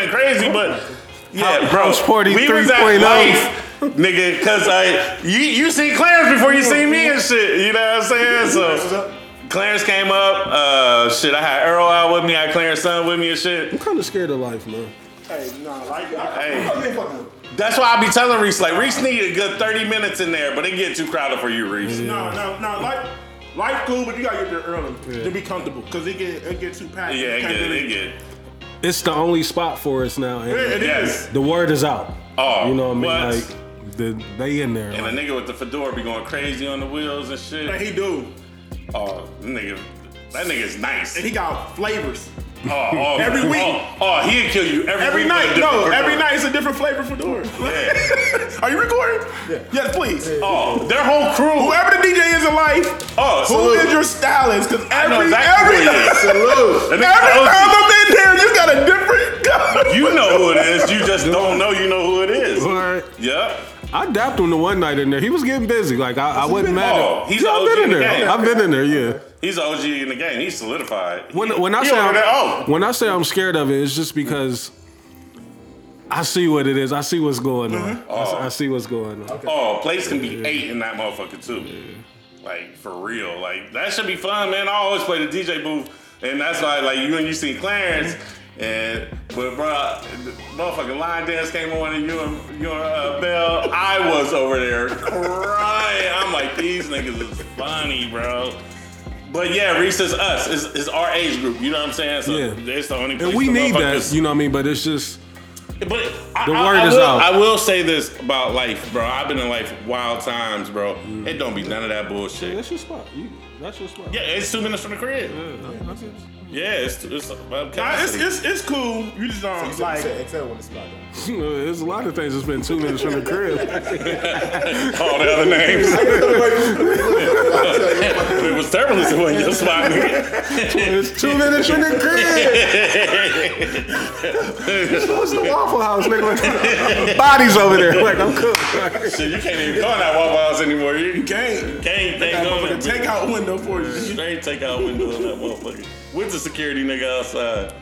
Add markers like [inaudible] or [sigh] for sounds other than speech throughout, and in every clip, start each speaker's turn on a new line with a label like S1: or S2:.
S1: nothing crazy, but yeah,
S2: House-
S1: bro.
S2: House Party
S1: we was at
S2: 3.0.
S1: life, nigga, cause I you you see Clarence before you see me and shit. You know what I'm saying? So Clarence came up. Uh, shit, I had Earl out with me. I had Clarence's son with me and shit.
S2: I'm kind of scared of life, man.
S3: Hey, nah, like,
S1: Hey.
S3: I, I, I mean, fuck with it.
S1: That's why I be telling Reese like Reese need a good 30 minutes in there, but it get too crowded for you, Reese.
S3: Nah, nah, nah, like, life cool, but you gotta get there early to be comfortable, cause it get it get too packed.
S1: Yeah,
S3: You
S1: it
S3: can't
S1: get
S3: really-
S1: it get.
S2: It's the only spot for us now. and
S3: Yeah, it
S1: Yes.
S3: is.
S2: The word is out.
S1: Oh,
S2: you know what I
S1: what?
S2: mean? Like the, they in there.
S1: And a
S2: like,
S1: nigga with the fedora be going crazy on the wheels and shit.
S3: And he do,
S1: Oh, nigga, that nigga's nice.
S3: and he got flavors
S1: Oh, oh,
S3: Every
S1: oh,
S3: week.
S1: Oh, he'll kill you every,
S3: every
S1: week with a
S3: night.
S1: different
S3: No,
S1: fedora.
S3: every night it's a different flavor fedora.
S1: Yeah.
S3: [laughs] Are you recording?
S2: Yeah.
S3: Yes, please. Uh,
S1: Oh, their whole crew.
S3: Whoever the DJ is in life,
S1: oh,
S3: who
S1: salute.
S3: is your stylist? Cause
S1: I know
S3: every
S1: exactly
S3: every
S1: who it is.
S3: [laughs] every
S1: That
S3: time
S1: nigga OG.
S3: I'm in there, you got a different. [laughs] color.
S1: You know who it is. You
S3: [laughs]
S1: just don't know. You know who it is.
S2: all right.
S1: Yep.
S2: I dapped him the one night in there. He was getting busy. Like I, I wasn't mad.
S1: Oh,
S2: at
S1: he's
S2: yeah,
S1: an
S2: I've
S1: OG
S2: been in
S1: in the
S2: there.
S1: game.
S2: I've been in there. Yeah.
S1: He's the OG in the game. He's solidified.
S2: When when I
S1: He
S2: say
S1: over
S2: I'm,
S1: there, oh,
S2: when I say I'm scared of it, it's just because I see what it is. I see what's going on.
S1: Mm-hmm.
S2: I s- I, see what's going on.
S1: oh, place can be eight in that motherfucker too. Like for real. Like that should be fun, man. I always play the DJ booth, and that's why like you and you seen Clarence. And but bro, the motherfucking line dance came on, and you and your uh, Bell, I was over there crying. I'm like, these niggas is funny, bro. But yeah, Reese is us. It's, it's our age group. You know what I'm saying? So
S2: Yeah.
S1: it's the only.
S2: And
S1: place
S2: we
S1: the
S2: need that.
S1: motherfuckers-
S2: You know what I mean? But it's just
S1: But I,
S2: The
S1: I-
S2: word
S1: I
S2: is
S1: will,
S2: out.
S1: I will say this about life, bro. I've been in life wild times, bro.
S2: Mm.
S1: It don't be none of that bullshit.
S2: that's your spot. You, that's your spot.
S1: Yeah, it's two minutes from the crib.
S2: Mm.
S1: Yeah, it's it's. uh,
S3: Nah, it's,
S1: it's,
S3: it's it's cool. You just um like
S4: except, except when it's spot though.
S2: [laughs] There's a lot of things that's been two minutes
S1: [laughs]
S2: from the crib.
S1: all the other
S3: [laughs]
S1: names. [laughs] it was terrible. It wasn't your spot. nigga.
S2: It's two minutes from the crib. What's the Waffle House, nigga? [laughs] Bodies over there. Like I'm cooked.
S1: [laughs] Shit, you can't even go in that Waffle House anymore. You can't
S3: game.
S1: can't think
S3: Like,
S1: on
S3: a
S1: it.
S3: takeout window for you.
S1: Straight take out window on that motherfucker with the security nigga outside.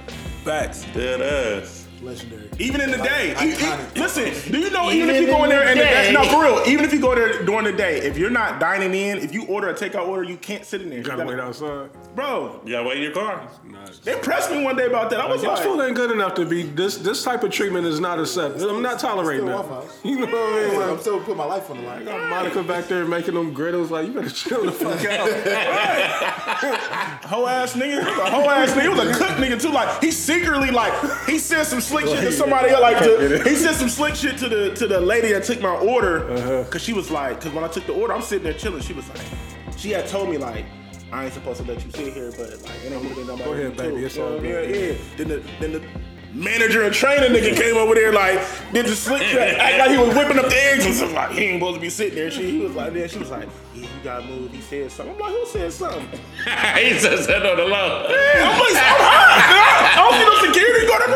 S3: Facts.
S1: Dead ass.
S4: Legendary.
S3: Even in the day.
S4: I-
S3: E- e-
S4: iconic.
S3: listen, do you know even, if you go in there and the
S1: day.
S3: day. no for real, even if you go there during the day, if you're not dining in, if you order a takeout order, you can't sit in there. You
S2: Gotta
S3: gotta-
S2: wait outside.
S3: Bro,
S1: You gotta wait in your car. [laughs]
S3: they pressed me one day about that. I was
S2: Y'all
S3: like,
S2: food ain't good enough to be this. This type of treatment is not acceptable. I'm not tolerating
S4: Still
S2: that.
S4: Waffle House.
S2: You know what I mean?
S4: I'm
S2: Like,
S4: still putting my life on the line.
S2: got Monica back there making them griddles. Like you better chill the fuck out.
S3: [laughs] whole ass nigga, He was a whole ass nigga. He was a cook nigga too. Like he secretly like he said some slick shit to somebody else. Like to, he said some slick shit to the to the lady that took my order
S2: Uh-huh.
S3: because she was like, because when I took the order, I'm sitting there chilling. She was like, she had told me like. I ain't supposed to let you sit here, but like it ain't gonna be nobody.
S2: Go ahead,
S3: too.
S2: baby, it's
S3: You know
S2: all
S3: what I
S2: good.
S3: mean? Yeah, yeah. Then the then the manager and trainer nigga came over there like did the slick shit, act like he was whipping up the eggs and something. Like he ain't supposed to be sitting there. She he was like, then she was like, yeah, you gotta move. He said something. I'm like, who said something?
S1: he says that on the low.
S3: I'm like, I'm high. I don't see no security guard. I'm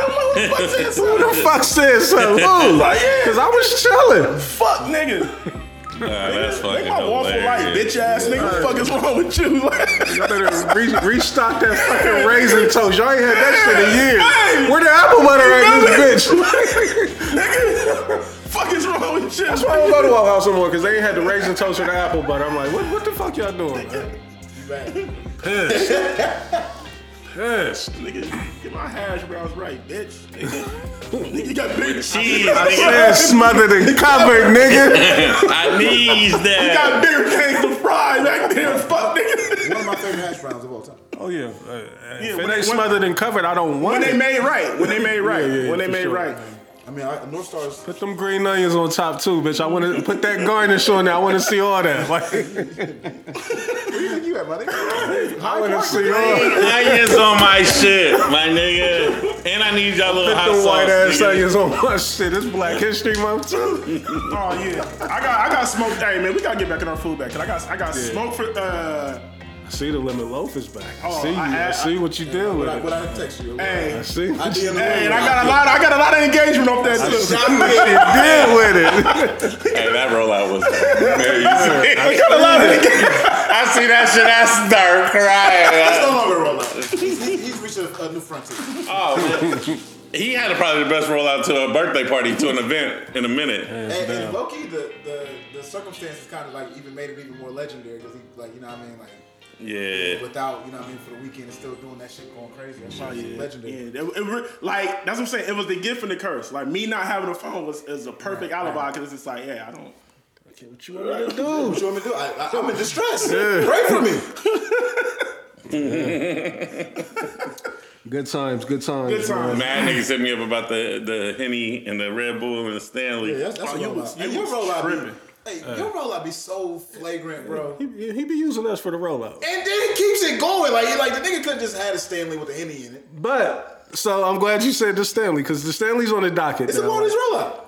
S3: like, who the fuck said something?
S2: [laughs] Who the fuck said something?
S3: Like, yeah.
S2: Because I was chilling.
S3: Fuck niggas.
S1: Nah, that's fucking
S3: Make my waffle light,
S1: hilarious.
S3: bitch ass nigga. What the fuck is wrong with you? [laughs]
S2: Y'all better re- restock that fucking raisin toast. Y'all ain't had that shit in years.
S3: Hey!
S2: Where the apple butter at, this bitch? [laughs]
S3: nigga, [laughs] fuck is wrong with you?
S2: That's why I don't go to Waffle House no more because they ain't had the raisin toast or the apple butter. I'm like, what, what the fuck y'all doing? Man? Pissed. Pissed.
S3: Nigga, get my hash browns right, bitch. [laughs] Nigga, Nigga, you got big
S1: Jeez,
S2: I
S1: nigga.
S2: said smothered and covered, nigga.
S1: [laughs] I needs
S3: You
S1: that.
S3: got bigger things to fry back there. Fuck nigga.
S4: One of my favorite hash browns of all time.
S2: Oh yeah. Uh,
S3: when-
S2: if it ain't
S3: when-
S2: smothered and covered, I don't want
S3: When they
S2: it.
S3: made right. When they made right.
S2: Yeah, yeah,
S3: when they
S2: for
S3: made
S2: sure.
S3: right.
S4: I mean, I, North Star's
S2: Put them green onions on top too, bitch. I want to put that garnish on there. I want to see all that. Like,
S4: Where you at, my nigga?
S2: I
S4: High
S2: want to
S4: Park.
S2: see all.
S1: Onions on my shit, my nigga. And I need y'all little
S2: Put
S1: hot
S2: them
S1: sauce.
S2: white ass
S1: nigga. [laughs]
S2: [laughs] onions on my shit. It's Black History Month too.
S3: Oh yeah. I got I got smoked. Hey man, we gotta get back in our food back. Cause I got I got smoked for uh
S2: See the lemon loaf is back. I
S3: Oh,
S2: see you.
S3: I
S2: I,
S3: had-
S2: see what you did with
S4: What I,
S2: it.
S4: what I text you?
S3: hey.
S2: I see
S4: I
S2: what you
S4: DM the
S3: Hey, and I got a lot. I got a lot of engagement off that too.
S2: did with it.
S1: Hey, that rollout was very easy.
S3: I got a lot of engagement.
S1: I see that shit. I start crying.
S4: [laughs] Still not gonna roll out. He's, he's, he's reached a, a new frontier.
S1: oh, man. He had probably the best rollout to a birthday party to an event in a minute.
S4: And, and low key, the, the, the circumstances kind of like even made it even more legendary because he, like, you know what I mean? Like,
S1: Yeah.
S4: without, you know what I mean, for the weekend and still doing that shit going crazy. That's probably legendary.
S3: Oh, Yeah, it- it re- like that's what I'm saying. It was the gift and the curse. Like me not having a phone was is a perfect alibi because it's like, yeah, I don't. Okay, what you want me to do?
S4: What you want me to do? I, I, I'm in distress. Pray for me.
S2: [laughs] Good times, good times.
S3: Good times.
S1: Mad niggas hit me up about the the henny and the Red Bull and the Stanley.
S4: Yeah, that's, that's
S3: Oh,
S4: what
S3: you
S4: I'm
S3: was-
S4: about.
S3: you
S4: Hey, your
S3: was
S4: rollout
S3: tripping.
S4: be, hey, your rollout be so flagrant, bro.
S2: man. He, he be using us for the rollout.
S4: And then it keeps it going. Like, like the nigga couldn't just had a Stanley with the henny in it.
S2: But so I'm glad you said the Stanley because the Stanley's on the docket.
S4: It's a
S2: now.
S4: bonus rollout.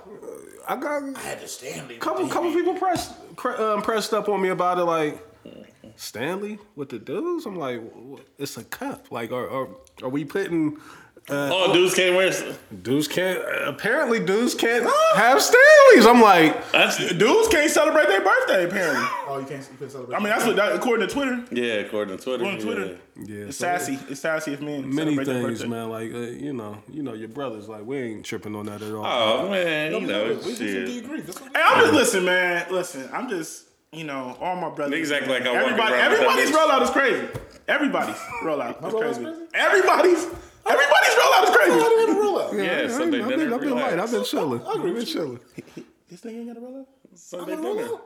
S2: I got
S4: I had the Stanley.
S2: couple couple people pressed cre- um, pressed up on me about it like Stanley with the dudes. I'm like, wh- wh- it's a cup. Like, are are, are we putting
S1: Oh, dudes can't wear.
S2: dudes can't apparently dudes can't have Stanleys. I'm like,
S1: That's
S3: Dudes can't celebrate their birthday apparently.
S4: Oh, you can't. You couldn't celebrate.
S3: I mean, that's what that, according to Twitter.
S1: yeah, according to Twitter.
S3: On Twitter,
S1: yeah.
S2: yeah,
S3: it's
S2: so
S3: sassy. It's sassy if men
S2: Many
S3: celebrate their
S2: things,
S3: birthday.
S2: man. Like uh, you know, you know, your brothers. Like we ain't tripping on that at all.
S1: Oh man, you know
S4: we
S1: shit.
S4: can agree. That's what
S3: Hey, I'm just listen, man. Listen, I'm just you know all my brothers.
S1: Niggas act like I walk
S3: everybody.
S1: around with that [laughs]
S3: Everybody's
S1: bitch.
S3: rollout is crazy. Everybody's rollout is
S4: rollout's
S3: crazy.
S4: crazy?
S3: Everybody's everybody's rollout is
S4: I
S3: crazy.
S4: had a [laughs] rollout.
S2: I-
S1: Yeah,
S2: I,
S1: Sunday
S2: I've
S1: dinner.
S2: been, I've been light. I've
S1: relax.
S2: been chilling. I've been chilling.
S3: This nigga ain't got a rollout.
S1: Sunday
S4: I'm a
S1: dinner.
S4: rollout.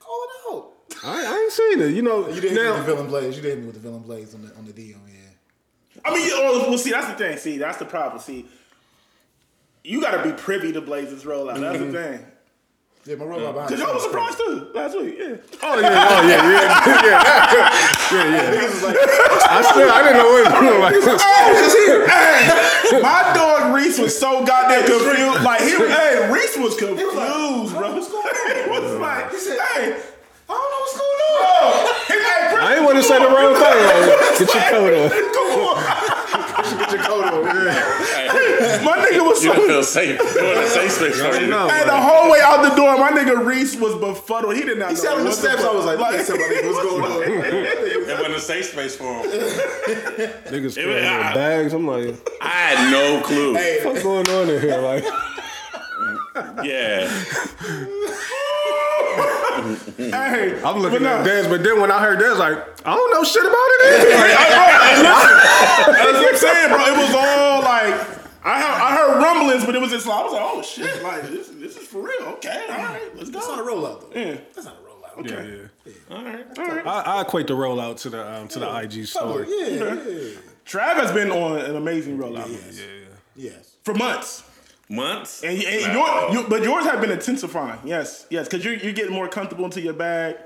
S4: Call it out.
S2: I, I ain't seen it. You know,
S4: You didn't with
S2: now,
S4: the villain blaze. You didn't with the villain blaze on the on the DM. Yeah.
S3: I mean, you- oh, well, see, that's the thing. See, that's the problem. See, you got to be privy to Blaze's rollout. That's the thing.
S4: Yeah, my rollout behind.
S3: Cause y'all was surprised too last week. Yeah.
S2: Oh yeah, oh yeah, [laughs] yeah, yeah, yeah, yeah. I still, I didn't know what it was like.
S3: Hey,
S4: [laughs]
S3: my dog Reese was so goddamn confused. Like he, hey, Reese was confused,
S4: was like,
S3: bro.
S4: "What's going
S3: [laughs] He was like,
S4: He said,
S3: hey,
S4: I don't know what's going on.
S3: bro. He like, bro,
S2: I ain't want to say the wrong
S3: [laughs]
S2: [laughs] thing. Get your coat on.
S3: come on.
S4: Get your coat on. Yeah.
S3: My nigga was
S1: You
S3: so.
S1: don't
S3: [laughs]
S1: feel safe. You want a safe space for you.
S2: No,
S3: Hey, the whole way out the door, my nigga Reese was befuddled. He did not.
S4: He sat on the steps. I was like, "Hey, somebody,
S3: [laughs]
S4: what's going on?"
S1: It wasn't a safe space for him.
S2: niggas
S1: was-
S2: carrying their bags. I'm like, what
S1: I had no clue.
S4: Hey,
S2: the fuck going on in here? Like,
S1: Yeah.
S3: Hey,
S2: I'm looking
S3: but
S2: at
S3: no.
S2: Dez, but then when I heard Dez, like, I don't know shit about it. Either.
S3: Hey, hey, bro, listen. That's what I'm saying, bro. It was all like. I, heard- I heard rumblings, but it was just like I was like, oh shit, like this, this is for real. Okay, all right, let's go.
S4: that's not a rollout though.
S3: Yeah.
S4: That's not a rollout.
S3: Okay.
S1: All right.
S3: All right.
S2: I, I equate the rollout to the um, to the IG story.
S4: Yeah, yeah,
S3: Trav has been on an amazing rollout
S4: yes.
S3: for months,
S1: Months.
S3: and, you- and
S1: Nah.
S3: your, you, but yours have been intensifying. Yes, yes, because you're you're getting more comfortable into your bag.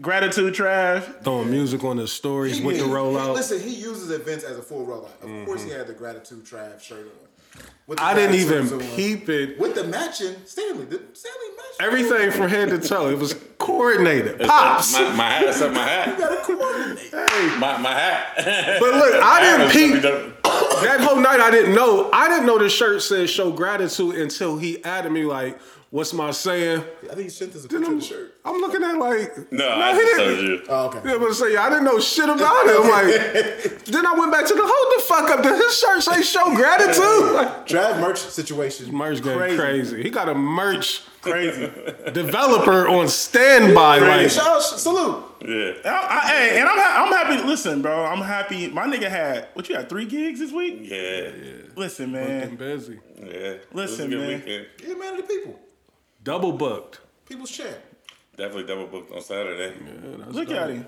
S3: Gratitude, Trav.
S2: Throwing music on the stories with the
S4: He-
S2: rollout. Mm-hmm.
S4: Listen, he uses events as a full rollout. Of course, he had the gratitude Trav shirt on. With the
S2: I didn't
S4: gratitude
S2: even
S4: on.
S2: peep it.
S4: With the matching Stanley, the Stanley matched.
S2: Everything from head to toe, it was coordinated. Pops.
S1: My, my hat. It's up my
S4: You
S1: hat.
S4: gotta coordinate.
S1: My, my hat.
S2: But look, I didn't peep.
S1: peep.
S2: that whole night I didn't know. I didn't know the shirt said show gratitude until he added me like, what's my saying?
S4: I think he sent us a
S2: And
S4: picture of
S2: I'm,
S4: the shirt.
S2: I'm looking at like
S1: No, I just told you.
S4: Oh, okay.
S2: Yeah, but say I didn't know shit about it. I'm like, then I went back to the hold the fuck up. Did his shirt say show gratitude? Like,
S4: Trav merch situation.
S2: merch going
S3: Crazy.
S2: crazy. He got a merch
S4: [laughs]
S3: Crazy.
S2: developer on standby.
S4: Hey,
S2: Like,
S4: shout out, salute.
S1: Yeah.
S3: I, I, hey, and I'm ha- I'm happy. Listen, bro, I'm happy. My nigga had what you had three gigs this week.
S1: Yeah.
S3: Listen, man.
S2: busy,
S1: Yeah. It was a
S3: Listen,
S1: good
S3: man.
S1: weekend.
S4: He's a man of the people.
S2: double booked.
S4: People's champ.
S1: Definitely double booked on Saturday.
S3: Look at him.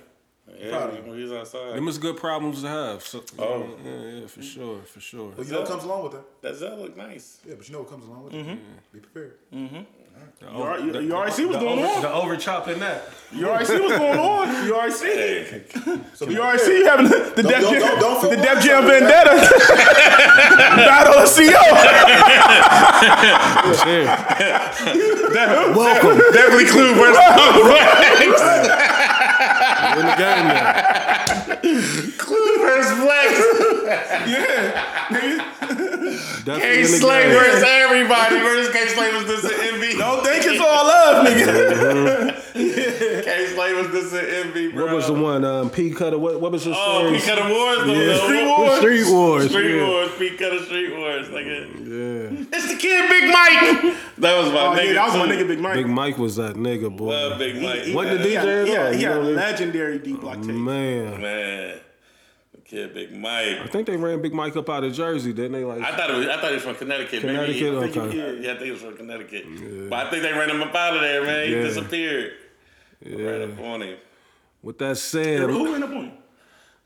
S1: Yeah. When he was outside.
S2: Them is good problems to have. So,
S1: Oh.
S2: yeah, yeah, for sure, for sure.
S4: But you know what comes along with that.
S1: That Zell looked nice.
S4: Yeah, but you know what comes along with it.
S1: Mm-hmm.
S4: Be prepared. Oh,
S3: You already, you, you already see what's going on.
S2: The over chopping that.
S3: You
S4: [laughs]
S3: already see what's going on. You already see it.
S1: Hey.
S4: So
S3: You already see having the, the Def
S4: don't-
S3: Jam,
S4: don't- don't feel
S3: the
S4: bad
S3: Def
S4: about
S3: Jam
S4: it.
S3: Vendetta [laughs] battle of CO.
S4: [laughs]
S1: [laughs]
S2: Welcome.
S1: Definitely clue [laughs] versus Flex.
S2: We're in the game now. [laughs]
S1: Clue versus Flex.
S3: yeah, nigga.
S1: K Slay versus everybody versus K Slay was just an
S2: [laughs]
S1: envy.
S3: Don't think
S1: [laughs]
S3: it's all love, nigga.
S1: K Slay was just an envy, bro.
S2: What was the one? Um, P Cutter. What, what was the
S1: Oh, P
S2: series?
S1: Cutter Wars, the, the
S3: Street
S1: wa-
S3: Wars.
S2: Street Wars.
S1: Street
S2: yeah.
S1: Wars, P Cutter Street Wars, nigga.
S2: Yeah.
S1: It's the kid, Big Mike. That was my
S3: Oh,
S1: nigga.
S3: yeah, that was my
S1: too.
S3: nigga, Big Mike.
S2: Big Mike was that nigga boy.
S1: Love Big Mike.
S2: Wasn't the
S1: Yeah,
S2: DJ at all,
S3: Yeah,
S2: you
S3: yeah,
S2: know what I mean?
S3: legendary D block tape.
S2: Mm-hmm. Man,
S1: man. The kid, Big
S2: I
S1: Mike.
S2: think they ran Big Mike up out of Jersey, didn't they? Like
S1: I thought it was. I thought he was from Connecticut.
S2: Connecticut.
S1: Maybe.
S2: Okay.
S1: Yeah, yeah, I think it was from Connecticut. But I think they ran him up out of there, man. He
S2: Yeah.
S1: disappeared. Right
S2: Yeah.
S1: up on him.
S2: With that said,
S3: Who ran up on you?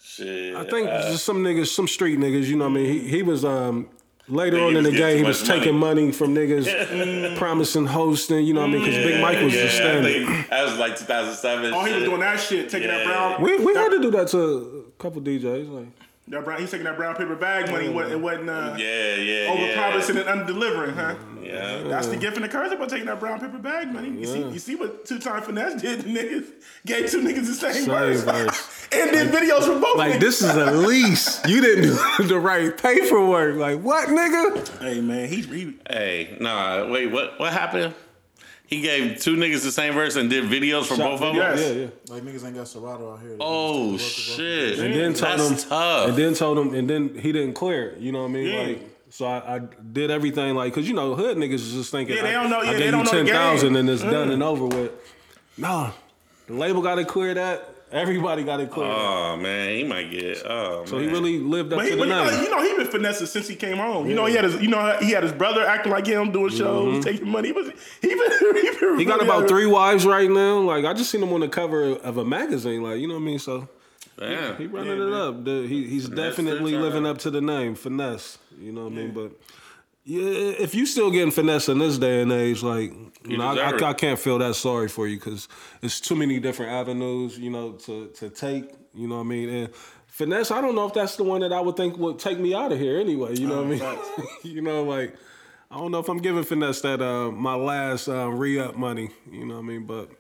S1: Shit.
S2: I think
S1: uh,
S2: just some niggas, some street niggas. You know, what I mean, he, he was um later
S1: He
S2: on in
S1: was
S2: the
S1: getting
S2: game, he
S1: too
S2: was
S1: much Mm.
S2: taking money
S1: [laughs]
S2: from niggas, promising hosting. You know, what I mean, because Big Mike was
S1: yeah,
S2: just
S1: I
S2: standing.
S1: think that was like 2007.
S3: Oh, he was
S1: shit.
S3: doing that shit, taking
S1: Yeah.
S3: that brown,
S2: We we had to do that to a couple DJs. Like
S3: that brown. He's taking that brown paper bag money. What it wasn't uh,
S1: Yeah, yeah,
S2: Oh,
S3: over
S1: yeah.
S3: promising and under delivering, huh?
S1: Yeah.
S3: That's the gift and the curse about taking that brown paper bag money. You see, you see what two time finesse did? The niggas gave two niggas the same, verse,
S2: verse.
S3: [laughs] and did videos for both.
S2: like
S3: niggas.
S2: this is a lease. You didn't do [laughs] the right paperwork. Like what, nigga?
S3: Hey man, he, he
S1: Hey, nah, wait, what what happened? He gave two niggas the same verse and did videos for both of them?
S3: Yes.
S2: Yeah, yeah.
S4: Like niggas ain't got Serato out here.
S1: Oh, shit.
S2: And then told
S1: That's
S2: him,
S1: tough.
S2: and then told him, and then he didn't clear it. You know what I mean?
S3: Yeah.
S2: Like, so I, I did everything like, cause you know hood niggas is just thinking,
S3: Yeah, they
S2: I-
S3: don't know-
S2: I,
S3: yeah,
S2: gave
S3: they
S2: you
S3: don't know the game. Mm.
S2: and it's done and over with. Nah, the label got to clear that. Everybody got to clear. that.
S1: Oh man, he might get. Oh,
S2: So he really lived up
S3: But
S2: to
S3: he,
S2: the
S3: but you, know,
S2: name.
S3: you know, he been finessing since he came home. You know, he had his, you know, he had his brother acting like him, doing shows, taking money. He was, he been, [laughs] he, been
S2: He got
S3: really
S2: about
S3: out here.
S2: three wives right now. Like I just seen him on the cover of a magazine. Like you know what I mean? So
S1: Damn.
S2: he running it up. dude. He, he's definitely
S1: time.
S2: living up to the name, finesse. You know what I mean? But yeah, if you still getting finesse in this day and age, like you know, I,
S1: deserve
S2: I, I
S1: it.
S2: can't feel that sorry for you because it's too many different avenues, you know, to to take. You know what I mean? And finesse, I don't know if that's the one that I would think would take me out of here anyway. You know what I
S1: Uh,
S2: mean? [laughs] you know, like. I don't know if I'm giving finesse that uh, my last uh, re-up money. You know what I mean? But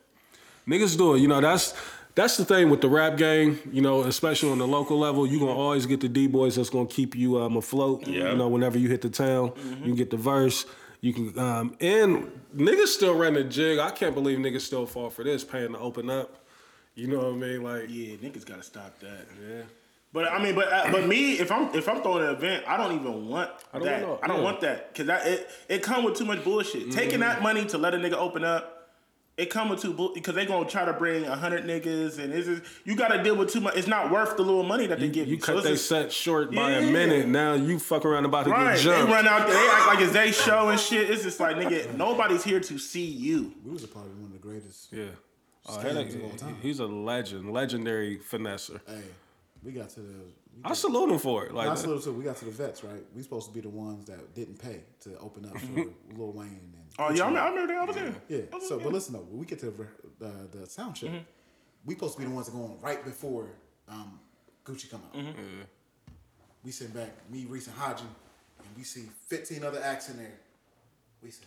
S2: niggas do it. You know that's that's the thing with the rap game. You know, especially on the local level, you gonna always get the D boys that's gonna keep you um, afloat.
S1: Yeah.
S2: You know, whenever you hit the town,
S3: Mm-hmm.
S2: you get the verse. You can um, and niggas still run the jig. I can't believe niggas still fall for this, paying to open up. You know what I mean? Like,
S3: Yeah, niggas gotta stop that. Yeah. But I mean, but uh, but me, if I'm if I'm throwing an event, I don't even want
S2: I don't
S3: that.
S2: want no-
S3: I don't
S2: yeah.
S3: want that because that it it come with too much bullshit. Taking that money to let a nigga open up, it come with too bull because they gonna try to bring a hundred niggas and it's just, you gotta deal with too much. It's not worth the little money that they give you.
S2: you
S3: So
S2: cut
S3: it's
S2: they
S3: just-
S2: set short by
S3: Yeah.
S2: a minute. Now you fuck around about to
S3: Right,
S2: get
S3: they
S2: jumped.
S3: run out there. They act like it's they show and shit. It's just like nigga, nobody's here to see you.
S4: We was probably one of the greatest.
S2: yeah. Oh,
S4: Scams
S2: headache-
S4: of all time.
S2: he's a legend, legendary finesser.
S3: Uh,
S4: Hey, we got to the. we
S2: I salute him for it. Like,
S4: I salute to. We got to the vets, right? We supposed to be the ones that didn't pay to open up for Lil Wayne. And
S3: Oh yeah, I remember, I remember that. I was there.
S4: Yeah. So, but listen though, when we get to the, uh, the sound check,
S3: Mm-hmm.
S4: we supposed to be the ones that go on right before um, Gucci come out.
S3: Mm-hmm.
S4: We sit back, me, Reese, and Hodgin, and we see 15 other acts in there. We say,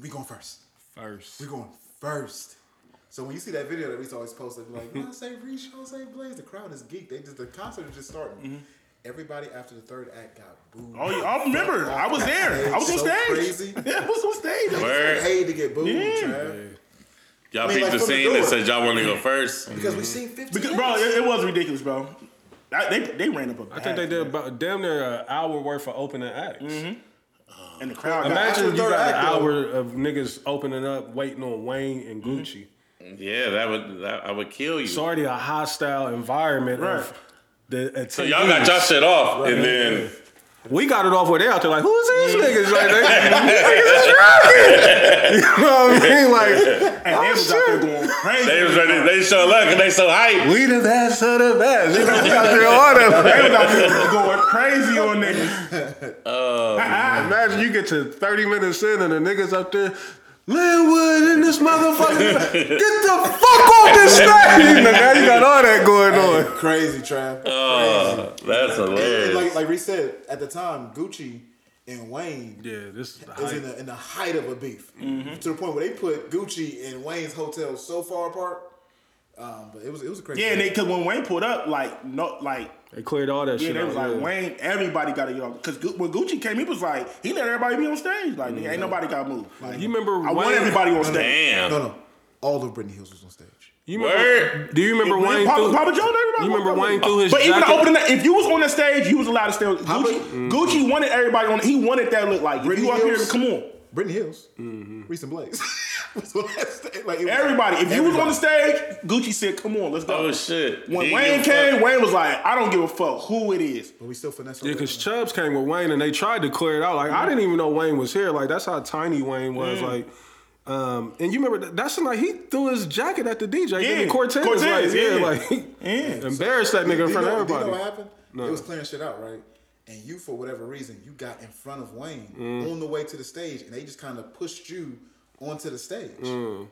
S4: we going first.
S2: first.
S4: We going first. So when you see that video that Reese always posted, like, I say Reese, I say Blaze, the crowd is geeked. They just the concert is just starting. Everybody after the third act got booed.
S3: Mm-hmm. Oh yeah, I remember. I was there. I was on
S4: So
S3: stage.
S4: crazy.
S3: Yeah, [laughs] I was on stage. I was
S1: Word.
S4: Paid to get booed, Trav.
S1: Y'all
S4: I mean,
S1: peeped
S4: like,
S1: the
S4: from the
S1: scene and
S4: door.
S1: said y'all want to go first.
S4: Because we seen 15
S3: Because, bro,
S4: acts.
S3: it, it was ridiculous, bro. I, they they ran up a bag,
S2: I think they did about damn near an hour worth of opening acts.
S3: and Mm-hmm. the crowd. got-
S2: Imagine
S4: After
S2: if you
S4: third
S2: got an
S4: act, though-
S2: hour of niggas opening up, waiting on Wayne and
S3: Mm-hmm.
S2: Gucci.
S1: Yeah, that would that, I would kill you.
S2: It's already a hostile environment.
S3: Right.
S2: Of the so
S1: Y'all got y'all shit off, and then
S2: We got it off where they out there like, who's
S3: Mm-hmm.
S2: these niggas? Like, they, niggas is
S3: [laughs]
S2: rocking. [laughs] You know what I mean? Like, oh,
S3: and they was out there going crazy.
S1: they was ready. They show luck and they so hype.
S2: we the best of the best. You know, we out there
S3: [laughs]
S2: all
S3: They
S2: that.
S3: was out there going crazy on niggas.
S2: Imagine you get to 30 minutes in and the niggas up there, Linwood in this motherfucker. Get the fuck off [laughs] this stage. Now you got all that going on.
S4: Crazy, Trav.
S1: Oh, that's
S4: And
S1: hilarious.
S4: like like Reese said, at the time, Gucci and Wayne
S2: Yeah, this is the
S4: is in the, in the height of a beef
S3: Mm-hmm.
S4: to the point where they put Gucci and Wayne's hotel so far apart. Um, but it was it was a crazy.
S3: Yeah, and they because when Wayne pulled up, like no, like
S2: They cleared all that
S3: Yeah,
S2: shit
S3: they
S2: out.
S3: was like
S2: yeah.
S3: Wayne. Everybody got to get off because when Gucci came, he was like he let everybody be on stage. Like nigga, ain't nobody got moved. Like,
S2: You remember
S3: I want
S2: Wayne-
S3: everybody on stage.
S1: Damn.
S4: No, no. All of Brittany Hills was on stage.
S2: You
S1: Word.
S2: remember, do you remember Wayne?
S3: Papa,
S2: threw-
S3: Papa Joe, everybody.
S2: you remember
S3: walked up
S2: Wayne
S3: with
S2: threw
S3: him.
S2: his
S3: But even
S2: jacket-
S3: opening, if you was on the stage, you was allowed to stay. On, Gucci,
S2: Mm-hmm.
S3: Gucci wanted everybody on. He wanted that look like if
S4: Brittany
S3: you up here,
S4: Hills.
S3: come on.
S4: Brittany Hills, Reason Blaze. [laughs] was on that stage. Like, it
S3: Mm-hmm.
S4: was-
S3: Everybody, if you was on the
S4: everybody.
S3: stage, Gucci said, "Come on, let's go."
S1: Oh shit.
S3: when
S1: He
S3: Wayne
S1: give a
S3: came,
S1: fuck.
S3: Wayne was like, "I don't give a fuck who it is."
S4: But we still finesse
S2: Yeah, because Chubbs came with Wayne and they tried to clear it out. Like, I didn't even know Wayne was here. Like, that's how tiny Wayne was.
S3: Mm.
S2: Like, um, and you remember, that- that's like he threw his jacket at the DJ. Yeah,
S3: Yeah,
S2: Cortez.
S3: Cortez,
S2: like, yeah,
S3: yeah.
S2: like, [laughs]
S3: Yeah.
S2: embarrassed that nigga in front of
S4: Do you know what
S2: everybody.
S4: happened? It was clearing shit out, right? And you, for whatever reason, you got in front of Wayne
S2: Mm.
S4: on the way to the stage, and they just kind of pushed you onto the stage.
S2: Mm.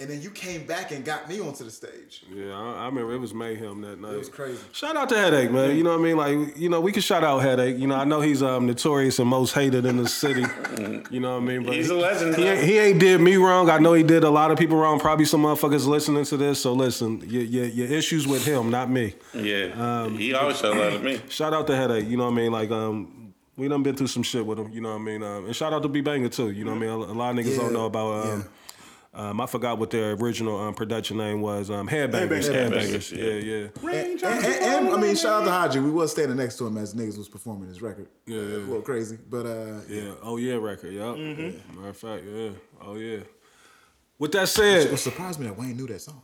S4: And then you came back and got me onto the stage.
S2: Yeah, I, I remember it was mayhem that night. It
S4: was crazy.
S2: Shout out to Headache, man. You know what I mean? Like, you know, we can shout out Headache. You know, I know he's um, notorious and most hated in the city. you know what I mean? But
S1: He's a legend.
S2: He ain't, he ain't did me wrong. I know he did a lot of people wrong. Probably some motherfuckers listening to this. So listen, your, your, your issues with him, not me.
S1: Yeah.
S2: Um,
S1: he always showed love to me.
S2: Shout out to Headache. You know what I mean? Like um, we done been through some shit with him. You know what I mean? Um, and shout out to B Banger too. You know what I mean? A, a lot of niggas don't
S4: Yeah,
S2: know about. Um, um, I forgot what their original um, production name was. Um, Headbangers.
S1: Headbangers,
S2: Headbangers. Yeah, yeah.
S4: And, and- and- I mean, shout out to Haji. We was standing next to him as niggas was performing his record. Yeah, a little crazy, but uh,
S2: Yeah. Oh yeah, record. Yup.
S1: Mm-hmm.
S2: Yeah. Matter of fact, yeah. Oh yeah. With that said,
S4: it surprised me that Wayne knew that song.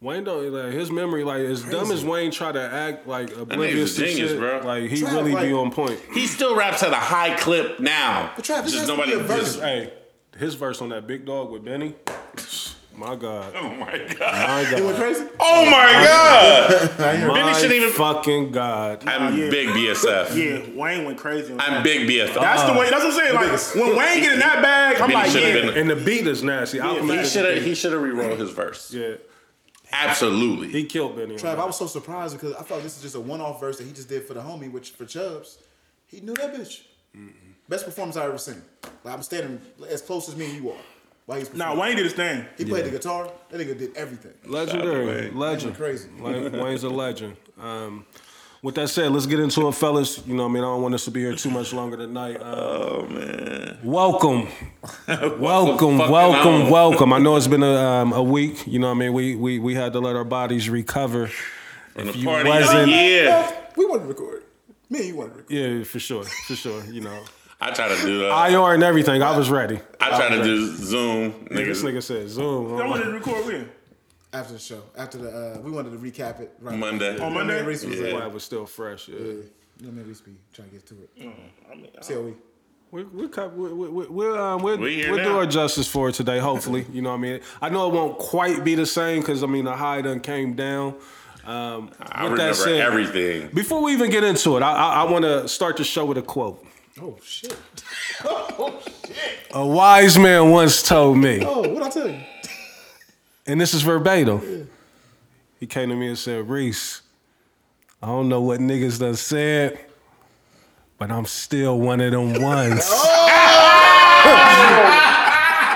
S2: Wayne don't like his memory. Like as dumb as Wayne try to act like oblivious to
S1: genius,
S2: shit,
S1: bro.
S2: like he
S4: Trav,
S2: really be
S4: like-
S2: on point.
S1: He still raps at a high clip now.
S4: But Trav, this has to be a verse.
S1: just-
S2: Hey, his verse on that big dog with Benny. My God,
S1: Oh my god.
S2: my
S4: It
S2: God,
S4: went crazy.
S1: Oh my god. Benny
S2: my
S1: shouldn't even.
S2: fucking God.
S1: I'm big BSF.
S3: Yeah, Wayne went crazy. on
S1: I'm
S3: that.
S1: big BSF.
S3: That's the way. That's what I'm saying. Like when Wayne get in that bag, I'm
S1: Benny
S3: like,
S1: should've
S3: yeah.
S1: been-
S2: And the beat is nasty. Alchemy
S1: he
S2: did the
S1: should have.
S2: beat.
S1: He should have rewrote his verse.
S2: Yeah,
S1: Absolutely.
S2: he killed Benny. on
S4: Trav,
S2: that.
S4: I was so surprised because I thought this is just a one-off verse that he just did for the homie, which for Chubbs, he knew that bitch. Best performance I ever seen. Like I'm standing as close as me and you are. While he's
S3: Nah,
S4: performing.
S3: Wayne did his thing.
S4: He played the guitar. That nigga did everything.
S1: Shout out to
S2: Legendary,
S1: Wayne.
S2: legend,
S4: Crazy.
S2: Like, Wayne's a legend. Um, with that said, let's get into it, fellas. You know, what I mean, I don't want us to be here too much longer tonight. Uh,
S1: Oh man. [laughs]
S2: welcome,
S1: fucking
S2: welcome, welcome,
S1: home.
S2: welcome. I know it's been a, um, a week. You know, what I mean, we we we had to let our bodies recover.
S1: From
S2: If
S1: the
S2: you
S1: party of
S2: wasn't-
S1: the year.
S4: We wanted to record. Me and you wanted to record.
S2: Yeah, for sure, for sure. You know,
S1: I try to do. Uh, I,
S2: IR and everything. I was ready.
S1: try to do Zoom.
S2: This
S1: Niggas.
S2: nigga said Zoom.
S3: I
S2: I'm
S3: wanted to
S2: like,
S3: record with him
S4: After the show. After the uh, we wanted to recap it. Right.
S1: Monday.
S3: on
S4: You know what I
S3: Monday.
S4: mean? Reese was
S1: Yeah.
S4: like,
S2: why it was still fresh. Yeah.
S4: you know, maybe Reese be trying to get to it. E. CLE.
S2: We're, we're, cop- we're, we're, we're, um, we're,
S1: We here
S2: we're
S1: now.
S2: doing justice for it today, hopefully. You know what I mean? I know it won't quite be the same because, I mean, the high done came down. Um,
S1: I
S2: with that
S1: remember
S2: said,
S1: everything.
S2: Before we even get into it, I, I, I want to start the show with a quote.
S4: Oh shit.
S2: A wise man once told me,
S4: Oh, what I tell you?
S2: and this is verbatim. He came to me and said, Reese, I don't know what niggas done said, but I'm still one of them ones. [laughs]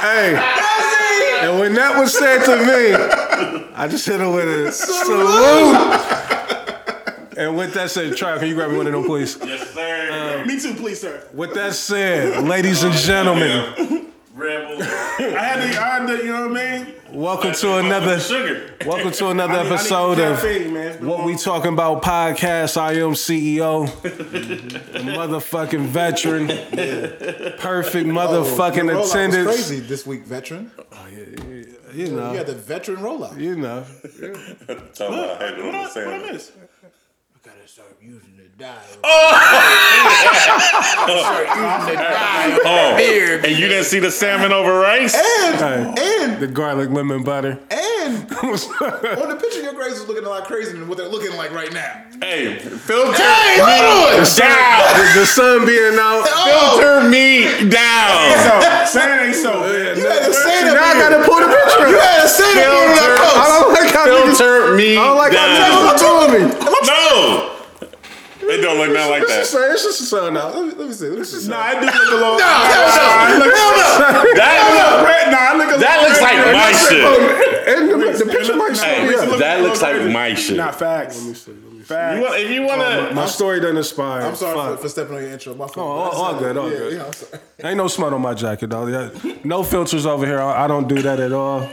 S2: hey. And when that was said to me, I just hit him with a salute. And with that said, Trav, can you grab me one of them, please?
S1: Yes, sir.
S2: Um,
S3: Me too, please, sir.
S2: With that said, ladies and gentlemen,
S1: Rebel.
S3: I had to, I had to, you know what I mean?
S2: welcome [laughs] to another
S1: sugar.
S2: welcome to another
S3: I need- I need
S2: episode of
S3: caffeine, man. It's been
S2: What
S3: long.
S2: We Talking About podcast. I am CEO, a motherfucking veteran, perfect
S4: Oh,
S2: motherfucking
S4: your rollout was
S2: attendance. Oh,
S4: Crazy this week, veteran.
S2: You
S4: You
S2: know,
S4: had the veteran rollout.
S2: you know.
S1: Talking about how you doing the
S3: What I,
S1: same.
S3: what I miss?
S4: Gotta start using the dial.
S1: Oh, and you didn't see the salmon over rice?
S4: And and
S2: The garlic lemon butter. [laughs]
S4: and on the picture, your grades is looking a lot crazier than what they're looking like right now.
S1: Hey, filter
S4: Hey, hold
S1: me
S4: on.
S1: down.
S2: the, the sun being out.
S4: Oh,
S1: Filter me down.
S3: So, saying ain't so.
S4: You had to say that.
S2: Now I
S4: again.
S2: gotta pull the picture.
S4: You had to say that again when I
S2: I
S4: post.
S2: don't like how niggas.
S1: Filter me
S2: I don't like
S1: down.
S2: how niggas are doing me.
S1: No, it don't look nothing like
S2: It's just
S1: that.
S2: a- it's just a sun out.
S4: Let me, let me see. uh, Let me see.
S3: Nah, I do look a little.
S4: No, hell no. Hell no.
S1: That,
S3: Nah, I look a little.
S1: that looks like my shit.
S2: And the, the picture
S3: Hey,
S2: might still be
S1: Hey,
S2: up.
S1: that looks like my shit.
S3: Nah, facts.
S1: You want, if you want to,
S2: My story doesn't inspire.
S4: I'm sorry
S2: Fuck.
S4: for, for stepping on your intro. My fault.
S2: Oh, all- all good, all
S4: yeah,
S2: good.
S4: Yeah, I'm sorry.
S2: Ain't no smut on my jacket, dog. Yeah, No filters over here. I, I don't do that at all.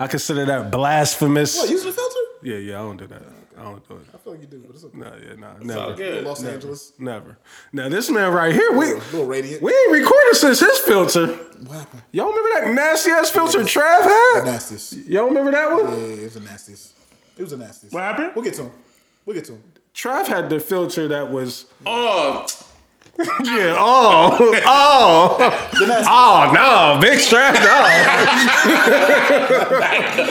S2: I consider that blasphemous.
S4: What, use Oh, the filter?
S2: yeah, yeah, I don't do that. I don't do it.
S4: I feel like you do, but it's okay.
S2: Nah, yeah, nah, never,
S1: good.
S4: Los Angeles.
S2: never. Now this man right here, we
S4: A little radiant.
S2: we ain't recorded since his filter.
S4: What happened?
S2: Y'all remember that nasty ass filter Trav had?
S4: Nastiest. Yeah,
S2: Y'all remember that one?
S4: it was a nastiest. It was a nastiest.
S1: What happened?
S4: We'll get to him. We'll get to him.
S2: Trav had the filter that was
S1: oh,
S2: yeah. Oh, [laughs] oh, oh no, big Trav. No,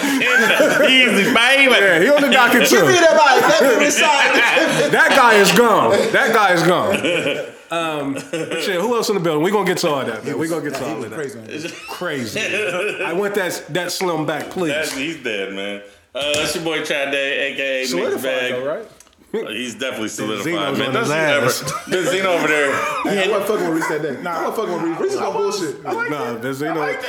S1: easy, baby.
S2: yeah, he on the docket too. that guy is gone. That guy is gone. Um, shit, who else in the building? We're gonna get to all that, man. We're gonna get to
S4: Nah, he
S2: all
S4: was
S2: of that.
S4: crazy. on this.
S2: Crazy. I want that that slim back,
S1: That's,
S2: please.
S1: he's dead, man. Uh, it's your boy Chad Day, aka Nick's
S2: Solidified
S1: Bag.
S2: though, right?
S1: He's definitely solidified,
S2: Zeno's
S1: man.
S2: on
S1: That's
S2: his
S1: his [laughs]
S2: ass.
S1: ever. This Zeno over
S2: [laughs]
S1: there.
S4: I wasn't fucking with Reese that day. Nah, I wasn't fucking with Reese. Reese is on bullshit.
S2: Nah, there's ain't no.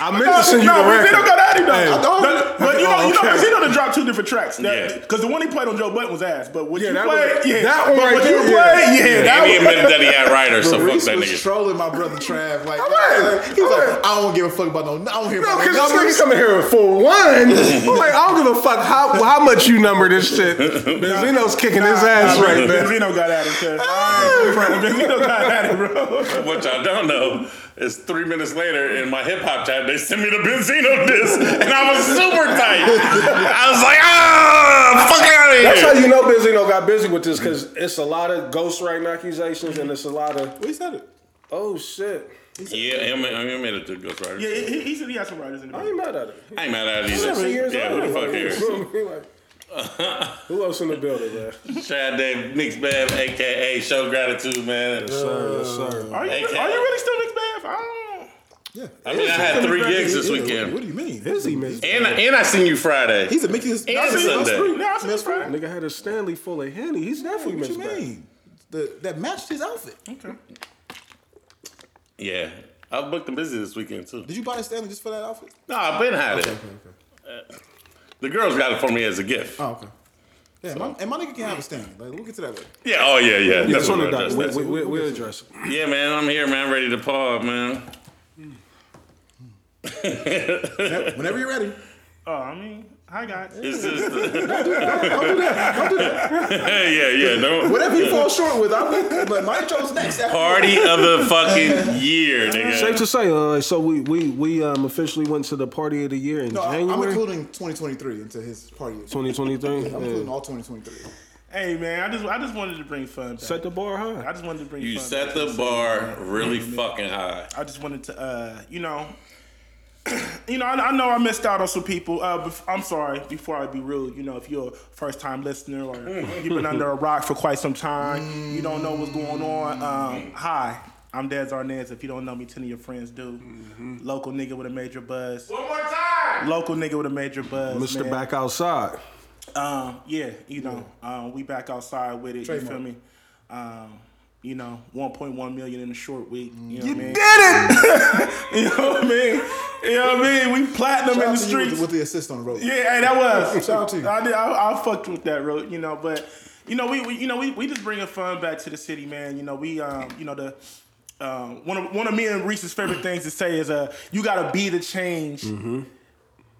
S2: I meant
S3: No,
S2: to send you
S3: no,
S2: the
S3: Rizzo
S2: record.
S3: got at him though.
S2: Hey. oh,
S3: I don't- But, but you know, you know,
S2: Okay.
S3: Rizzo done dropped two different tracks.
S1: Yeah.
S3: Because the one he played on Joe Button was ass. But what
S2: Yeah,
S3: you
S2: that
S3: played,
S2: was-
S3: yeah,
S2: that one
S3: but
S2: right
S3: what
S2: there,
S3: you
S2: yeah.
S3: played, yeah, that
S1: And he
S3: was.
S1: admitted
S3: [laughs]
S1: that he had writers, so fuck
S4: Reese
S1: that
S4: was
S1: nigga.
S4: trolling my brother Trav. Like,
S2: was.
S4: he was
S2: I
S4: like,
S2: was.
S4: I don't give a fuck about no. I don't hear
S2: No,
S4: about
S2: because this
S4: no numbers.
S2: nigga coming here for
S3: [laughs]
S2: one. I'm like, I don't give a fuck how, how much you number this shit. Benzino's kicking his ass right now.
S3: Benzino got at him. 'cause- [laughs] Benzino got at him, bro.
S1: What y'all don't know is three minutes later in my hip hop chat, they sent me the Benzino disc, and I was super tight. I was like, ah, fuck out of here.
S2: That's how you know Benzino got busy with this because it's a lot of ghostwriting accusations and it's a lot of,
S4: We said it.
S2: oh shit.
S1: yeah, him, him made it to Ghost Rider.
S3: Yeah, he, he said he had some writers in the
S2: I
S3: back.
S2: ain't mad at it.
S1: I ain't mad at it
S2: Seven years
S1: either. Yeah,
S2: old.
S1: who the fuck here?
S2: Like, Who else in the building, man?
S1: Chad Dave, Nick's Bab, aka Show Gratitude, man.
S2: Sir, sir.
S3: Are you,
S1: Hey,
S3: are you really still Nick's Bath? I
S4: Yeah.
S1: I mean, I had three gigs this
S4: Yeah,
S1: weekend,
S4: What do you mean?
S2: Is he, man?
S1: and and I seen you Friday.
S4: He's a Mickey. He's
S1: And Sunday.
S3: don't know. Yeah, I see
S4: That's
S3: this
S4: right.
S3: Friday.
S2: Nigga had a Stanley full of Henny. He's definitely
S4: What
S2: missed
S4: you mean? The, that matched his outfit.
S1: Yeah, I booked him busy this weekend too.
S4: Did you buy a Stanley just for that outfit?
S1: No, I've been had it. Uh, The girls got it for me as a gift.
S4: Oh, okay. Yeah, my, and my nigga can have a Stanley. Like, we'll get to that later.
S1: Yeah, oh yeah, yeah. That's
S2: That's
S1: what
S2: on the
S1: it does.
S2: docket.
S1: That's
S2: We,
S1: it.
S2: we, we, will address it.
S1: Yeah, man, I'm here, man. Ready to pause, man. [laughs]
S4: Yep, Whenever you're ready.
S3: Oh, I mean, hi guys.
S1: It's just,
S4: Don't do that. Don't do that.
S1: yeah, yeah. No
S4: Whatever you fall short with, I'm good. But my intro's next. After
S1: party of the fucking
S4: [laughs]
S1: year,
S2: Safe
S1: nigga.
S2: to say, uh, so we we we um, officially went to the party of the year in
S4: No, I- I'm
S2: January
S4: including 2023 into his party. I'm
S2: 2023.
S4: including
S2: Yeah.
S4: all 2023.
S3: Hey man, I just I just wanted to bring fun back.
S2: Set the bar
S3: I
S2: high.
S3: just wanted to bring
S1: You
S3: fun
S1: set
S3: back.
S1: the bar really
S4: Mm-hmm.
S1: fucking high.
S3: I just wanted to, uh, you know, [clears throat] you know, I, I know I missed out on some people. Uh, bef- I'm sorry. Before I be rude, you know, if you're a first time listener or you've been under a rock for quite some time, you don't know what's going on. Um, hi, I'm Dez Arnaz. If you don't know me, ten of your friends do. Local nigga with a major buzz.
S1: One more time.
S3: Local nigga with a major buzz.
S2: Mr.
S3: man.
S2: Back outside.
S3: Um, yeah, you know, um, we back outside with it. You feel
S4: Trademark.
S3: me? Um, you know, 1.1 million in a short week. You know what I mean?
S2: Did it?
S3: [laughs] You know what I mean? You know what I mean? We platinum
S4: Shout
S3: in
S4: out
S3: the
S4: to you with
S3: streets.
S4: With the assist on the road.
S3: yeah, hey, that was.
S4: Shout out to you.
S3: I did. I, I fucked with that, bro. You know, but you know, we, we you know we, we just bringing fun back to the city, man. You know, we um you know the. Um, one of one of me and Reese's favorite things to say is uh you gotta be the change
S4: Mm-hmm.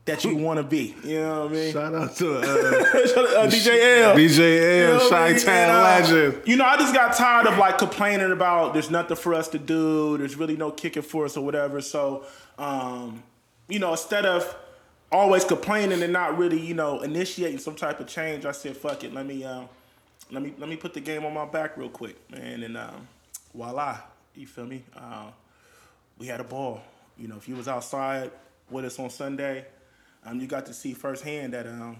S3: that you want to be. You know what I [laughs] mean?
S2: Shout out to uh,
S1: [laughs]
S3: Uh, DJ L.
S2: DJ
S3: You
S2: M,
S3: know what I
S2: Shy
S3: mean? And, uh,
S2: Town Legend.
S3: You know, I just got tired of like complaining about there's nothing for us to do, there's really no kicking for us or whatever. So, um, you know, instead of always complaining and not really, you know, initiating some type of change, I said, fuck it, let me, um, let me, let me put the game on my back real quick, man, and um, voila, you feel me? Um, we had a ball. You know, if you was outside with us on Sunday, um, you got to see firsthand that um,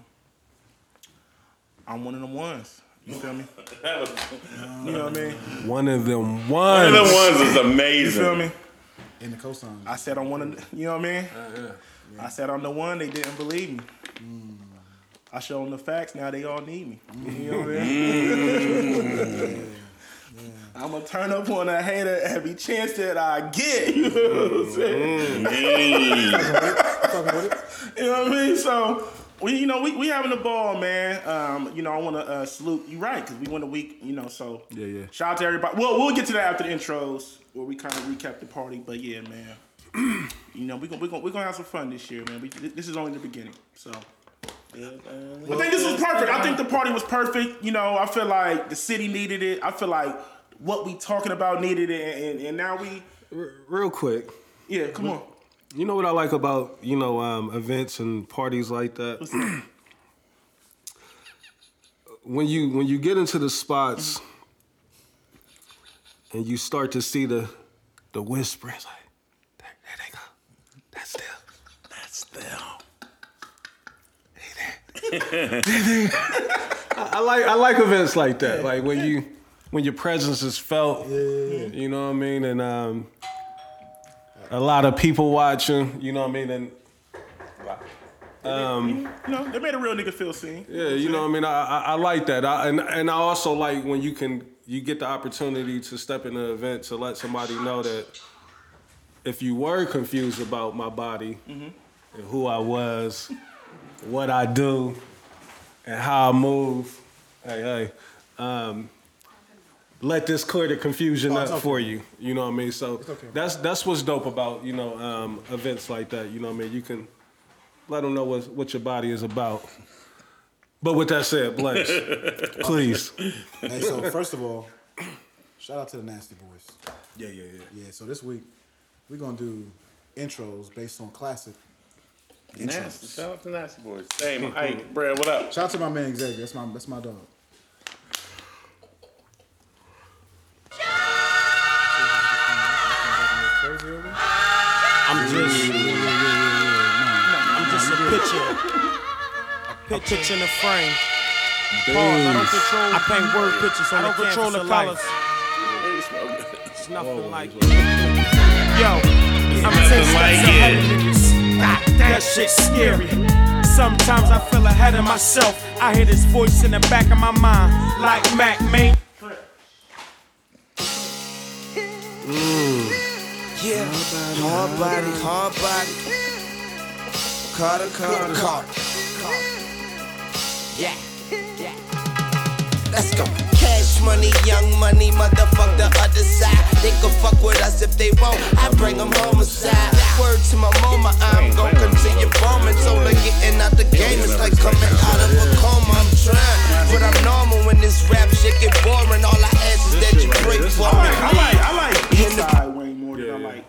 S3: I'm one of them ones. You feel me?
S1: That was,
S3: You know what I mean?
S2: One of them
S1: one of
S2: ones.
S1: the ones is
S3: You feel
S1: amazing.
S3: me?
S4: In the coastline.
S3: I said I'm one of the, you know what I mean? I said I'm the one. They didn't believe me. I showed them the facts. Now they all need me. You know what I mean? [laughs] I'm gonna turn up on a hater every chance that I get. You know what I'm saying?
S1: Mm.
S4: Talking about it.
S3: You know what I mean? So Well, you know, we, we having a ball, man. Um, you know, I want to uh, salute you, right? Because we won the week, you know. So
S2: Yeah, yeah.
S3: Shout out to everybody. Well, we'll get to that after the intros, where we kind of recap the party. But yeah, man. [clears throat] you know, we gonna we gonna we gonna have some fun this year, man. We, thi- this is only the beginning, so. I think this was perfect. I think the party was perfect. You know, I feel like the city needed it. I feel like what we talking about needed it, and, and, and now we,
S2: R- real quick.
S3: yeah, come on.
S2: You know what I like about you know um, events and parties like that. [clears throat] when you when you get into the spots and you start to see the the whispers, like there, there they go, that's them, that's them. Hey there, Hey there. [laughs] I, I like I like events like that. Like when you when your presence is felt. You know what I mean? And um, a lot of people watching. You know what I mean? And
S3: You know, they made a real nigga feel seen.
S2: yeah, you know what I mean. I, I, I like that. I, and and I also like when you can you get the opportunity to step in an event to let somebody know that if you were confused about my body and who I was, what I do, and how I move, hey hey. Um, let this clear the confusion up
S4: okay.
S2: for you. You know what I mean. So
S4: okay.
S2: that's that's what's dope about you know um, events like that. You know what I mean. You can let them know what what your body is about. But with that said, [laughs] Blaze, please.
S4: Hey, so first of all, [clears throat] shout out to the Nasty Boys.
S2: Yeah, yeah, yeah.
S4: Yeah, so this week we're gonna do intros based on classic.
S1: Nasty. Shout out to Nasty Boys. Hey, my Ike, Brad, what up?
S4: Shout out to my man Xavier. That's my that's my dog.
S5: I'm just, I'm just a picture, a picture in a frame. Bars, I don't control. I paint word pictures on the canvas of life. It's nothing like it. Yo, I'm ten steps
S1: like
S5: ahead
S1: it.
S5: of niggas. God, that shit's scary. Sometimes I feel ahead of myself. I hear this voice in the back of my mind, like Mac, mate.
S6: Yeah. Hard body, hard body. Carter, Carter, Carter. Yeah. Yeah. Let's go. Cash money, young money, motherfuck the other side. They can fuck with us if they won't. I bring them homicide. Word to my mama, I'm gon' continue bombing. Told her getting out the game is like coming out of a coma. I'm trying, but I'm normal when this rap shit get boring. All I ask is that you break for
S3: I
S6: me.
S3: like, I like, I like East Side way more than I
S2: Yeah,
S3: like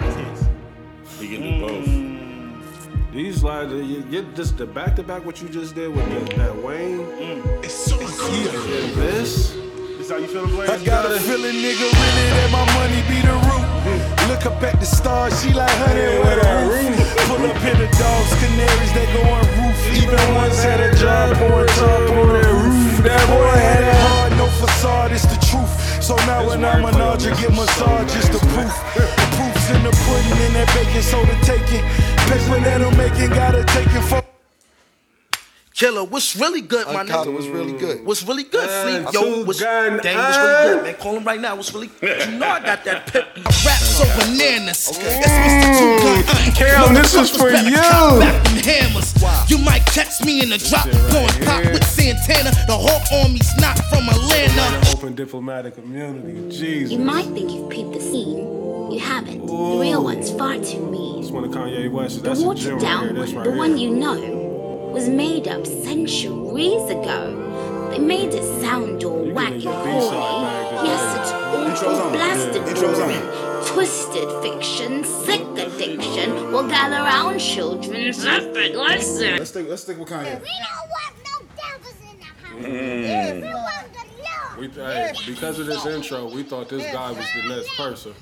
S3: his.
S1: You can do both.
S2: These like you, you just the back to back what you just did with the, that Wayne. It's so cool.
S3: This how you feeling, Blaze?
S7: I got a feeling, nigga, really that my money be the root. Look up at the stars, she like honey with a roof. Pull up in the dogs, canaries, they go on roof. Even ones had a job on top on that roof. That boy had it hard, no facade, it's the truth. So now when I'm an archer, get massage, it's the proof. The proof's in the pudding, in that bacon soda taking. Paper that I'm making, gotta take it for.
S6: Killer, what's really good, my nigga?
S7: was really good.
S6: What's really good,
S2: Uh,
S6: Fleet? Yo,
S2: two
S6: what's
S2: gun,
S6: dang, what's
S1: Uh-huh.
S6: really
S2: uh.
S6: good, man? Call him right now. What's really You know I got that pip. I rap so bananas. [laughs] That's Mr. Two Gun Ike.
S2: Cam, this is for
S6: Motherfuckers better
S2: you.
S6: cop back them hammers. You might catch me in the drop. Going pop with Santana. The Hawk Army's not from Atlanta.
S2: This open diplomatic immunity. Jesus.
S8: You might think you've peeped the scene. You haven't. The real one's far too mean.
S2: That's one of Kanye West's.
S8: The
S2: That's a gem
S8: watered
S2: right here.
S8: down
S2: That's
S8: one,
S2: right
S8: the
S2: here.
S8: one you know, was made up centuries ago. They made it sound all
S2: You
S8: wacky,
S2: can make a B-side bag
S8: horny.
S2: today.
S8: Yes, it's
S4: Intro's
S8: awful,
S4: on.
S8: blasted,
S4: Yeah. Intro's on.
S8: boring, twisted fiction, sick addiction. We'll gather around, children, suffer, listen.
S4: Let's stick let's stick with Kanye.
S9: We don't want no devils in the house. Yeah, We want the Lord.
S2: We, hey, because of this intro, we thought this guy was the next person.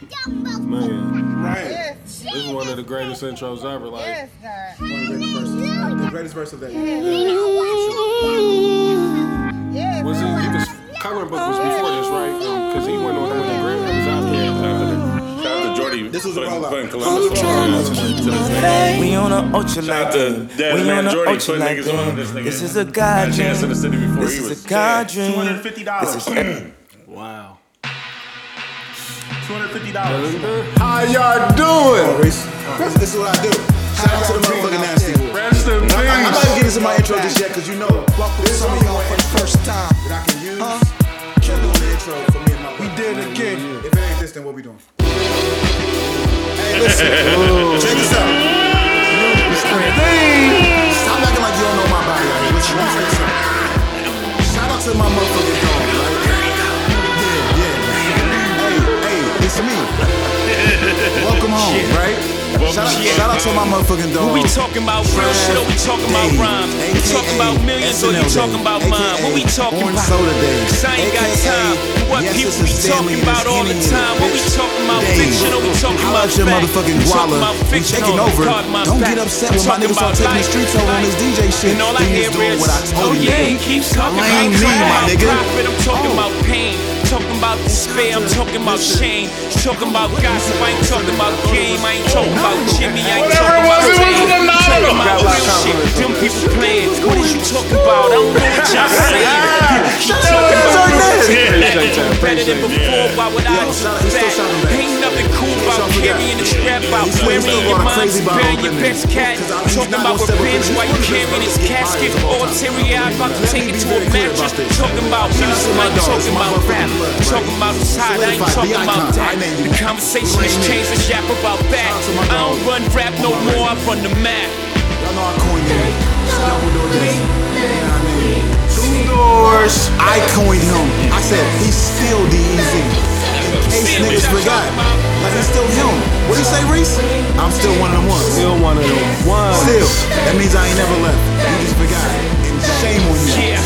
S9: Have your motherfucking
S2: Man,
S4: Right.
S2: this is one of the greatest intros ever. Like,
S4: One of the greatest verses. The greatest verse of that year.
S2: was he? He was. Coloring book was before this, right?
S4: Oh.
S2: Because he went on with the Grammy. It was after.
S1: Yeah, shout out to- Shout out to Jordy.
S4: This was a
S1: putting-
S4: rollout.
S1: putting Columbus on, uh, to this nigga.
S6: We on a ultra
S1: out
S6: like
S1: to
S6: them.
S1: Dead
S6: We
S1: Man
S6: on a
S1: Jordy
S6: ultra
S1: putting
S6: like
S1: niggas on
S6: them.
S1: this nigga.
S6: This is a
S1: Had
S6: God
S1: a
S6: dream.
S1: chance in the city before
S6: This
S1: he was
S6: is a God
S1: dead.
S6: dream.
S3: $250.
S6: This is
S2: Wow.
S3: $250.
S7: How y'all doing?
S4: This is what I do. Shout out to the motherfucking Nasty Boys.
S1: Rest in peace.
S6: I'm not gonna get into my intro just yet, cause you know this some of y'all for the first time that I can use. Kill on the intro for me and my
S4: We did it again.
S6: If it ain't this, then what we doing?
S5: [laughs]
S6: Hey, listen. Check this out. Stop acting like you don't know my body. Right? What you want to say? Something. Shout out to my motherfucking dog. Right? Yeah, yeah. Hey, hey, it's me. Welcome home, right? Shout out, shout out to my motherfucking dog.
S5: What we talking about real shit or we talking about
S6: Dave,
S5: rhymes? We
S6: AKA,
S5: talking about millions or you
S6: SNL
S5: talking
S6: Dave,
S5: about
S6: AKA,
S5: mine? What we talking
S6: Orange
S5: about?
S6: Soda Day,
S5: Cause I ain't got
S6: AKA,
S5: time. for What
S6: yes,
S5: people
S6: it's a
S5: be
S6: family
S5: talking
S6: and
S5: about
S6: it's
S5: all the
S6: any
S5: time? What we
S6: bitch.
S5: talking about?
S6: Dave,
S5: Fiction or we talking about
S6: how about your
S5: fact?
S6: motherfucking
S5: We talking
S6: guala?
S5: about
S6: We
S5: fiction or
S6: taking
S5: we
S6: over.
S5: talking about
S6: Don't
S5: fact?
S6: get upset
S5: We
S6: when my
S5: talking
S6: niggas start
S5: about
S6: taking the
S5: life,
S6: streets over on this
S5: life.
S6: DJ shit.
S5: And all I
S6: Then
S5: hear
S6: he's doing
S5: is,
S6: what I told
S5: oh
S6: him to
S5: yeah,
S6: do.
S5: he keeps talking
S6: Blame
S5: about
S6: me,
S5: crime,
S6: my nigga. Oh.
S5: profit. I'm talking about pain. Talking about despair, I'm talking about shame. Talking about gossip, I ain't talking about game. I
S6: Oh,
S5: ain't talking about Jimmy, I ain't
S1: Whatever it
S5: talking
S1: was, it
S5: about
S1: was phenomenal.
S5: Jane. Talking
S4: Grab
S5: about real
S4: like
S5: shit.
S4: compliments.
S5: Them people playing. What is you talking about? I don't know what y'all saying. You keep talking
S1: up,
S5: about
S1: Jordan.
S5: real shit.
S1: Yeah.
S5: Nothing
S4: Appreciate
S5: Better than
S4: that.
S5: before, why would I
S6: Yo,
S5: do
S6: shout out- he still
S5: that?
S6: shouting back.
S5: Ain't nothing cool about
S6: Shout out to
S5: carrying
S6: that.
S5: this rap
S6: Yeah,
S5: out.
S6: he's still
S5: Wearing
S6: going
S5: your mind,
S6: crazy about
S5: sparing
S6: all
S5: your
S6: them
S5: best
S6: niggas.
S5: cat.
S6: Cause I- he's
S5: Talking
S6: not
S5: about
S6: gonna step up
S5: revenge
S6: in
S5: while
S6: this
S5: you carrying
S6: motherfucker.
S5: his
S6: He's
S5: casket.
S6: lying all
S5: All
S6: the time.
S5: teary eyed, about to
S6: Let me
S5: take it
S6: be
S5: to a
S6: very clear
S5: mattress.
S6: about this.
S5: Talking about music,
S6: my
S5: I ain't
S6: dog. It's
S5: talking
S6: my
S5: about
S6: motherfucking
S5: rap.
S6: blood, right?
S5: Talking about the side, I ain't
S6: Solidified,
S5: talking
S6: the
S5: about
S6: icon.
S5: that.
S6: I named
S5: The
S6: you.
S5: conversation
S6: Blame
S5: has
S6: me.
S5: changed, let's yap about that.
S6: Shout out to my
S5: I don't
S6: dog.
S5: run rap no
S6: My
S5: more, I
S6: record.
S5: run the map.
S6: Y'all know I coined him. Dumbledore this. You know what I mean? I coined him. I said, he's still the easy. In case niggas forgot. Like, he's still him. What do you say, Reese? I'm still one of them ones.
S2: Still one of them ones.
S6: Still. That means I ain't never left. You just forgot. And shame on you.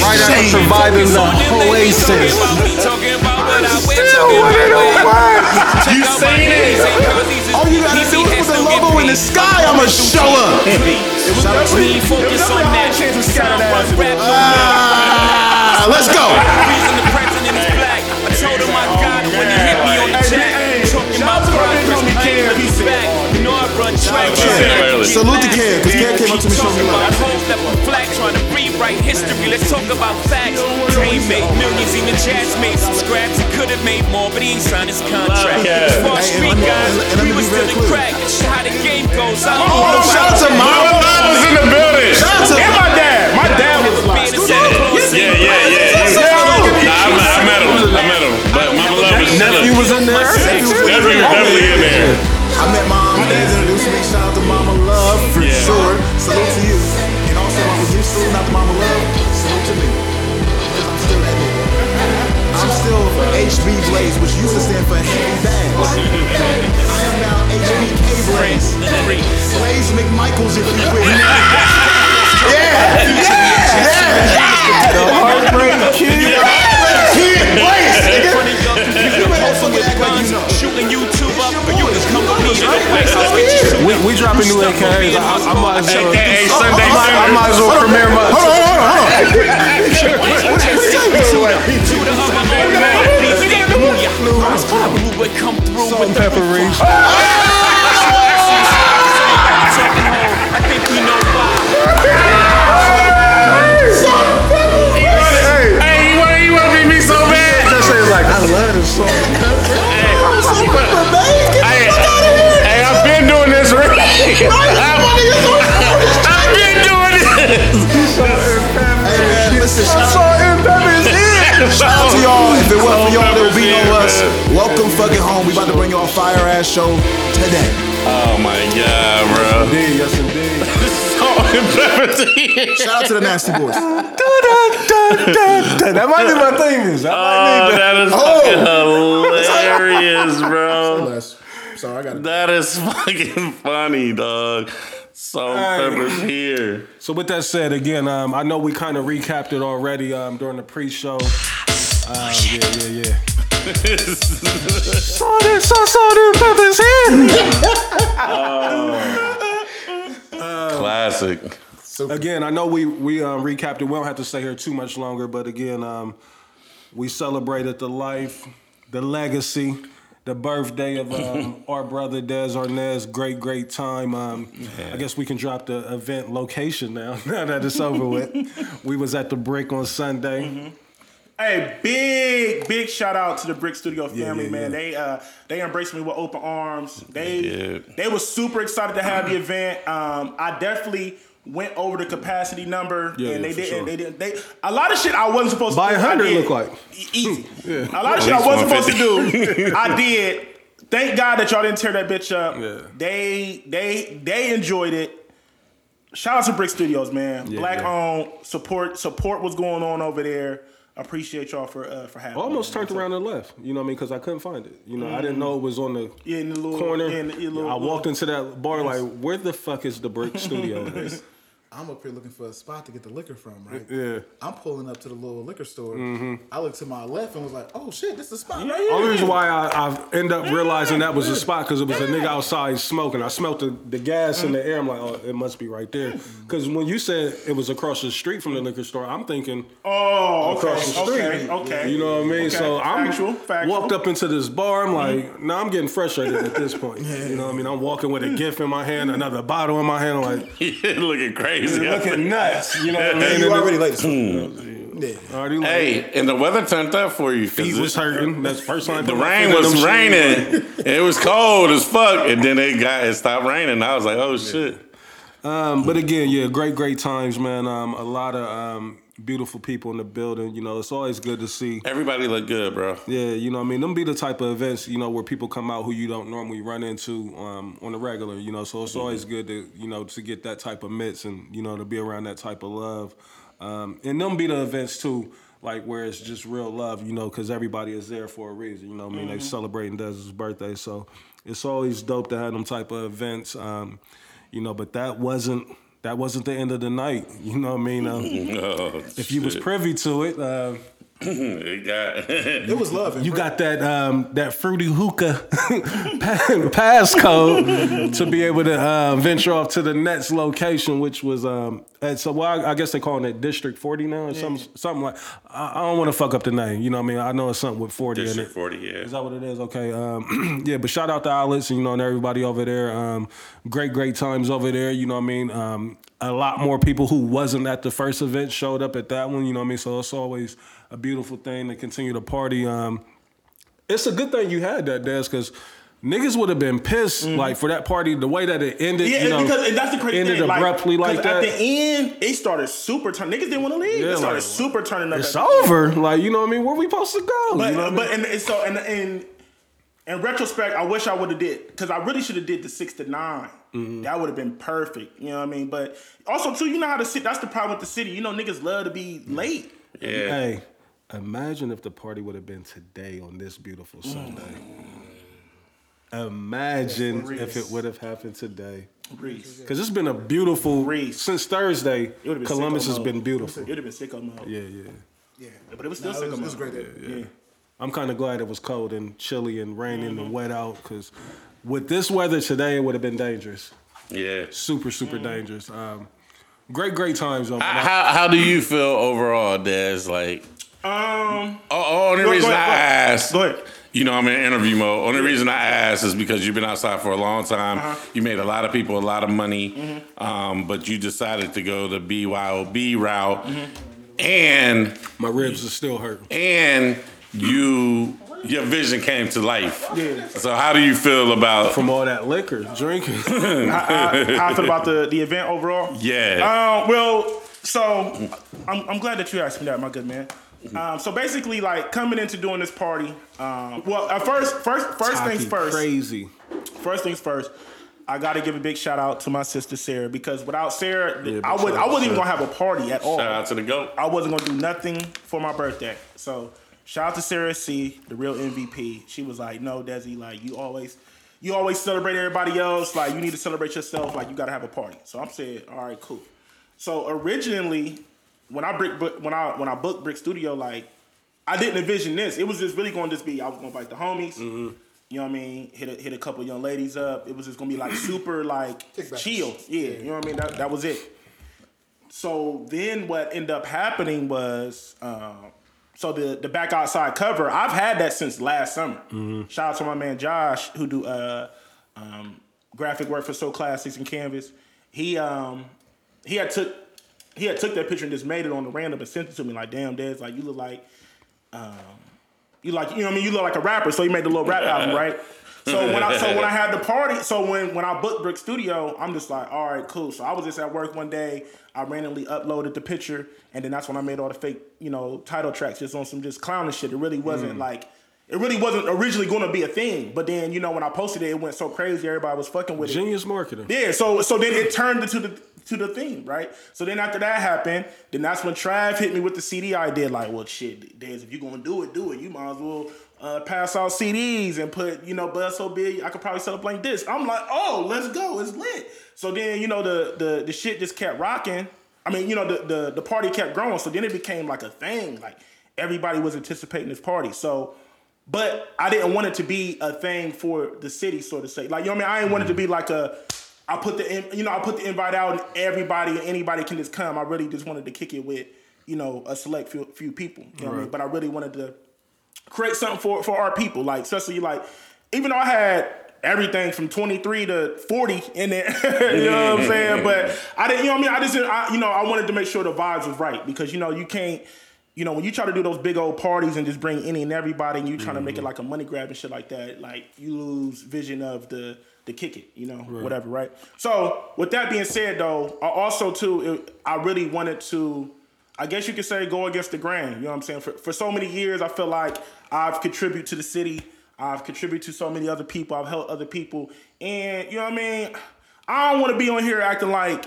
S4: Right after
S6: Shame.
S4: surviving the
S5: Talking
S4: oasis.
S5: about me, talking about what I wear,
S4: Still
S5: talking
S4: one of
S5: about
S4: them
S5: what I-
S4: ones.
S5: Check out my knees and cozies.
S6: All you gotta
S5: Easy
S6: do is
S5: has
S6: put the
S5: no get
S6: logo in
S5: paid.
S6: the sky. I'ma show up. Shout out to
S5: Need focus on that. Sound run rap no more.
S6: Ah, let's go.
S5: reason the president is black. I told him I got it when he hit me on the
S3: Hey,
S5: jack.
S3: hey,
S5: Talking
S3: shout
S5: about
S3: out to my nigga
S5: progress,
S3: on the
S5: I ain't
S3: Kev, he
S5: looking
S3: said.
S5: back.
S6: uh,
S5: You know I run
S1: out
S5: track.
S1: to
S5: trying
S1: Kev
S5: to
S1: earlier.
S5: get
S6: Salute to
S5: back.
S6: Kev, 'cause Kev came up to me showing me
S5: Talking
S6: love.
S5: about hoes that were black, trying to rewrite history. Let's talk about facts. Dream made millions, even jazz made some scraps. He could have made more, but he ain't signed his contract.
S1: Love Kev.
S5: As far as
S6: Hey, and
S5: street
S6: let me-
S5: guys,
S6: and let- and let
S5: we
S6: me
S5: was
S6: be
S5: still
S6: very
S5: in
S6: clear.
S5: crack. That's how the game goes. I don't
S6: Oh,
S5: know
S6: shout out
S5: about
S6: to
S5: that.
S6: Mama.
S1: Mama Lava's in the building.
S6: Shout out to
S3: And my dad. My
S5: I've
S3: dad was
S5: never been
S3: like,
S5: to Santa Claus.
S1: Yeah, yeah, yeah.
S6: Shout out to-
S1: Nah, I met, I met him. I met him. But Mama Love is
S4: Nephew was in there.
S1: Definitely, definitely in there.
S6: I met mom. Dad introduced me. Shout out to Mama Love for
S1: Yeah.
S6: sure. Salute to you. And also, Mama, you salute not to Mama Love. Salute to me. 'Cause I'm still that nigga. I'm still HB Blaze, which used to stand for Heavy Bag. I am now HBK Blaze. Blaze McMichaels, if you will. [laughs] Yeah, yeah, yeah.
S4: Heartbreak Kid.
S6: Kid
S5: In
S6: Blaze, nigga.
S5: front of your computer,
S6: You better
S5: posting
S6: fucking
S5: with
S6: act like you
S5: guns,
S6: know.
S5: shooting YouTube up, but
S6: It's your
S5: you
S6: boy.
S5: can come with me
S6: You
S5: to
S6: know
S5: the
S6: it.
S5: place.
S6: It's
S5: Let's
S6: all
S5: get you
S6: here.
S5: shoot
S4: We, we dropping new
S5: Stop
S4: AKAs. I, I, I might as well. I,
S1: AKA Sunday
S4: I might as well premiere my.
S6: Hold on, hold on, hold on.
S5: to the other old man. Please stay cool, yeah. I'm blue, but come through
S4: Salt
S5: with
S4: and
S5: the
S4: pepper
S5: roof.
S4: rings.
S5: Talking home, I think we know why.
S1: Hey, you want you want to meet me so bad?
S4: That shit is like, I love this song.
S1: Hey, hey, I've been doing this. Rick. I've I've been doing this.
S6: Hey, man, listen, shout out-
S4: Salt and pepper is in.
S6: Shout out to y'all. If it wasn't for y'all, there would be no
S1: Pepper's
S6: us.
S1: here,
S6: Welcome fucking home. We about to bring y'all a fire ass show today.
S1: Oh my god, bro. [laughs]
S4: Indeed, yes indeed.
S2: [laughs]
S6: Shout out to the Nasty Boys. [laughs] Oh,
S4: That might be my thing. Is I might
S1: Oh,
S4: need that.
S1: that is
S2: [laughs]
S1: fucking hilarious, bro.
S6: Sorry, I got it.
S1: That is fucking funny, dog. So peppers
S2: [laughs]
S1: here.
S2: So with that said, again, um, I know we kind of recapped it already um, during the pre-show.
S1: Oh,
S2: Um, yeah, yeah, yeah.
S4: Salt and salt and pepper is in.
S1: Classic. [laughs]
S2: Again, I know we we um, recapped it. We don't have to stay here too much longer, but again, um, we celebrated the life, the legacy, the birthday of um, our brother Des Arnaz. Great, great time. Um, I guess we can drop the [laughs] event location now. Now that it's over with, we was at the brick on Sunday.
S3: Hey, big big shout out to the Brick Studio family,
S2: yeah,
S3: man. They uh they embraced me with open arms. They
S1: Yeah.
S3: they were super excited to have the event. Um, I definitely went over the capacity number,
S2: Yeah,
S3: and
S2: yeah,
S3: they
S2: for
S3: didn't.
S2: sure.
S3: They didn't. They a lot of shit I wasn't supposed
S2: By
S3: to. do, I
S2: 100
S3: did.
S2: look like.
S3: E-
S2: [laughs]
S3: easy. A lot of shit I
S1: least
S3: wasn't supposed to do. [laughs] I did. Thank God that y'all didn't tear that bitch up.
S2: Yeah.
S3: They they they enjoyed it. Shout out to Brick Studios, man.
S2: Yeah,
S3: Black
S2: yeah.
S3: owned support support what's going on over there. Appreciate y'all for uh, for having.
S2: I almost
S3: me.
S2: turned around and left. You know what I mean? Because I couldn't find it. You know, I didn't know it was on the
S3: Mm. Yeah, in the little-
S2: corner.
S3: in the- in the little- uh,
S2: I walked into that bar like, where the fuck is the brick studio?
S3: [laughs]
S2: at?"
S4: I'm up here looking for a spot to get the liquor from, right?
S2: Yeah. Mm-hmm.
S4: I'm pulling up to the little liquor store. I looked to my left and was like, "Oh shit, this is the spot."
S3: Yeah,
S4: right
S3: yeah.
S4: here."
S2: Only reason why I, I end up realizing that was the spot because it was a nigga outside smoking. I smelt the, the gas in the air. I'm like, oh, it must be right there. Because when you said it was across the street from the liquor store, I'm thinking
S3: Oh, okay,
S2: across the street.
S3: okay, okay.
S2: You know what I mean?
S3: Okay,
S2: So I'm
S3: factual, factual.
S2: walked up into this bar. I'm like, no, nah, I'm getting frustrated at this point. You know what I mean? I'm walking with a gift in my hand, another bottle in my hand. I'm like,
S1: looking crazy.
S2: looking nuts. You know what I mean?
S4: You
S2: And
S4: already late.
S2: then- already
S1: [laughs]
S2: like,
S1: Hey, and the weather turned up for you. 'cause
S2: feet
S1: it-
S2: was hurting. That's the first time. I
S1: The
S2: put my
S1: rain
S2: feet in
S1: was
S2: them shoes.
S1: raining.
S2: [laughs]
S1: It was cold as fuck, and then it got it stopped raining. I was like, "Oh shit!"
S2: Um, but again, yeah, great, great times, man. Um, a lot of um, beautiful people in the building. You know, it's always good to see.
S1: Everybody looked good, bro. [laughs]
S2: Yeah, you know, what I mean, them be the type of events, you know, where people come out who you don't normally run into um, on the regular. You know, so it's always good to you know to get that type of mix and you know to be around that type of love. Um, and them be the events too, like where it's just real love. You know, because everybody is there for a reason. You know, what I mean, they celebrating Dez's birthday, so it's always dope to have them type of events. Um, you know, but that wasn't that wasn't the end of the night. [laughs] You know what I mean? Um,
S1: Oh,
S2: if you was privy to it. Uh,
S1: [laughs] it got [laughs]
S4: It was love. and
S2: you
S4: prayer.
S2: got that um, that fruity hookah [laughs] passcode to be able to uh, venture off to the next location, which was um, at, so well, I, I guess they calling it District Forty now or something something like. I, I don't want to fuck up the name, you know what I mean? I know it's something with forty in
S1: District
S2: it.
S1: Forty. Yeah,
S2: Is that what it is? Okay. Um, [clears throat] yeah, but shout out to Outlets, you know, and everybody over there. Um, great, great times over there. You know what I mean? Um, a lot more people who wasn't at the first event showed up at that one. You know what I mean? So it's always a beautiful thing to continue to party. Um, it's a good thing you had that, Des, because niggas would have been pissed like for that party the way that it ended.
S3: Mm-hmm. Yeah,
S2: you know,
S3: because and that's the crazy
S2: ended
S3: thing.
S2: abruptly like,
S3: 'cause
S2: that.
S3: At the end, it started super turning. Niggas didn't want to leave.
S2: Yeah,
S3: it started
S2: like,
S3: super turning up.
S2: it's
S3: at the end.
S2: over. Like you know what I mean? Where we supposed to go?
S3: But,
S2: you know what I mean?
S3: but and, and so and in in retrospect, I wish I would have did because I really should have did the six to 9
S2: Mm-hmm.
S3: That would have been perfect. You know what I mean? But also too, you know how the city. That's the problem with the city. You know, niggas love to be late.
S1: yeah.
S2: Hey, imagine if the party would have been today on this beautiful Sunday. Imagine if it would have happened today.
S3: Reese.
S2: Because it's been a beautiful
S3: Reese.
S2: since Thursday.
S3: would've been
S2: Columbus
S3: sicko
S2: has
S3: mode.
S2: been beautiful.
S3: It would have been sicko mode.
S2: Yeah, yeah.
S4: Yeah.
S3: But it was
S4: Nah,
S3: still
S4: it
S3: sicko
S4: was, it
S3: mode.
S4: was great.
S3: Yeah.
S2: I'm kind of glad it was cold and chilly and raining
S3: Mm-hmm.
S2: and wet out. Because with this weather today, it would have been dangerous.
S1: yeah.
S2: Super,
S3: Mm.
S2: super dangerous. Um, great, great times. though.
S3: Ah,
S1: How, how how do you feel overall, Daz? Like,
S3: Um.
S1: oh, only
S3: Go- go
S1: reason
S3: ahead,
S1: I
S3: go ahead.
S1: asked.
S3: Go ahead.
S1: You know, I'm in interview mode. Only reason I asked is because you've been outside for a long time.
S3: Uh-huh.
S1: You made a lot of people a lot of money,
S3: Mm-hmm.
S1: um, but you decided to go the BYOB route,
S3: Mm-hmm.
S1: and
S2: My ribs are still hurting.
S1: and you your vision came to life. So how do you feel about
S2: From all that liquor, drinking.
S3: [laughs] How I feel about the the event overall?
S1: yeah?
S3: Um, well, so I'm, I'm glad that you asked me that, my good man. Um, so basically, like coming into doing this party. Um, well, at first, first, first
S2: Hockey,
S3: things first.
S2: Crazy.
S3: First things first. I gotta give a big shout out to my sister Sarah because without Sarah, th-
S2: Yeah, big
S3: I would
S2: shout out
S3: I wasn't even
S2: to
S3: gonna have a party at all.
S1: Shout out to the goat.
S3: I wasn't gonna do nothing for my birthday. So shout out to Sarah C, the real MVP. She was like, "No, Desi, like you always, you always celebrate everybody else. Like you need to celebrate yourself. Like you gotta have a party." So I'm saying, "All right, cool." So originally, when I brick, bu- when I when I booked Brick Studio, like I didn't envision this. It was just really going to just be I was going to like the homies. You know what I mean? Hit a, hit a couple young ladies up. It was just going to be like super like
S4: Kickbacks.
S3: chill. Yeah, you know what I mean? That that was it. So then what ended up happening was um, so the the back outside cover. I've had that since last summer. Shout out to my man Josh who do uh um, graphic work for So Classics and Canvas. He um he had took he had took that picture and just made it on the random and sent it to me like, damn, Dad's like you look like you like you know what I mean you look like a rapper, so you made the little rap album, right? So when I so when I had the party, so when when I booked Brick Studio, I'm just like, all right, cool. So I was just at work one day, I randomly uploaded the picture, and then that's when I made all the fake you know title tracks just on some just clowning shit. It really wasn't like. It really wasn't originally going to be a thing, but then you know when I posted it, it went so crazy. Everybody was fucking with it.
S2: Genius marketing.
S3: Yeah, so so then it turned into the to the theme, right? So then after that happened, then that's when Trav hit me with the CD idea. Like, well, shit, Dez, if you're gonna do it, do it. You might as well uh, pass out CDs and put, you know, Buzz So Big, I could probably sell a blank disc. I'm like, oh, let's go, it's lit. So then, you know, the the the shit just kept rocking. I mean, you know, the the, the party kept growing. So then it became like a thing. Like everybody was anticipating this party. So but I didn't want it to be a thing for the city, so to say. Like, you know what I mean? I didn't want it to be like a, I put the, in- you know, I put the invite out and everybody and anybody can just come. I really just wanted to kick it with, you know, a select few, few people. You know what I mean? But I really wanted to create something for, for our people. Like, especially like, even though I had everything from 23 to 40 in there, [laughs] you know what I'm saying? But I didn't, you know what I mean? I just, didn't- I, you know, I wanted to make sure the vibes was right because, you know, you can't, you know, when you try to do those big old parties and just bring any and everybody and you trying to make it like a money grab and shit like that, like you lose vision of the the kick it, you know, whatever, right? So with that being said, though, I also too, it, I really wanted to, I guess you could say, go against the grain. You know what I'm saying? For for so many years, I feel like I've contributed to the city, I've contributed to so many other people, I've helped other people, and you know what I mean. I don't want to be on here acting like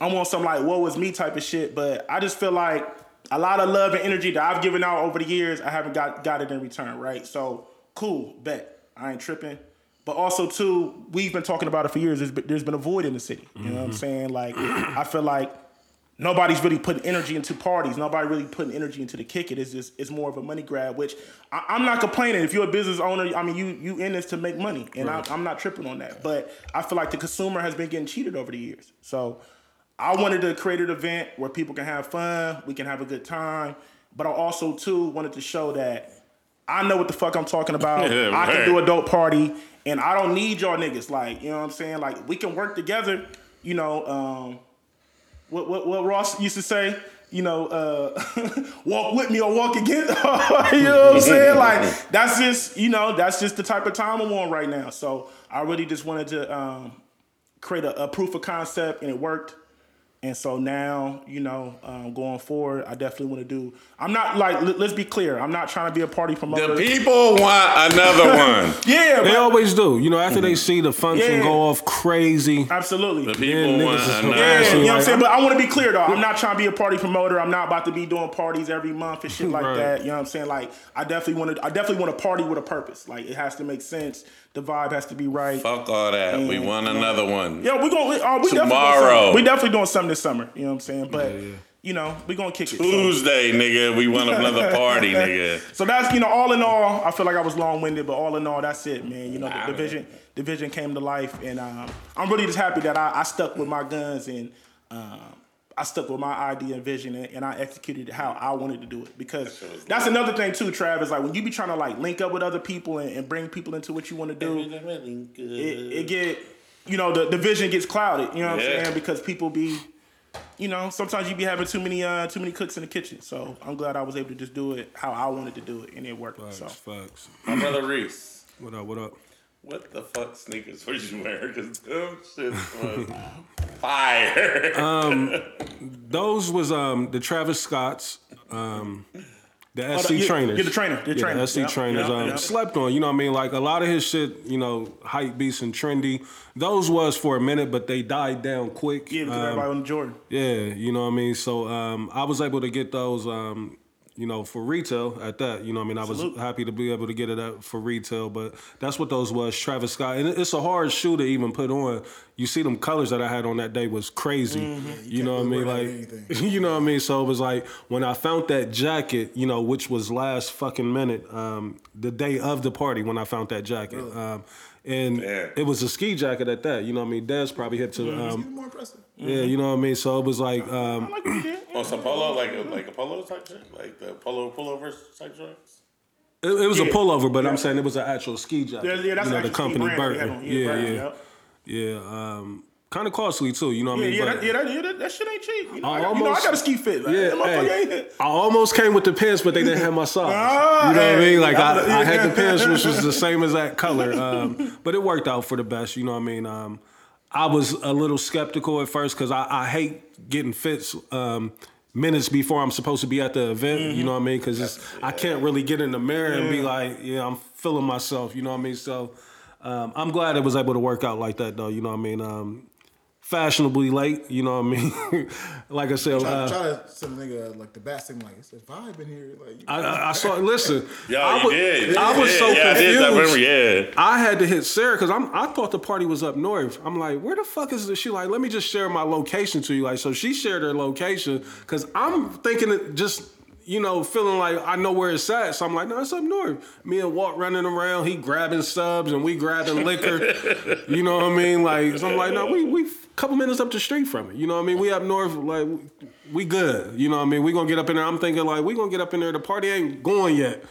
S3: I'm on some like woe is me type of shit, but I just feel like a lot of love and energy that I've given out over the years, I haven't got got it in return, right? So cool, bet I ain't tripping. But also too, we've been talking about it for years. There's been, there's been a void in the city. You know what I'm saying? Like I feel like nobody's really putting energy into parties. Nobody really putting energy into the kick it. It's just it's more of a money grab, which I, I'm not complaining. If you're a business owner, I mean you you in this to make money, and I, I'm not tripping on that. But I feel like the consumer has been getting cheated over the years. So I wanted to create an event where people can have fun, we can have a good time, but I also too wanted to show that I know what the fuck I'm talking
S1: [laughs]
S3: about.
S1: Yeah,
S3: I can
S1: right.
S3: do a dope party, and I don't need y'all niggas. Like you know what I'm saying? Like we can work together. You know, um, what, what, what Ross used to say, you know, uh, [laughs] walk with me or walk against. [laughs] you know what I'm saying? Like that's just, you know, that's just the type of time I'm on right now. So I really just wanted to um, create a, a proof of concept, and it worked. And so now, you know, um, going forward, I definitely want to do. I'm not like, let, let's be clear, I'm not trying to be a party promoter.
S1: The people want
S3: [laughs]
S1: another one.
S3: yeah,
S2: They
S3: but-
S2: always do. You know, after they see the function
S3: Mm-hmm. Yeah.
S2: go off crazy.
S1: The
S3: absolutely.
S1: people
S2: Yeah,
S1: want
S2: niggas is
S1: another
S3: Yeah, you
S1: one.
S3: know
S2: harassing.
S3: what I'm
S2: Like,
S3: saying? But I want to be clear though. I'm not trying to be a party promoter. I'm not about to be doing parties every month and shit like
S2: Right.
S3: that. You know what I'm saying? Like I definitely want to I definitely want to party with a purpose. Like it has to make sense. The vibe has to be right.
S1: Fuck all that. We want another one.
S3: Yeah, we're going to uh, we definitely doing
S1: Tomorrow.
S3: something. we definitely doing something this summer, you know what I'm saying? But you know, we're going to kick it. So-
S1: Tuesday, nigga. We want another
S2: [laughs]
S1: party, nigga.
S3: So that's you know, all in all, I feel like I was long winded, but all in all, that's it, man. You know, the division division came to life, and um, I'm really just happy that I, I stuck with my guns and um, I stuck with my idea and vision, and, and I executed how I wanted to do it. Because that's another thing too, Travis. Like when you be trying to like link up with other people and, and bring people into what you want to do, it, it get you know the, the vision gets clouded. You know what
S1: Yeah.
S3: I'm saying? Because people be you know sometimes you be having too many uh too many cooks in the kitchen. So I'm glad I was able to just do it how I wanted to do it and it worked. So
S2: Facts, facts.
S1: My brother Reese.
S2: What up? What up?
S1: What the fuck sneakers were you wearing? Because them shit was fire. [laughs]
S2: Those was um the Travis Scotts, um, the SC
S3: yeah, yeah,
S2: trainers.
S3: Oh, the trainer, the
S2: yeah,
S3: trainer.
S2: SC
S3: Yep,
S2: trainers.
S3: yep,
S2: um,
S3: yep.
S2: slept on. You know what I mean? Like a lot of his shit. You know, hype beats and trendy. Those was for a minute, but they died down quick.
S3: yeah, because
S2: Um,
S3: everybody on Jordan.
S2: Yeah, you know what I mean. So um, I was able to get those, um, you know, for retail at that. You know, what I mean, I was happy to be able to get it at, for retail, but that's what those was. Travis Scott, and it- it's a hard shoe to even put on. You see, them colors that I had on that day was crazy. You, know what I mean?
S4: wear that
S2: Like, [laughs]
S4: with
S2: you know what I mean. So it was like when I found that jacket, you know, which was last fucking minute, um, the day of the party when I found that jacket. Um, and
S1: Damn.
S2: it was a ski jacket at that. You know what I mean? Des probably hit to um,
S4: Even more impressive.
S2: yeah, you know what I mean. So it was like, um,
S1: On some polo, like a, like a polo type shit, like the polo pullovers type joints.
S2: it, it was a pullover, but I'm saying it was an actual ski jacket.
S3: Yeah, yeah, that's
S2: you know,
S3: actually
S2: the company
S3: brand that they have
S2: Burton.
S3: on.
S2: Yeah,
S3: Burton,
S2: yeah,
S3: yep.
S2: yeah. Um, Kind of costly too, you know what I
S3: Yeah,
S2: mean?
S3: yeah,
S2: But-
S3: that, yeah, that, yeah, that, that shit ain't cheap. You know, I,
S2: I
S3: got- you know, I
S2: almost-
S3: got a ski fit. Like,
S2: Yeah,
S3: that motherfucker
S2: hey,
S3: [laughs] ain't-
S2: I almost came with the pants, but they didn't have my size.
S3: Ah,
S2: you know what I
S3: hey,
S2: mean? Like I,
S3: I-
S2: I had the pants, which was the same exact color, um, but it worked out for the best. You know what I mean? Um, I was a little skeptical at first because I, I hate getting fits um, minutes before I'm supposed to be at the event. You know what I mean? Because I can't really get in the mirror and be like, yeah, I'm feeling myself. You know what I mean? So. Um, I'm glad it was able to work out like that, though. You know what I mean? Um, fashionably late. You know what I mean? [laughs] like I said,
S4: Try,
S2: uh,
S4: try to send a nigga like the bat thing like it's a vibe in here. Like you
S2: I, I- I saw. Listen,
S1: Yo,
S2: I
S1: you
S2: was,
S1: did.
S2: I
S1: You
S2: was
S1: did.
S2: so
S1: yeah,
S2: confused.
S1: I did. I remember. Yeah.
S2: I had to hit Sarah because I'm. I thought the party was up north. I'm like, where the fuck is this? She like, let me just share my location to you. Like, so she shared her location because I'm thinking it just. You know, feeling like I know where it's at, so I'm like, no, it's up north. Me and Walt running around, he grabbing subs and we grabbing liquor. you know what I mean? Like, so I'm like, no, we we couple minutes up the street from it. You know what I mean? We up north, like we good. You know what I mean? We gonna get up in there. I'm thinking like we gonna get up in there. The party ain't going yet.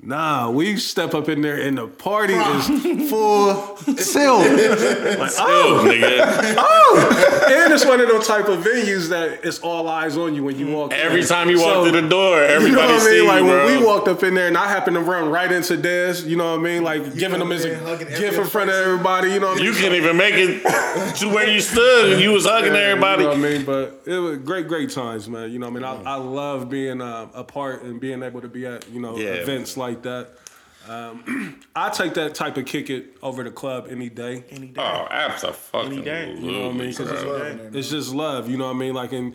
S2: Nah, we step up in there and the party [laughs] is full tilt. Like,
S1: Oh,
S2: oh,
S1: nigga.
S2: oh. And it's one of those type of venues that it's all eyes on you when you walk in.
S1: Every time you walk
S2: So,
S1: through the door, everybody
S2: you know what I
S1: see
S2: mean? Like
S1: you, bro.
S2: when we walked up in there, and I happened to run right into Dez. You know what I mean? Like giving him his
S4: there hugging
S2: gift in
S4: everybody's
S2: front of everybody. You know what I
S1: you
S2: mean?
S1: couldn't even make it to where you stood. and You was hugging everybody.
S2: You know what I mean? But it was great, great times, man. You know what I mean? I, I love being uh, a part and being able to be at, you know,
S1: Yeah.
S2: events like that. Um, [clears throat] I take that type of kick it over the club any day.
S1: Oh, absolutely.
S3: Any day.
S1: You know
S2: I mean, 'cause it's,
S4: love in there.
S2: it's just love, you know what I mean? Like, and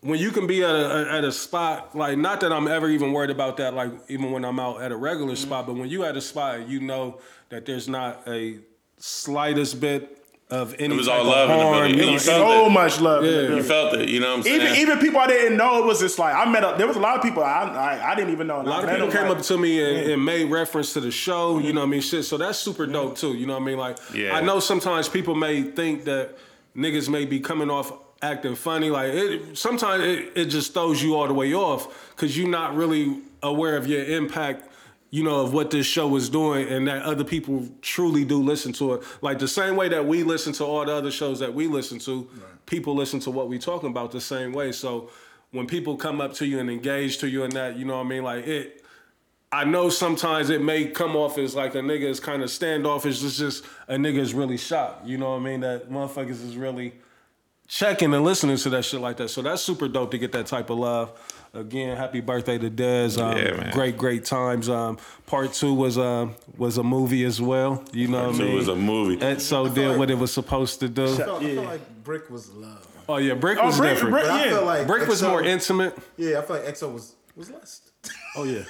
S2: when you can be at a at a spot, like, not that I'm ever even worried about that, like, even when I'm out at a regular
S1: Mm-hmm.
S2: spot, but when you at a spot, you know that there's not a slightest bit of any.
S1: It was
S2: type
S1: all
S2: of
S1: love in the
S2: harm,
S1: building.
S2: you
S1: And
S2: know,
S1: you
S3: so
S1: felt it.
S3: much love. in the
S2: Yeah.
S1: You
S3: building.
S1: felt it. You know what I'm saying?
S3: Even even people I didn't know, it was just like I met up. There was a lot of people I I, I didn't even know.
S2: A lot of people came up to me and, and made reference to the show, you know what I mean? Shit, so that's super dope too, you know what I mean? Like,
S1: Yeah.
S2: I know sometimes people may think that niggas may be coming off acting funny. Like, it, sometimes it, it just throws you all the way off because you're not really aware of your impact, you know, of what this show is doing and that other people truly do listen to it. Like, the same way that we listen to all the other shows that we listen to, people listen to what we talking about the same way. So, when people come up to you and engage to you and that, you know what I mean? Like it I know sometimes it may come off as like a nigga is kind of standoffish. It's just a nigga is really shocked. You know what I mean? That motherfuckers is really checking and listening to that shit like that. So that's super dope to get that type of love. Again, happy birthday to Dez. Um,
S1: Yeah, man.
S2: Great, great times. Um, part two was uh, was a movie as well. You know what I
S1: So
S2: mean?
S1: it was a movie. [laughs]
S2: Etso did what it was supposed to do.
S4: I felt, I felt like Brick was love.
S2: Oh yeah, Brick
S3: Oh,
S2: was
S3: Brick-
S2: different.
S3: Brick-
S4: But I
S3: Yeah.
S4: felt like
S2: Brick was
S4: XO
S2: more intimate.
S4: Yeah, I feel like EXO was was lust.
S2: Oh yeah.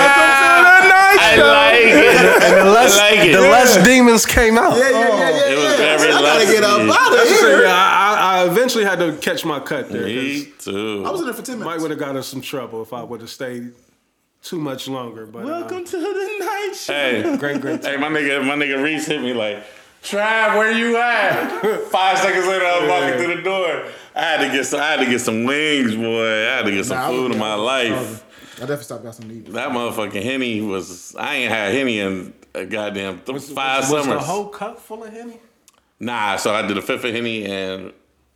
S1: I like it.
S2: and the less,
S1: I like it.
S2: the less demons came out.
S4: [laughs] Yeah, yeah, yeah, yeah.
S1: It was very
S4: I gotta get up
S1: lusty.
S2: [laughs]
S4: out of
S2: So,
S4: here.
S2: yeah, I, I- I eventually had to catch my cut there. 'cause
S1: Me too.
S4: I was in there for ten
S2: Might
S4: minutes.
S2: would have got us some trouble if I would have stayed too much longer. But
S3: Welcome
S2: uh,
S3: to the night show.
S1: hey, [laughs]
S2: great, great.
S1: hey, my nigga, my nigga Reese hit me like, Trav, where you at? Five seconds later, I was walking through the door. I had to get some. I had to get some wings, boy. I had to get some
S4: Nah, I
S1: food
S4: was-
S1: in my life.
S4: I definitely stopped got some need.
S1: That motherfucking henny was. I ain't had henny in a goddamn th- five
S2: was
S1: summers.
S2: the whole cup full of henny?
S1: nah, so I did a fifth of henny and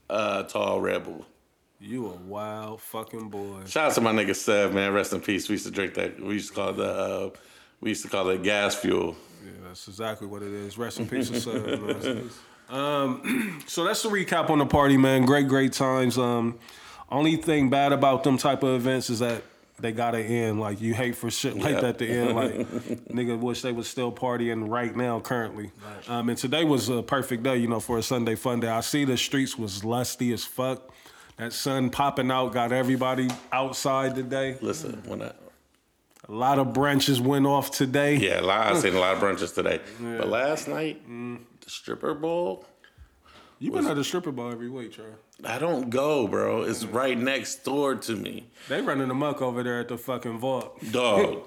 S1: uh, tall Red Bull.
S2: You a wild fucking boy.
S1: Shout out to my nigga Seb, man. Rest in peace. We used to drink that. We used to call it the. Uh, we used to call it gas fuel.
S2: Yeah, that's exactly what it is. Rest in peace, sir. man. Um, [clears throat] so that's the recap on the party, man. Great, great times. Um, only thing bad about them type of events is that they gotta end. Like you hate for shit like
S1: Yeah.
S2: that to end. Like nigga, wish they was still partying right now, currently. Um, and today was a perfect day, you know, for a Sunday fun day. I see the streets was lusty as fuck. That sun popping out got everybody outside today.
S1: Listen, when I
S2: A lot of branches went off today.
S1: yeah, a lot, I seen a lot of brunches today, but last night the stripper bowl.
S2: You been at a stripper bar every week, Charlie.
S1: I don't go, bro. It's right next door to me,
S2: They running amok over there at the fucking vault.
S1: dog.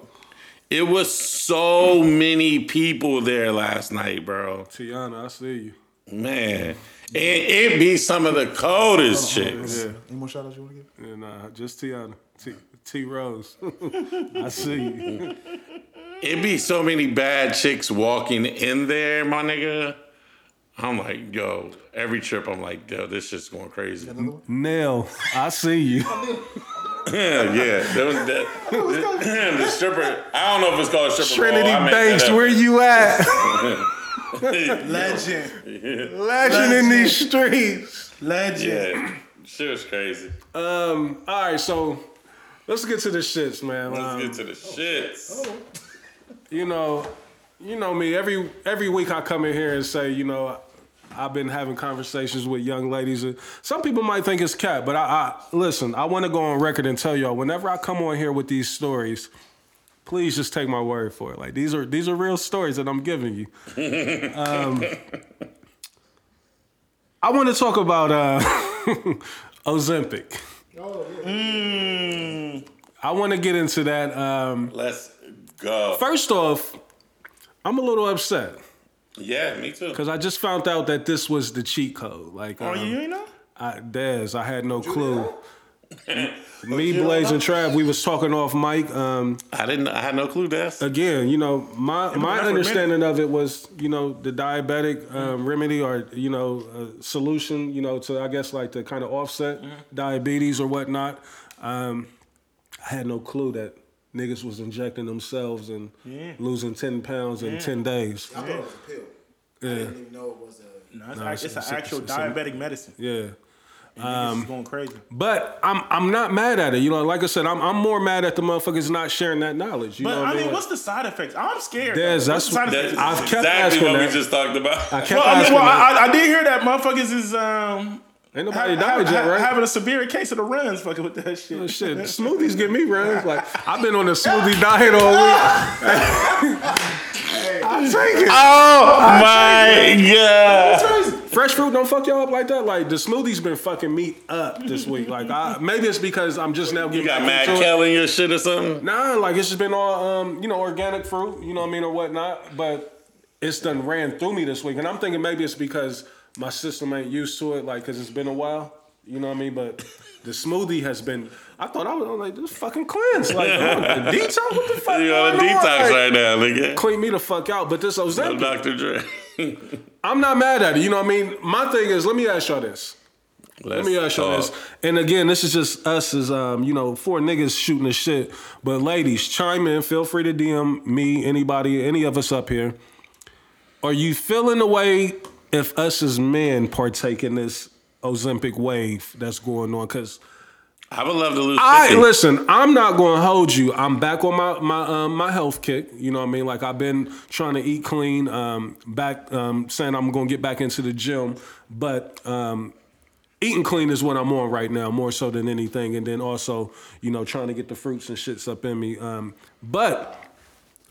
S1: it was so many people there last night, bro.
S2: Tiana, I see you.
S1: Man, and it be some of the
S4: Uh-huh.
S1: coldest
S4: Oh,
S1: chicks.
S4: Any more shout outs you wanna give?
S2: Yeah, nah, uh, just Tiana. T, T Rose. [laughs] I see you.
S1: It be so many bad chicks walking in there, my nigga. I'm like, yo, every trip, I'm like, yo, this shit's going crazy.
S2: Nell, I see you.
S1: Oh, Yeah, yeah. There was that, [laughs] the, stripper, I don't know if it's called a stripper. pole.
S7: Trinity
S1: I made
S7: Banks,
S1: that up.
S7: where you at?
S4: Legend.
S7: Legend in these streets.
S4: Legend.
S1: Yeah. Shit was crazy.
S2: Um, all right, so let's get to the shits, man.
S1: Let's
S2: Um,
S1: get to the shits.
S2: you know, you know me. Every every week I come in here and say, you know, I've been having conversations with young ladies. And some people might think it's cat, but I, I listen. I want to go on record and tell y'all. Whenever I come on here with these stories, please just take my word for it. Like these are these are real stories that I'm giving you. Um, I want to talk about uh, [laughs] Ozempic. I want to get into that. Um,
S1: Hmm. Let's go.
S2: First off, I'm a little upset
S1: yeah, me too.
S2: because I just found out that this was the cheat code. Like,
S3: Oh,
S2: um,
S3: you ain't know?
S2: I, Dez, I had no clue. [laughs] Me, Blaze, and Trav, we was talking off mic. Um,
S1: I didn't. I had no clue. That's
S2: again, you know, my my
S3: that's what
S2: understanding of it was, you know, the diabetic um,
S3: Mm-hmm.
S2: remedy or you know, uh, solution, you know, to I guess like to kind of offset
S3: Mm-hmm.
S2: diabetes or whatnot. Um, I had no clue that niggas was injecting themselves and losing ten pounds in ten days.
S4: I thought it was a pill. I didn't even know it was a.
S3: No, it's, like- it's,
S2: it's-
S3: an
S2: it's-
S3: actual
S2: it's- it's-
S3: diabetic medicine.
S2: Yeah.
S3: Um, going crazy.
S2: But I'm I'm not mad at it. You know, like I said, I'm I'm more mad at the motherfuckers not sharing that knowledge. You
S3: But
S2: know what
S3: I mean,
S2: Like,
S3: what's the side effects? I'm scared.
S2: There's-
S3: though. What's
S2: that's-
S3: the side effects?
S2: I've kept
S1: exactly
S2: asking
S1: what
S2: that.
S1: we just talked about.
S2: I kept
S3: well, I, mean,
S2: asking
S3: well
S2: that.
S3: I, I did hear that motherfuckers is um, ha-
S2: Ain't nobody
S3: ha-
S2: died yet,
S3: ha-
S2: right?
S3: having a severe case of the runs fucking with that
S2: Oh,
S3: shit. [laughs]
S2: [laughs] Shit, smoothies get me runs. Like I've been on a smoothie diet all week.
S1: [laughs]
S2: [laughs]
S1: Oh my god!
S2: Fresh fruit don't fuck y'all up like that. Like the smoothies been fucking me up this week. Like I, maybe it's because I'm just now getting
S1: You got
S2: back
S1: Mad
S2: into it.
S1: Kelly in your shit or something?
S2: Nah, like it's just been all um, you know, organic fruit, you know what I mean, or whatnot. But it's done ran through me this week, and I'm thinking maybe it's because my system ain't used to it, like because it's been a while, you know what I mean. But the smoothie has been. I thought I was, I was like this fucking
S1: [laughs]
S2: cleanse, like oh, the detox. What the fuck?
S1: You on a
S2: going on?
S1: detox
S2: Like,
S1: right now, nigga.
S2: Clean me the fuck out, but this Ozempic.
S1: I'm Dr. Dre. [laughs]
S2: I'm not mad at it. You know what I mean? My thing is, let me ask y'all this. Let me ask y'all this. And again, this is just us as um, you know, four niggas shooting the shit. But ladies, chime in. Feel free to DM me, anybody, any of us up here. Are you feeling the way if us as men partake in this Ozempic wave that's going on? Because
S1: I would love to lose.
S2: I
S1: 50.
S2: listen. I'm not going to hold you. I'm back on my my um, my health kick. You know what I mean? Like I've been trying to eat clean. Um, back um, saying I'm going to get back into the gym, but um, eating clean is what I'm on right now, more so than anything. And then also, you know, trying to get the fruits and shits up in me. Um, but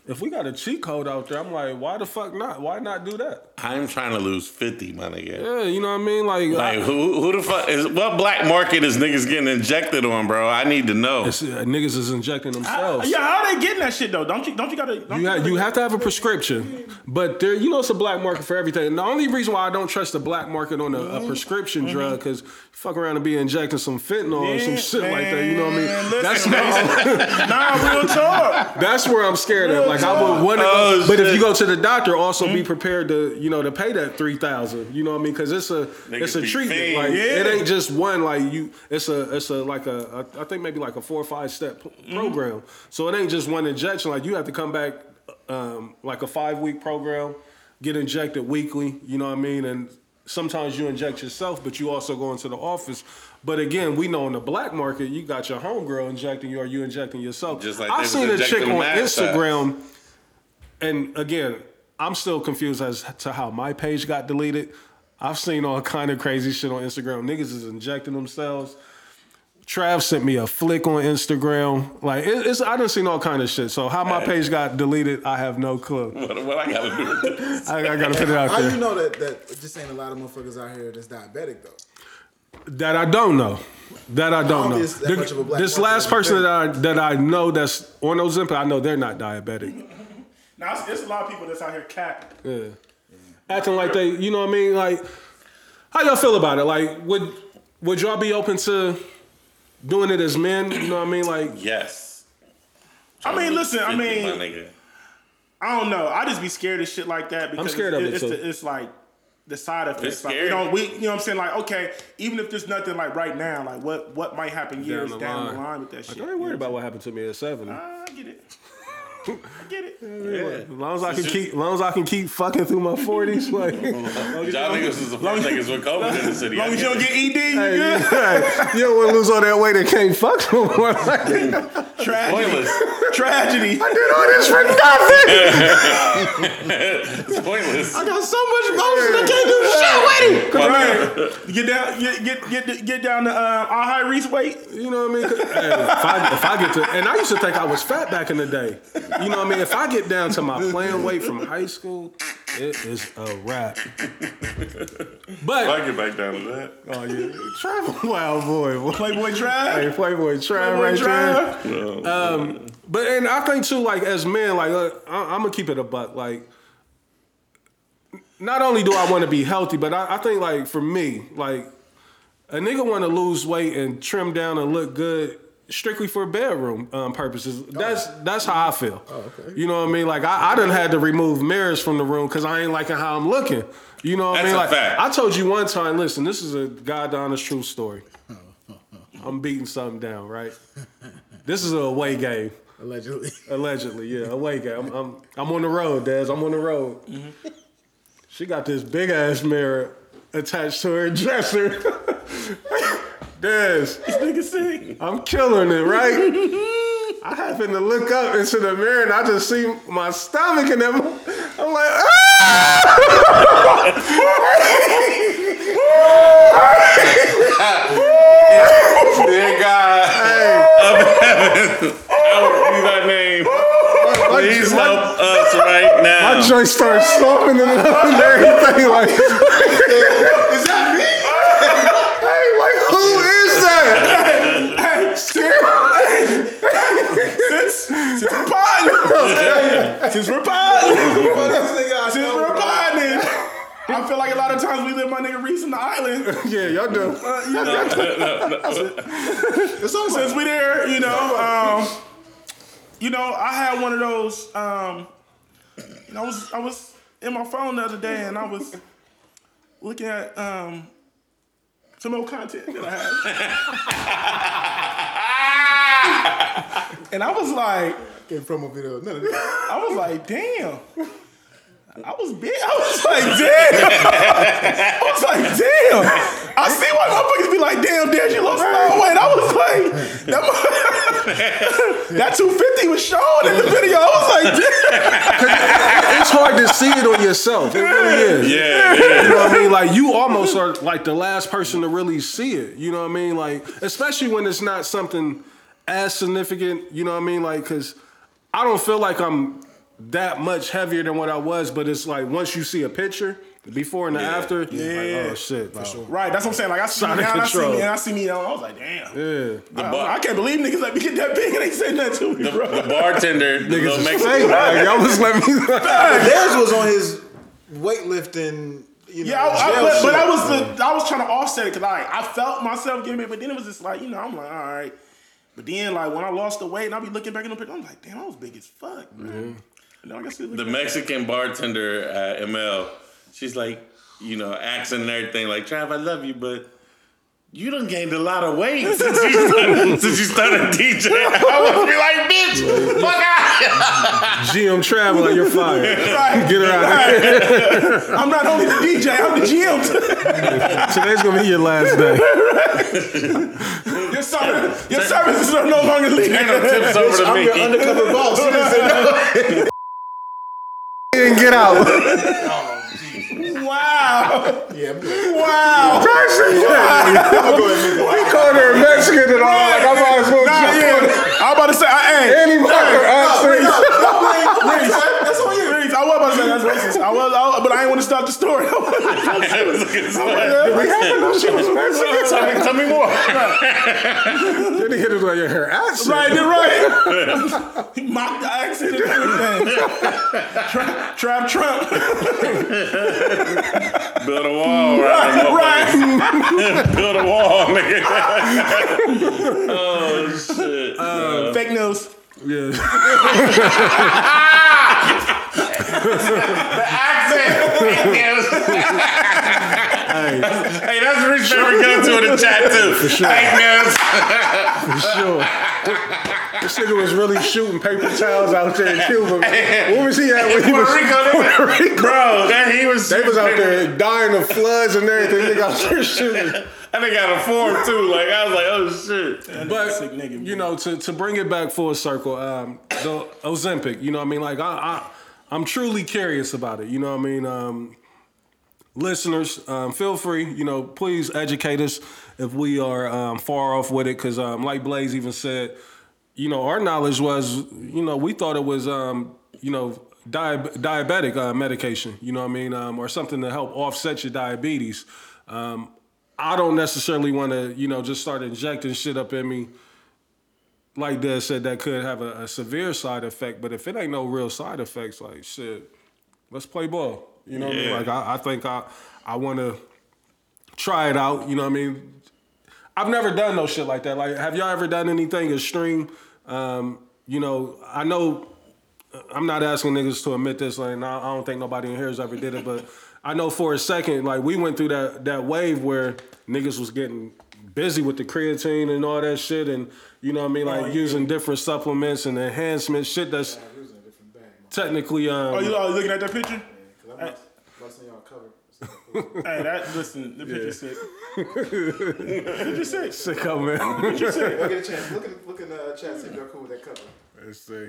S2: if we got a cheat code out there, I'm like, why the fuck not? Why not do that?
S1: I'm trying to lose 50, my nigga.
S2: Yeah, you know what I mean? Like,
S1: Like who who the fuck is what black market is niggas getting injected on, bro? I need to know.
S2: it's- uh, niggas is injecting themselves.
S3: Yeah, how they getting that shit though? Don't you? Don't you gotta? Don't
S2: You have,
S3: [laughs]
S2: you have to have a prescription, but there, you know, it's a black market for everything. And the only reason why I don't trust the black market on a, a prescription drug because fuck around and be injecting some fentanyl or some shit like that. You know what I mean? That's
S3: [laughs]
S2: not,
S3: nah, real talk.
S2: [laughs] that's where I'm scared of. Like I would want to
S1: Oh,
S2: go, but
S1: shit.
S2: if
S1: Hmm?
S2: you go to the doctor, also be prepared to you know to pay that three thousand. You know what I mean? Because it's a it's a
S1: be
S2: treatment.
S1: fiends.
S2: Like it
S3: Yeah.
S2: ain't just one. Like you, it's a it's a like a I I think maybe like a four or five step p-
S1: Hmm?
S2: program. So it ain't just one injection. Like you have to come back um, like a five week program, get injected weekly. You know what I mean? And sometimes you inject yourself, but you also go into the office. But again, we know in the black market, you got your homegirl injecting you, or you injecting yourself.
S1: Just like they
S2: I
S1: was
S2: seen a
S1: injecting
S2: chick on
S1: them outside.
S2: Instagram and again, I'm still confused as to how my page got deleted. I've seen all kind of crazy shit on Instagram. Niggas is injecting themselves. Trav sent me a flick on Instagram. Like it, it's, I done seen all kind of shit. So how my page got deleted, I have no
S4: [laughs]
S2: clue.
S1: [laughs] What, what I gotta do with this?
S2: [laughs] I, I gotta put it out
S4: How you
S2: there
S4: know that that just ain't a lot of motherfuckers out here that's diabetic though?
S2: that I don't know. That I don't know.
S4: Obvious that
S2: The-
S4: much of a black
S2: this
S4: market
S2: last
S4: is
S2: person
S4: there.
S2: that I that I know that's on Ozempic, I know they're not diabetic.
S3: Now it's, it's a lot of people that's out here capping.
S2: Yeah. Acting like they, you know what I mean? Like, how y'all feel about it? Like, would would y'all be open to doing it as men? You know what I mean? Like,
S1: Yes.
S3: I mean, listen,
S1: 50,
S3: I
S1: my
S3: mean,
S1: nigga.
S3: I don't know. I just be scared of shit like that because
S2: scared of
S3: it's,
S2: it,
S3: it's,
S2: too.
S3: the- it's like the side effects.
S1: It's
S3: like,
S1: scary.
S3: you know, we you know what I'm saying? Like, okay, even if there's nothing like right now, like what what might happen years down the, line. with that
S2: Like,
S3: shit.
S2: I ain't worried about what happened to me at seven.
S3: I get it. I get it.
S2: As long as I can keep, as long as I can keep fucking through my
S3: [laughs]
S2: forties, like.
S1: Y'all niggas is the first niggas with COVID in the city.
S3: As long as you don't get ED, you
S2: Hey,
S3: good.
S2: yeah. you don't want to lose all that weight and can't fuck no more. Like, I
S3: Tragedy.
S1: pointless. [laughs]
S3: Tragedy.
S2: did all this for nothing.
S1: It's pointless.
S3: I got so much motion, I can't do shit with it. Right. Get down, get get get, get down to uh, all high reach weight.
S2: You know what I mean? 'Cause- hey, if, I, if I get to, and I used to think I was fat back in the day. You know what I mean? If I get down to my playing weight from high school, it is a wrap. But
S1: I get back down to that.
S2: oh yeah, travel [laughs] wild boy, boy.
S3: Playboy Drive.
S2: Hey, Playboy, try
S3: Playboy
S2: right there.
S3: Drive.
S2: But and I think too, like as men, like uh, I, I'm gonna keep it a buck. Like, not only do I want to be healthy, but I, I think like for me, like a nigga want to lose weight and trim down and look good strictly for bedroom um, purposes. That's that's how I feel. You know what I mean? Like I, I done had to remove mirrors from the room because I ain't liking how I'm looking. You know what I
S1: That's
S2: mean?
S1: a
S2: Like
S1: fact.
S2: I told you one time. Listen, this is a god honest true story. I'm beating something down, right? This is a away game.
S4: Allegedly. [laughs]
S2: Allegedly, yeah. Away guy. I'm, I'm, I'm on the road, Daz. I'm on the road. She got this big ass mirror attached to her dresser. [laughs] Daz,
S3: Nigga sing.
S2: I'm killing it, right? I happen to look up into the mirror and I just see my stomach in that. mo- I'm like, ah!
S1: Dear God, I would be thy name. Please help us right
S2: My
S1: now.
S2: joint starts stomping and everything. Like, [laughs] is that me? hey, like, who is that? hey,
S3: Since we're podding. Since we're podding. Since we're podding. I feel like a lot of times we live my nigga Reese in the island.
S2: Yeah, y'all [laughs] do.
S3: Since we there, you know, um, you know, I had one of those. Um, you know, I was I was in my phone the other day and I was looking at um, some old content that I had, and I was like,
S4: Getting promo video. No, no, no.
S3: I was like, damn. I was big. I [laughs] was like, damn. I was like, damn. I see why motherfuckers be like, damn, damn, you lost a lot of weight. I was like, that, mo- [laughs] that 250 was shown in the video. I was like, damn.
S2: It's hard to see it on yourself. It really is.
S1: Yeah, yeah.
S2: You know what I mean? Like you almost are like the last person to really see it. You know what I mean? Like especially when it's not something as significant. You know what I mean? Like because I don't feel like I'm that much heavier than what I was, but it's like once you see a picture before and the after, yeah. like, oh shit, for sure.
S3: Right, that's what I'm saying. Like, I see me
S2: Sonic
S3: now, and I see me,
S2: control.
S3: and I see me now. I was like, damn.
S2: Yeah,
S3: I, was like, I can't believe niggas let me get that big and they said that to me,
S1: The,
S3: bro.
S1: the bartender, the
S2: niggas
S1: little
S2: is
S1: Mexican.
S2: fake. Like, y'all just let me.
S4: Dez was on his weightlifting. You know,
S3: Yeah, I, I,
S4: jail
S3: but, but
S4: shit.
S3: I was the, I was trying to offset it because I I felt myself getting big, but then it was just like you know I'm like all right, but then like when I lost the weight and I be looking back in the picture, I'm like damn I was big as fuck. Man. And then I guess
S1: the
S3: the
S1: Mexican bartender at ML, she's like, you know, accent and everything, like, Trav, I love you, but you done gained a lot of weight since you started, [laughs] since you started DJ. [laughs] I would be like, bitch, fuck out.
S2: GM traveling, you're fired.
S3: Right.
S2: Get her out. of here.
S3: I'm not only the DJ, I'm the [laughs] GM.
S2: Today's gonna be your last day.
S3: your service, your services are no longer
S1: Hand
S3: legal.
S1: them tips over to
S4: I'm your
S1: Mickey.
S2: [laughs]
S4: undercover boss. You didn't say
S2: And [laughs] get out.
S3: [laughs] Wow,
S4: Yeah, I'm good.
S3: wow.
S2: [laughs]
S4: I'm going
S2: You called her a Mexican and all. Like, I might as well
S3: Nah,
S2: jump
S3: yeah.
S2: on it.
S3: I'm about to say, I, hey,
S2: Any marker accent.
S3: Reese, that's on you, Reese. I was about to say that's racist. I was, I, was- but I ain't want to stop the story.
S1: [laughs]
S3: [laughs]
S1: I was looking at
S3: Did we have
S1: somebody.
S3: enough shit was racist?
S1: Tell me, tell me more.
S2: Then he hit it on your hair. Accent.
S3: Right, did right. he mocked the accent and everything. Trap, trap, trump.
S1: Build a wall, right?
S3: Right, right.
S1: Build a wall, nigga. [laughs] oh shit.
S3: Fake news.
S2: Yeah.
S1: Accent. Hey, that's Rich favorite gun to in the chat too. For
S2: sure.
S1: Hey,
S2: For sure. This nigga was really shooting paper towels out there in Cuba. Where was he at when he
S1: Puerto
S2: was [laughs]
S1: Rico, [laughs]
S2: Puerto Rico.
S1: bro, that he was.
S2: They was out there dying of floods and everything. [laughs] Nigga out there shooting.
S1: I think got a form too. Like I was like, oh shit.
S2: But you know, to, to bring it back full circle, um, the Ozempic. You know, what I mean, like I, I I'm truly curious about it. You know, what I mean, um, listeners, um, feel free. You know, please educate us if we are um, far off with it, because um, like Blaze even said, you know, our knowledge was, you know, we thought it was, um, you know. Diab- diabetic uh, medication, you know what I mean, um, or something to help offset your diabetes. Um, I don't necessarily want to, you know, just start injecting shit up in me. Like Des said, that could have a, a severe side effect. But if it ain't no real side effects, like shit, let's play ball. You know what I mean?
S1: Yeah.
S2: Like I, I think I, I want to try it out. You know what I mean? I've never done no shit like that. Like, have y'all ever done anything extreme? Um, you know, I know uh, I'm not asking niggas to admit this. Like, nah, I don't think nobody in here has ever did it, but I know for a second, like, we went through that that wave where niggas was getting busy with the creatine and all that shit, and you know what I mean, like using different supplements and enhancements, shit that's technically um, [laughs]
S3: Oh, you all looking at that picture? Hey, that listen, the picture sick. Picture sick.
S2: sicko, man. [laughs]
S3: Picture sick.
S4: Look at the chat. Look at look in the chat. See if y'all cool with that cover.
S2: Let's see.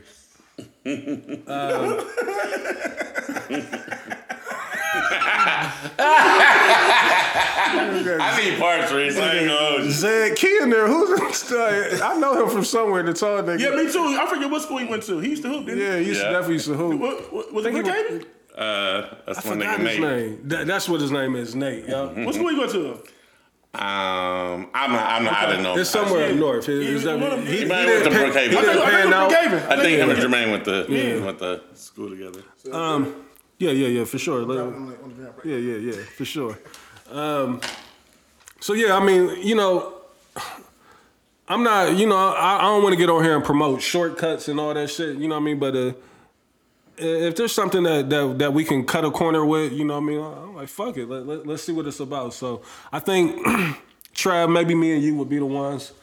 S1: I need parts, Reese. I ain't gonna hold you.
S2: Zed Key in there. Who's I know him from somewhere. The tall nigga.
S3: Yeah, me too. I forget what school he went to. He used to hoop, didn't
S2: Yeah, he used to
S1: Yeah.
S2: definitely used to hoop.
S3: he? What, what, was it
S2: Think he was-
S3: Brookhaven?
S1: Uh, that's my
S2: Forgot
S1: nigga Nate.
S2: his name. That- that's what his name is, Nate. Yo.
S3: What school he went to?
S1: Um, I'm not. I'm not. I didn't know.
S2: It's somewhere up north. It- it's
S3: He-
S2: definitely-
S3: he
S2: he,
S1: might
S2: didn't
S1: went to
S2: pan-
S1: Brookhaven.
S2: he
S1: I think-
S2: didn't
S3: I
S2: pan
S3: think
S2: out.
S3: Brookhaven.
S1: I think him and Jermaine went to went to school together.
S2: Um, yeah, yeah, yeah, for sure.
S4: On the, on the ground right
S2: Yeah, yeah, yeah, for sure. Um, so yeah, I mean, you know, I'm not, you know, I, I don't want to get on here and promote shortcuts and all that shit. You know what I mean? But uh, if there's something that, that that we can cut a corner with, you know what I mean? I'm like, fuck it, let, let, let's see what it's about. So I think [clears throat] Trav, maybe me and you would be the ones,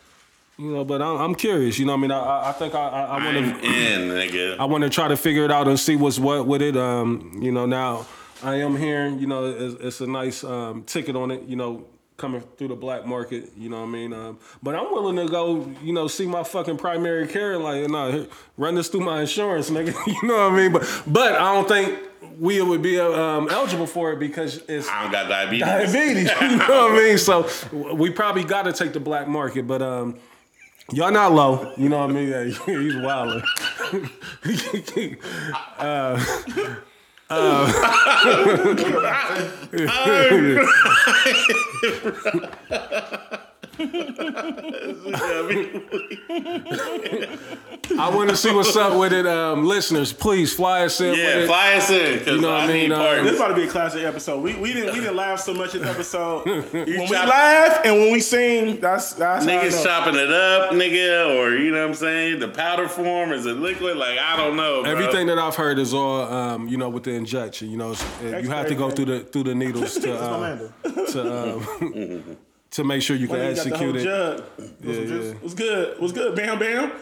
S2: you know. But I'm, I'm curious, you know what I mean? I, I, I think I, I, I want
S1: I'm
S2: to.
S1: in, nigga.
S2: I want to try to figure it out and see what's what with it. Um, you know, now I am hearing, you know, it's, it's a nice um, ticket on it. You know, coming through the black market. You know what I mean? Um, but I'm willing to go, you know, see my fucking primary care and like, nah, here, run this through my insurance, [laughs] nigga. you know what I mean? But but I don't think we would be uh, um, eligible for it because it's
S1: I don't got diabetes.
S2: diabetes. [laughs] You know what I mean? So w- we probably got to take the black market, but um, y'all not low. You know what I mean? Yeah, [laughs] he's wilding. Uh, [laughs]
S1: [laughs]
S2: I want to see what's up with it, um, listeners. Please fly us in. with
S1: Yeah,
S2: it.
S1: fly us in. Cause
S2: You know what I
S1: I
S2: mean,
S1: Need
S2: uh,
S1: parts.
S3: This is about to be a classic episode. We, we didn't we didn't laugh so much in the episode. when we
S1: chop-
S3: laugh and when we sing, that's that's how I know.
S1: Niggas chopping it up, nigga, or you know what I'm saying? The powder form, is it liquid? Like, I don't know. Bro.
S2: Everything that I've heard is all, um, you know, with the injection. You know, it's, uh, you have to go through the through the needles to uh,
S4: Orlando.
S2: to um, to make sure you can
S3: Niggas got the whole
S2: execute it.
S3: jug.
S2: Yeah, yeah.
S3: What's good? What's good? Bam, bam.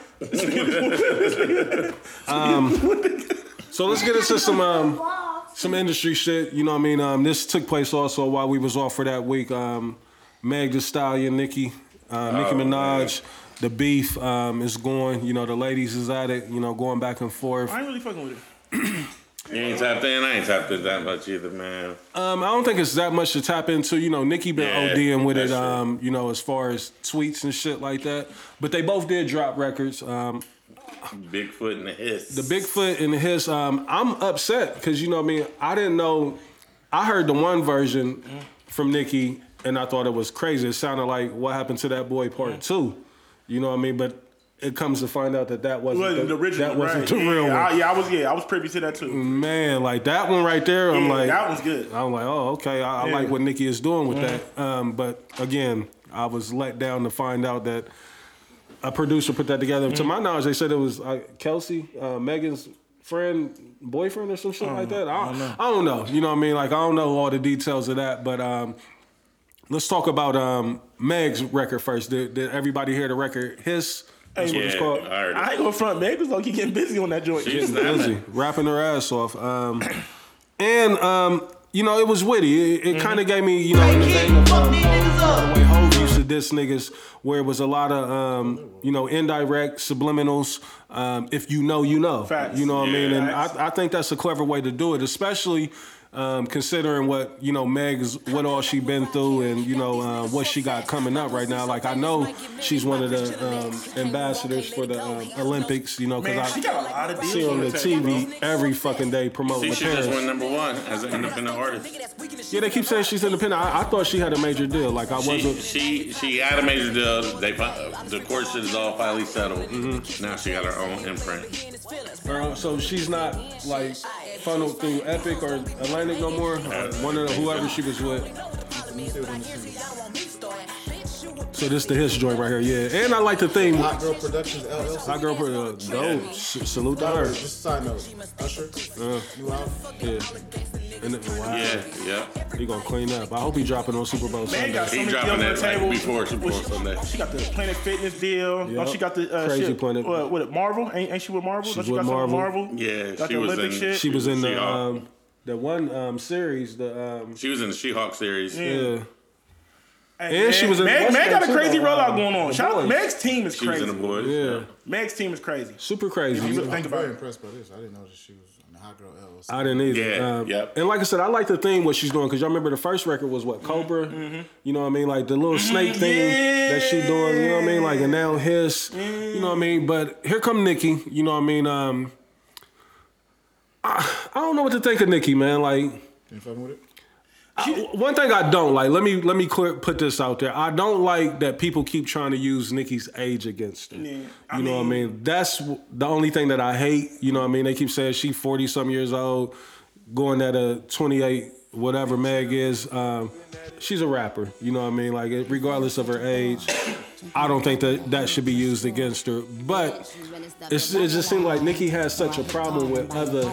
S2: So let's get into some um,
S9: Wow.
S2: some industry shit. You know what I mean? Um, this took place also while we was off for that week. Um, Meg Thee Stallion, Nicki, uh, Nicki Minaj, the beef um, is going. You know, the ladies is at it. You know, going back and forth.
S3: I ain't really fucking with it.
S1: You ain't tapped in. I ain't tapped in that much either, man.
S2: Um, I don't think it's that much to tap into. You know, Nicki been
S1: Yeah,
S2: ODing with it.
S1: that's true.
S2: Um, you know, as far as tweets and shit like that. But they both did drop records. Um,
S1: Bigfoot and the hiss.
S2: the Bigfoot and his. Um, I'm upset because you know what I mean. I didn't know. I heard the one version from Nicki, and I thought it was crazy. It sounded like what happened to that boy part two. You know what I mean? But it comes to find out that that wasn't,
S3: Wasn't the original.
S2: That wasn't
S3: right.
S2: the
S3: yeah,
S2: real
S3: I,
S2: one.
S3: yeah, I was. Yeah, I was privy to that too.
S2: Man, like that one right there. I'm
S3: Yeah,
S2: like
S3: that one's good.
S2: I'm like, oh, okay. I, I
S3: Yeah.
S2: like what Nikki is doing with that. Um, but again, I was let down to find out that a producer put that together. To my knowledge, they said it was uh, Kelsey, uh, Megan's friend, boyfriend, or some shit like that. I, I don't know. You know what I mean? Like I don't know all the details of that, but um, Let's talk about um, Meg's record first. Did, did everybody hear the record? His. That's what it's
S1: Yeah,
S2: called.
S1: I heard it.
S3: I ain't gonna front, man, because like you getting busy on that joint.
S1: She's not
S2: busy, rapping her ass off. Um, and um, you know, it was witty. It, it
S3: Mm-hmm.
S2: kind of gave me, you know, in the vein of um, the way Hov used to diss niggas, where it was a lot of, um, you know, indirect subliminals. Um, if you know, you know.
S3: Facts.
S2: You know what I mean?
S1: Yeah.
S2: And I, I think that's a clever way to do it, especially. Um, considering what you know, Meg's what all she been through, and you know uh, what she got coming up right now. Like I know she's one of the um, ambassadors for the um, Olympics. You know,
S3: Man, she
S2: because I
S3: got a lot of
S2: see
S3: deals
S2: on
S3: on
S2: the
S3: her tape, bro.
S2: TV every fucking day promoting
S1: She
S2: her
S1: should just win
S2: parents.
S1: number one as an independent artist.
S2: Yeah, they keep saying she's independent. I, I thought she had a major deal. Like I
S1: She
S2: wasn't.
S1: she she had a major deal. They fi- the court shit is all finally settled.
S2: Mm-hmm.
S1: Now she got her own imprint.
S2: Girl, so she's not like funneled through Epic or Atlantic no more. Or one of the, whoever she was with. So this the his joint right here, yeah. And I like the theme.
S4: Hot Girl Productions LLC.
S2: Hot girl, uh, dope. S- salute to her.
S4: Just a side note. Usher. New album.
S2: Yeah. And it, wow.
S1: Yeah, yeah.
S2: He gonna clean up. I hope he dropping on Super Bowl
S3: Man,
S2: Sunday.
S3: got so
S1: He
S3: many
S1: dropping
S3: deals on
S1: that
S3: her
S1: like
S3: table.
S1: before she
S3: Well,
S1: posts on that.
S3: She got the Planet Fitness deal.
S2: Yep.
S3: Oh, she got the uh,
S2: Crazy
S3: shit.
S2: Planet.
S3: What, what, Marvel? Ain't, ain't she with Marvel?
S2: She's
S3: Don't she
S2: with
S3: got something
S2: Marvel.
S3: with Marvel.
S1: Yeah,
S3: got
S1: she
S3: the
S1: was
S3: Olympic
S1: in-
S3: shit.
S2: She was in
S1: She
S2: the
S1: all-
S2: um, the one um series. The um,
S1: She was in the She-Hulk series.
S2: yeah.
S3: Hey,
S2: and she was in
S3: Meg,
S2: What's
S3: Meg
S2: that
S3: got a
S2: too,
S3: crazy
S2: uh,
S3: rollout going on.
S2: The
S3: Shout out,
S2: Boys.
S3: Meg's team is
S1: She was in the
S3: crazy.
S1: boys.
S2: Yeah.
S3: Meg's team is crazy.
S2: Super crazy.
S3: You think
S4: I'm
S3: about
S4: very
S3: it.
S4: impressed by this. I didn't know that she was on the Hot Girl LLC.
S2: I didn't either.
S1: Yeah,
S2: Um,
S1: yep.
S2: And like I said, I like the thing what she's doing because y'all remember the first record was what Cobra. You know what I mean? Like the little snake thing that she doing. You know what I mean? Like and now his. You know what I mean? But here come Nikki. You know what I mean? Um, I, I don't know what to think of Nikki, man. Like
S4: You fucking with it?
S2: one thing I don't like. Let me let me clear, put this out there. I don't like that people keep trying to use Nikki's age against her.
S3: Yeah,
S2: you
S3: I
S2: know what I mean? That's w- the only thing that I hate. You know what I mean? They keep saying she forty some years old, going at a twenty eight whatever Meg is. Um, she's a rapper. You know what I mean? Like it- regardless of her age, I don't think that that should be used against her. But it's, it just seemed like Nikki has such a problem with other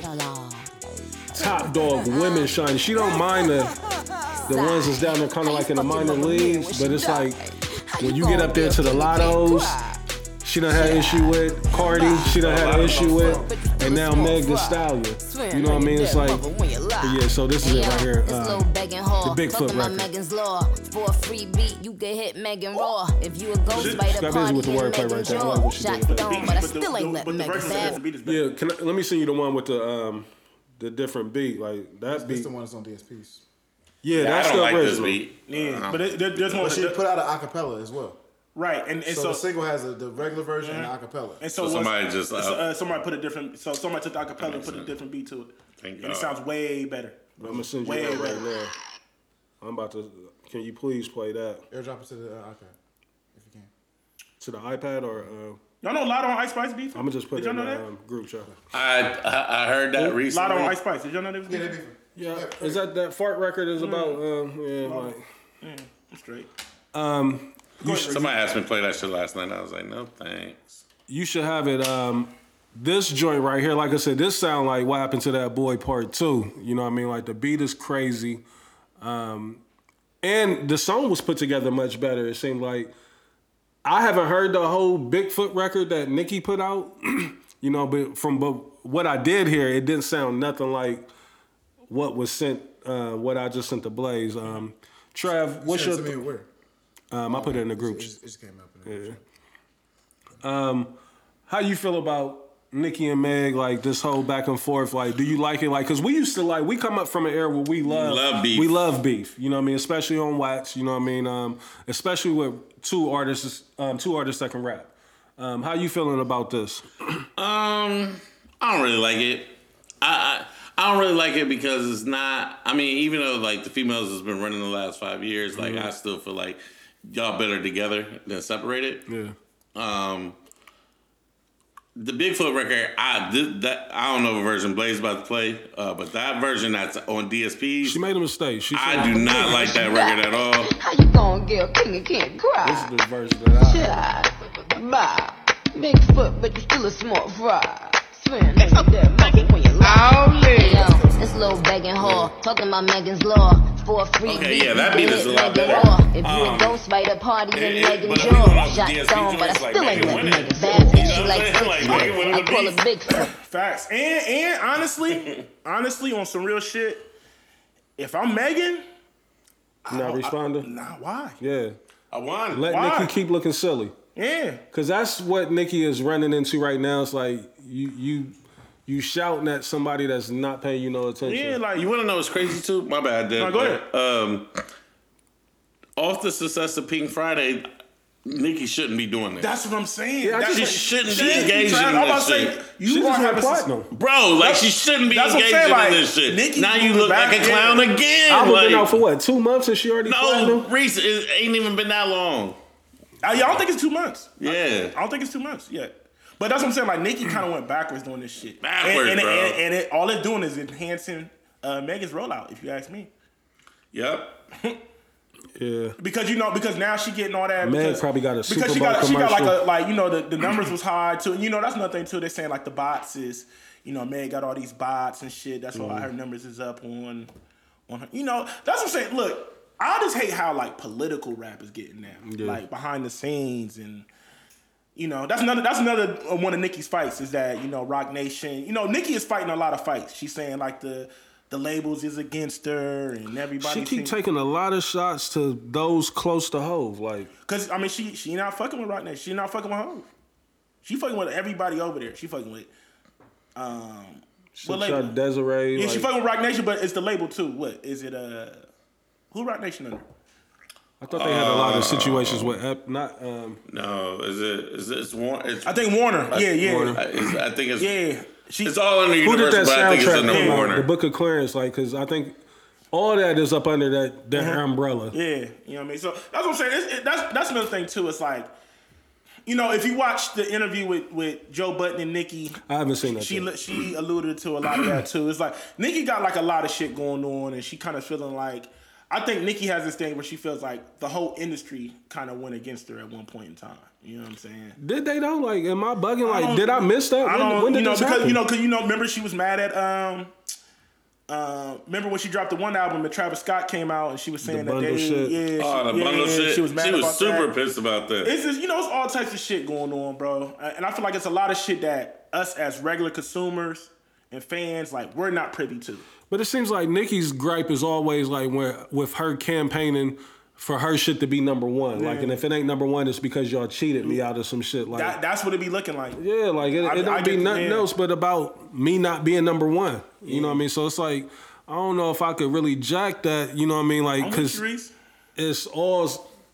S2: top dog women shining. She don't mind the the ones that's down there kind of like in the minor leagues, but it's like when you get up there to the lottos, she done had an issue with Cardi, she done had an issue with, and now Meg Thee Stallion. You know what I mean? It's like, yeah. So this is it right here. Uh,
S10: the
S2: the Bigfoot record.
S10: Megan's law. For a free beat, you could hit Megan Raw. If you a ghost by the
S2: got busy
S10: party,
S2: with the
S10: hit
S2: wordplay
S10: Megan
S2: right there. I
S10: Jaw.
S2: like what she did
S10: Shot
S2: with that.
S10: down, but I
S3: But the-
S10: still ain't let
S3: but the
S10: Megan
S3: verse is
S10: fab.
S3: the beat is better.
S2: yeah. Can I, let me send you the one with the um the different beat like that
S4: It's
S2: beat.
S4: the one that's on DSPs.
S2: Yeah,
S1: I
S2: that's
S1: don't
S2: the
S1: like this
S2: original.
S1: beat.
S3: Yeah,
S1: Uh,
S3: but it, there, there's one.
S4: But she put out an acapella as well.
S3: right, and, and
S4: So,
S3: so,
S4: the single has a, the regular version and the acapella.
S3: and so,
S1: So
S3: what's-
S1: somebody just,
S3: so,
S1: uh,
S3: uh, somebody put a different. So somebody took the acapella and
S1: makes
S3: put a
S1: sense.
S3: different beat to it,
S1: Thank
S3: and it
S1: God.
S3: sounds way better.
S2: I'm gonna send you
S3: Way
S2: that
S3: better.
S2: right now. I'm about to. Can you please play that
S4: Airdrop it to the uh, iPad if you can.
S2: to the iPad or? Uh,
S3: Y'all know Lotto on Ice Spice beef?
S2: I'm gonna just put
S3: Did
S2: it
S3: y'all
S2: in
S3: know
S2: the
S3: that?
S2: um, group chat.
S1: I, I I heard that
S3: Lotto on
S1: recently.
S3: Ice Spice. Did y'all know they was
S4: Yeah,
S3: beef?
S4: that'd be
S2: Yeah, is that that fart record
S3: Mm.
S2: is about? Um, yeah, like
S3: I'm straight.
S1: Somebody asked me to play that shit last night. I was like, no thanks.
S2: you should have it. Um, this joint right here, like I said, this sound like what happened to that boy part two. You know what I mean? Like the beat is crazy, um, and the song was put together much better. It seemed like I haven't heard the whole Bigfoot record that Nicki put out. [clears throat] you know, but from but what I did hear, it didn't sound nothing like what was sent. Uh, what I just sent to Blaze. Um, Trav, what's
S4: Send
S2: your?
S4: it to me where?
S2: um, I put it in the group.
S4: It just, it just came up. In the yeah.
S2: How you feel about Nikki and Meg? Like this whole back and forth. Like, do you like it? Like, cause we used to like we come up from an era where we love,
S1: Love beef.
S2: We love beef. You know what I mean? Especially on wax. You know what I mean? Um, especially with two artists, um, two artists that can rap. Um, how you feeling about this?
S1: Um, I don't really like it. I, I I don't really like it because it's not. I mean, even though like the females has been running the last five years, like
S2: Mm-hmm.
S1: I still feel like y'all better together than separated.
S2: Yeah.
S1: Um, the Bigfoot record, I did that. I don't know what version Blaze about to play, uh, but that version that's on DSP,
S2: She made a mistake. She
S1: I
S2: said-
S1: do not like that record at all.
S11: How you gonna get a king and can't
S2: This
S11: cry?
S2: is the verse that I.
S11: Child, bye. Big foot, but you still a small fry. Slim, make that money when you
S12: [laughs]
S10: All Yo, this little begging whore, fucking my Megan's Law for a free
S1: Okay,
S10: beat.
S1: yeah, that beat is a
S10: Megan
S1: lot better.
S10: Law. If you
S1: Um,
S10: a ghost by the party,
S1: it-
S10: then
S1: it-
S10: Megan
S1: but if we going
S10: Jaw.
S1: off
S10: Shot
S1: DSP
S10: down, but I
S1: joints, like,
S10: still ain't
S1: Megan
S10: letting
S1: winning.
S10: niggas. Bad bitch,
S1: You
S10: she
S1: know
S10: like
S1: what I'm saying?
S10: Big
S1: Like,
S10: Slim.
S1: Megan winning
S10: I
S1: the
S10: call her
S1: beats.
S10: Big Slim.
S3: Facts. And
S1: [laughs]
S3: and honestly, honestly, on some real shit, if I'm Megan,
S2: Not responding.
S3: nah, why?
S2: Yeah.
S1: I won.
S2: Let
S3: Why?
S2: Nikki keep looking silly.
S3: Yeah.
S2: Cause that's what Nikki is running into right now. It's like you you you shouting at somebody that's not paying you no attention.
S3: Yeah, like
S1: You want to know what's crazy too? My bad, Dan.
S3: No, go ahead.
S1: Um, off the success of Pink Friday, Nikki shouldn't be doing this.
S3: that's what I'm saying.
S2: Yeah, I
S3: That's
S2: just-
S1: she
S3: what-
S1: shouldn't
S3: she
S1: be
S3: is
S1: engaging
S3: trying-
S1: in
S3: I'm
S1: that
S3: about to say,
S1: shit.
S3: You
S2: she
S3: are
S2: just went
S3: having some-
S2: platinum.
S1: Bro, like she shouldn't be
S3: that's what I'm
S1: engaging
S3: saying,
S1: in
S3: like,
S1: this shit.
S3: Nikki's
S1: now you
S3: moving
S1: look
S3: back
S1: like a
S3: in.
S1: clown again.
S2: I've
S1: like,
S2: been out for what two months and she already
S1: no,
S2: platinum.
S1: Reese, it ain't even been that long.
S3: I, I don't think it's two months. I
S1: Yeah.
S3: don't think it's two months yet. But that's what I'm saying. Like Nikki kind of went backwards doing this shit.
S1: Backwards,
S3: and, and,
S1: bro.
S3: And, and it, all it's doing is enhancing uh, Megan's rollout, if you ask me.
S1: Yep.
S2: Yeah.
S3: Because you know, because now she getting all that.
S2: Meg
S3: because-
S2: probably got a Super
S3: because she
S2: Bowl
S3: got she got like a
S2: commercial.
S3: like you know the, the numbers was high too. You know that's nothing too. They're saying like the bots is you know Meg got all these bots and shit. That's
S2: Mm-hmm.
S3: why her numbers is up on on her. You know that's what I'm saying. Look, I just hate how like political rap is getting now, like behind the scenes and. You know that's another that's another uh, one of Nikki's fights is that you know Rock Nation you know Nikki is fighting a lot of fights she's saying like the the labels is against her and everybody
S2: She keep
S3: think-
S2: taking a lot of shots to those close to Hove. Like
S3: Cause I mean, she she not fucking with Rock Nation. She not fucking with Hov. She fucking with everybody over there. She fucking with. Um,
S2: she
S3: what label?
S2: shot Desiree.
S3: yeah, she
S2: like-
S3: fucking with Rock Nation, but it's the label too. What is it? Uh, who Rock Nation under?
S2: I thought they had a
S1: Ah.
S2: lot of situations with Ep, not um,
S1: No, is it? Is it? It's one. It's,
S3: I think Warner. yeah, yeah,
S1: I, it's, I think it's.
S3: yeah. She
S1: It's all under
S2: who did
S1: Universal,
S2: that
S1: but I think it's
S2: soundtrack
S1: under
S2: come out? The
S1: Warner.
S2: Book of Clarence, like, because I think all that is up under that that umbrella.
S3: Uh-huh. Yeah, you know what I mean. So that's what I'm saying. It's, it, that's that's another thing too. It's like, you know, if you watch the interview with with Joe Button and Nikki,
S2: I haven't seen that.
S3: she
S2: yet.
S3: li- she alluded to a lot of that too. It's like Nikki got like a lot of shit going on, and she kind of feeling like I think Nikki has this thing where she feels like the whole industry kind of went against her at one point in time. You know what I'm saying?
S2: did they though? Like, am I bugging?
S3: don't-
S2: Like, did I miss that?
S3: I
S2: When-
S3: don't,
S2: when, did
S3: you know,
S2: this
S3: because
S2: happen?
S3: you know, because you know, remember she was mad at um. Uh, remember when she dropped the one album and Travis Scott came out and she was saying that
S2: bundle
S3: they,
S2: shit.
S3: yeah, she,
S1: Oh, the
S3: yeah,
S1: bundle shit.
S3: she was mad about
S1: super
S3: that.
S1: pissed about that.
S3: It's just you know, it's all types of shit going on, bro. Uh, And I feel like it's a lot of shit that us as regular consumers and fans, like, we're not privy to.
S2: but it seems like Nikki's gripe is always like when with her campaigning. For her shit to be number one, like, and if it ain't number one, it's because y'all cheated me out of some shit. Like,
S3: That, that's what it be looking like.
S2: Yeah, like it,
S3: I-
S2: it don't
S3: I
S2: be
S3: get-
S2: nothing
S3: yeah.
S2: else but about me not being number one. You know what I mean? So it's like I don't know if I could really jack that. You know what I mean? Like
S3: I'm with
S2: because
S3: you, Reese.
S2: it's all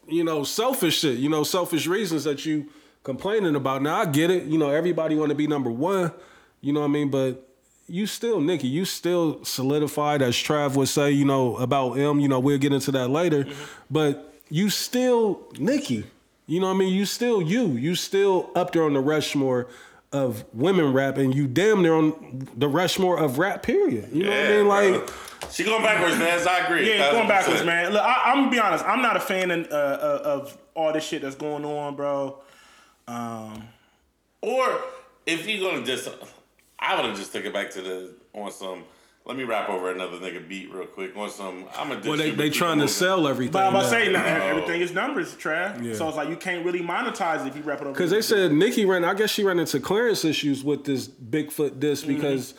S2: you know selfish shit. You know selfish reasons that you complaining about. Now I get it. You know everybody want to be number one. You know what I mean? But you still Nikki, you still solidified as Trav would say. You know about M. You know we'll get into that later.
S3: Mm-hmm.
S2: But you still Nikki. You know what I mean? You still you. You still up there on the Rushmore of women rap, and you damn near on the Rushmore of rap. Period. You know what I mean? Like.
S1: bro. she going backwards, man. So I agree.
S3: Yeah, going
S1: 1000%.
S3: backwards, man. Look, I, I'm gonna be honest. I'm not a fan of, uh, uh, of all this shit that's going on, bro. Um,
S1: Or if you're gonna just, I would have just took it back to the on some. Let me rap over another nigga beat real quick on some. I'm a.
S2: Well, they, they trying to sell everything.
S3: but I'm about to say, nah,
S1: No.
S3: everything is numbers, Trav.
S2: Yeah.
S3: So it's like you can't really monetize if you wrap it over.
S2: because they said Nikki ran. I guess she ran into clearance issues with this Bigfoot disc because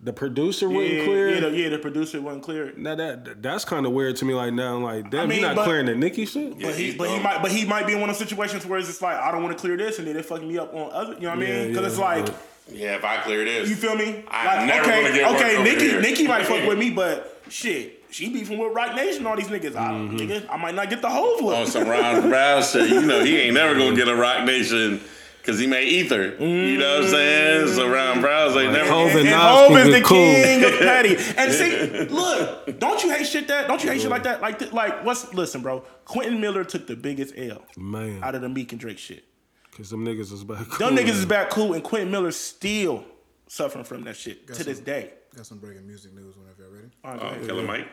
S2: the producer
S3: Mm-hmm. yeah,
S2: wouldn't clear.
S3: yeah, the, yeah, the producer wasn't clear.
S2: now that that's kind of weird to me. Like now, I'm like damn,
S3: mean,
S2: you not
S3: but-
S2: clearing the Nikki shit.
S1: Yeah,
S3: But he,
S1: he's
S3: but he
S1: dumb.
S3: might, but he might be in one of those situations where it's just like I don't want to clear this, and then they fuck me up on other. You know what I mean?
S2: Yeah,
S3: Because
S2: yeah,
S3: it's like
S2: yeah.
S1: Yeah, if I clear this,
S3: you feel me.
S1: I'm
S3: like,
S1: never
S3: okay,
S1: gonna get work
S3: okay,
S1: over
S3: Nikki,
S1: here.
S3: Nikki might fuck with me, but shit, she beefing with Rock Nation, all these niggas. I,
S1: Mm-hmm.
S3: nigga, I might not get the whole look. [laughs]
S1: on some Ron Brown shit. You know he ain't never gonna get a Rock Nation because he made Ether. You know what I'm saying? So Ron Brown's ain't never.
S2: Hov
S1: gonna-
S2: and
S3: and
S2: Nas
S3: Hov
S2: can
S3: is
S2: get
S3: the
S2: cool.
S3: king of petty.
S1: [laughs]
S3: And see, look, don't you hate shit that? Don't you hate
S1: Mm-hmm.
S3: shit like that? Like, th- like what's? Listen, bro, Quentin Miller took the biggest L
S1: Mm.
S3: out
S2: Man,
S3: of the Meek and Drake shit.
S2: because them niggas is back.
S3: Them niggas is back cool, and Quentin Miller's still suffering from that shit to this day.
S4: Got some breaking music news whenever you're ready.
S3: All right, go
S1: Oh,
S3: ahead.
S1: Killer Mike.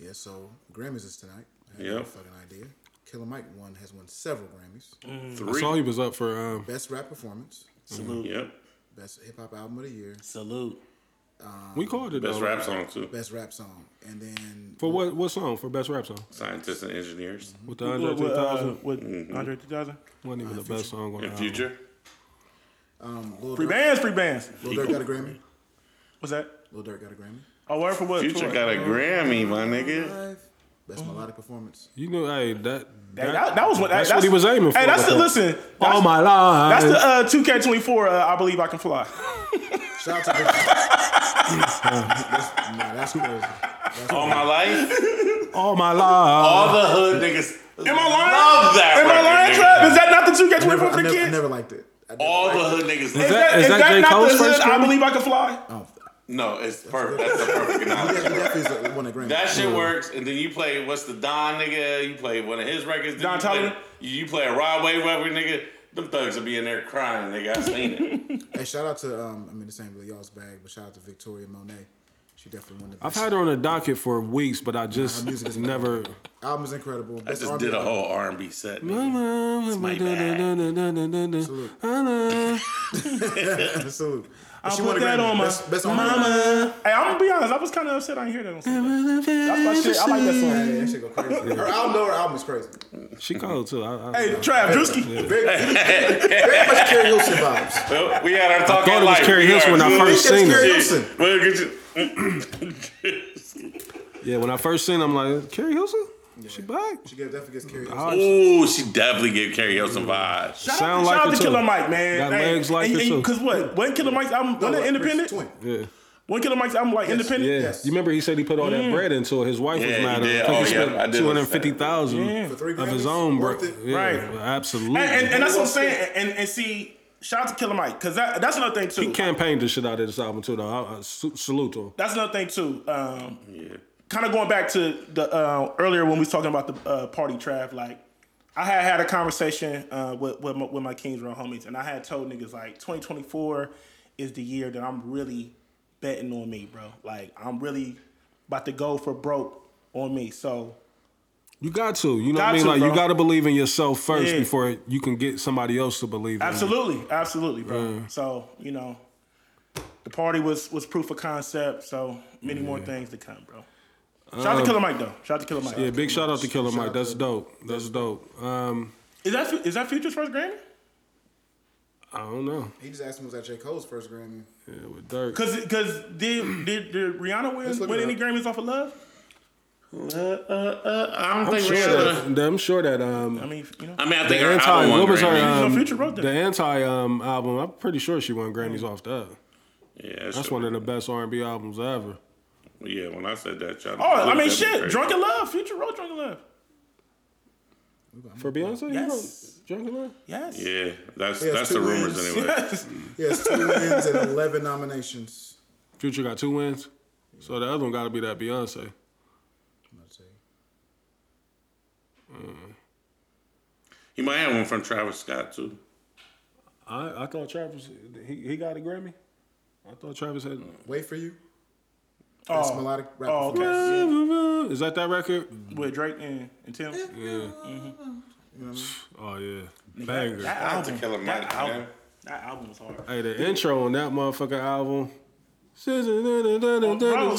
S4: Yeah, so Grammys is tonight. I have no
S1: Yep.
S4: fucking idea. Killer Mike won has won several Grammys.
S2: I
S1: Three.
S2: saw he was up for um,
S4: Best rap performance,
S1: Yep.
S4: best hip hop album of the year.
S5: Salute.
S4: Um,
S2: We called it, Best though, rap right? song,
S1: too.
S4: Best rap song, and then
S2: For what what song? For best rap song?
S1: Scientists and engineers.
S2: With the
S3: uh,
S2: Andre
S4: uh,
S2: 3000?
S3: with
S1: Mhm.
S3: Andre 3000?
S2: Wasn't even the best song on the
S1: In
S2: album.
S1: future,
S4: um, Lil
S3: Free
S4: Durk-
S3: bands, free bands.
S4: Lil Durk got a Grammy.
S3: What's that?
S4: Lil Durk got a Grammy.
S3: Oh, word for what?
S1: future
S3: Tour.
S1: got a Grammy, my nigga.
S4: Best
S3: Uh-huh.
S4: melodic performance.
S2: You know, hey, that
S3: That, that, that was what,
S2: that's,
S3: that,
S2: what he was aiming for.
S3: Hey, that's the listen. That's,
S2: All my life.
S3: that's the uh, 2K24. Uh, I believe I can fly.
S4: Shout out to Big that's, nah, that's crazy.
S1: All my life,
S2: all my life.
S1: all the hood niggas.
S3: Am I lying?
S1: Love that
S3: Am I
S1: record,
S3: lying,
S1: nigga.
S3: Trap? Is that not the
S4: I never,
S3: 2K24
S4: I
S3: for the
S4: never, I
S3: kids?
S4: never liked it. I never
S1: All the
S4: liked
S1: hood niggas.
S3: Is
S2: that-
S3: that,
S2: is
S3: is
S2: that
S3: that
S2: J.
S3: not
S2: Cole's
S3: the hood?
S2: first
S3: I
S2: Grammy?
S3: believe I can fly.
S4: it. Oh,
S1: No, it's perfect. That's the perfect
S4: he
S1: analogy.
S4: definitely is a- won a Grammy.
S1: That shit works, and then you play what's the Don nigga? You play one of his records. then
S3: Don
S1: you play-
S3: Tolliver?
S1: You, you play a Rod Wave record, nigga. Them thugs will be in there crying. Nigga, I seen it.
S4: Hey, shout out to um, I mean, this ain't really y'all's bag, but shout out to Victoria Monet. She definitely won the.
S2: I've
S4: Best.
S2: had her on the docket for weeks, but I just
S4: music is-
S2: never.
S4: album is incredible.
S1: I
S4: Best
S1: just
S4: R&B
S1: did a
S4: album. [laughs]
S1: whole R and B set. nigga. my
S2: Salute.
S4: Salute.
S3: I'll
S4: She won
S3: put
S4: a
S3: that
S4: Grammy.
S3: on my
S4: Best- best R&B.
S3: mama. Hey, I'm gonna be honest. I was kind of upset I didn't hear that on Sunday. That's my shit. I like that
S4: Yeah,
S3: song.
S4: that shit
S1: [laughs]
S4: go crazy. Her album, no, her album is crazy.
S2: She called too. I, I,
S3: Hey, Trav Drewski.
S4: Very, very much karaoke vibes.
S1: Well, we had our talk.
S2: thought it was Carrie Hilson when
S1: [laughs]
S2: I first
S4: That's
S2: seen her.
S4: Carrie Hilson.
S1: Well, get you.
S2: Yeah, when I first seen, her, I'm like, Carrie Hilson, she back.
S4: She definitely gets karaoke.
S2: Ah,
S1: Ooh, she definitely gave Carrie Hilson vibes.
S3: Shout
S2: Sound
S3: out,
S2: like
S3: shout out
S2: it
S3: to
S2: too.
S3: Killer Mike, man.
S2: Got
S3: Hey,
S2: legs like
S3: and,
S2: it
S3: and-
S2: too.
S3: Cause what? Wasn't Killer Mike's album? Wasn't it independent?
S4: Twin.
S2: yeah.
S3: Wasn't Killer Mike's album like independent?
S2: Yeah,
S4: Yes.
S2: you remember he said he put all that bread into it. His wife
S1: Yeah,
S2: was
S1: he
S2: mad at
S1: did.
S2: him. I think
S1: Oh,
S2: he spent
S1: yeah, I did
S2: two hundred
S1: notice that.
S2: fifty thousand
S3: Yeah.
S4: For three
S2: of
S4: Grammys,
S2: his own, bro.
S4: worth it.
S2: Yeah,
S3: Right.
S2: absolutely.
S3: And, and, and that's what I'm saying. And, and see, shout out to Killer Mike, cause that, that's another thing too.
S2: he campaigned the shit out of this album too, though. I, I su- salute to him.
S3: That's another thing too. Um,
S1: Yeah.
S3: kind of going back to the uh, earlier when we was talking about the uh, party trav like i had had a conversation uh, with, with, my, with my kings Row homies and i had told niggas like 2024 is the year that i'm really betting on me bro like i'm really about to go for broke on me so
S2: You got to, you know, what
S3: Got
S2: I mean,
S3: to,
S2: like
S3: bro.
S2: you got to believe in yourself first
S3: Yeah.
S2: before you can get somebody else to believe. in you.
S3: absolutely absolutely bro so you know the party was was proof of concept so many more things to come bro shout out to killer mike though shout out to killer mike
S2: Yeah, big shout out to Killer Mike. That's dope. That's dope. Um,
S3: is that is that future's first grammy
S2: I don't know.
S4: He just asked him was that J. Cole's first Grammy.
S2: Yeah, with Dirk.
S3: Cause, cause did, did did Rihanna win,
S4: Let's look
S3: win
S4: it
S3: any
S4: up.
S3: Grammys off of Love?
S1: Uh, uh, uh, I don't
S2: I'm
S1: think we
S2: sure
S1: should.
S2: that, that- I'm sure that um
S3: I mean, you know,
S1: I mean, I
S2: the
S1: think her
S2: anti
S1: album won
S2: what was her
S1: Grammys.
S2: um,
S3: Future wrote that.
S2: the anti um album. I'm pretty sure she won Grammys off that.
S1: yeah, that's,
S2: That's one of the best R&B albums ever.
S1: Yeah, when I said that, y'all.
S3: oh, I mean,
S1: That'd be
S3: shit,
S1: crazy.
S3: Drunken Love, Future wrote Drunken Love.
S2: For Beyonce,
S3: Yes.
S2: you know, Drunken Love.
S3: Yes. [laughs]
S1: Yeah, that's
S4: has
S1: that's the
S4: two
S1: rumors
S4: wins.
S1: anyway.
S4: He has two wins and 11 nominations.
S2: Future got two wins, so the other one got to be that Beyonce.
S4: I'm about to tell you.
S1: He might have one from Travis Scott too.
S2: I I thought Travis he he got a Grammy. I thought Travis had.
S4: Wait for you. That's
S3: Oh,
S4: melodic rap.
S3: oh, okay.
S4: performance.
S2: Is that that record?
S3: With Drake and, and Tim.
S2: Oh yeah,
S3: That
S2: banger.
S1: Shout out to
S3: album,
S1: Killer Mike,
S3: that album,
S1: man.
S3: that album was hard.
S2: Hey, the intro on that motherfucking album.
S3: Bro,
S2: G
S3: listen, bro,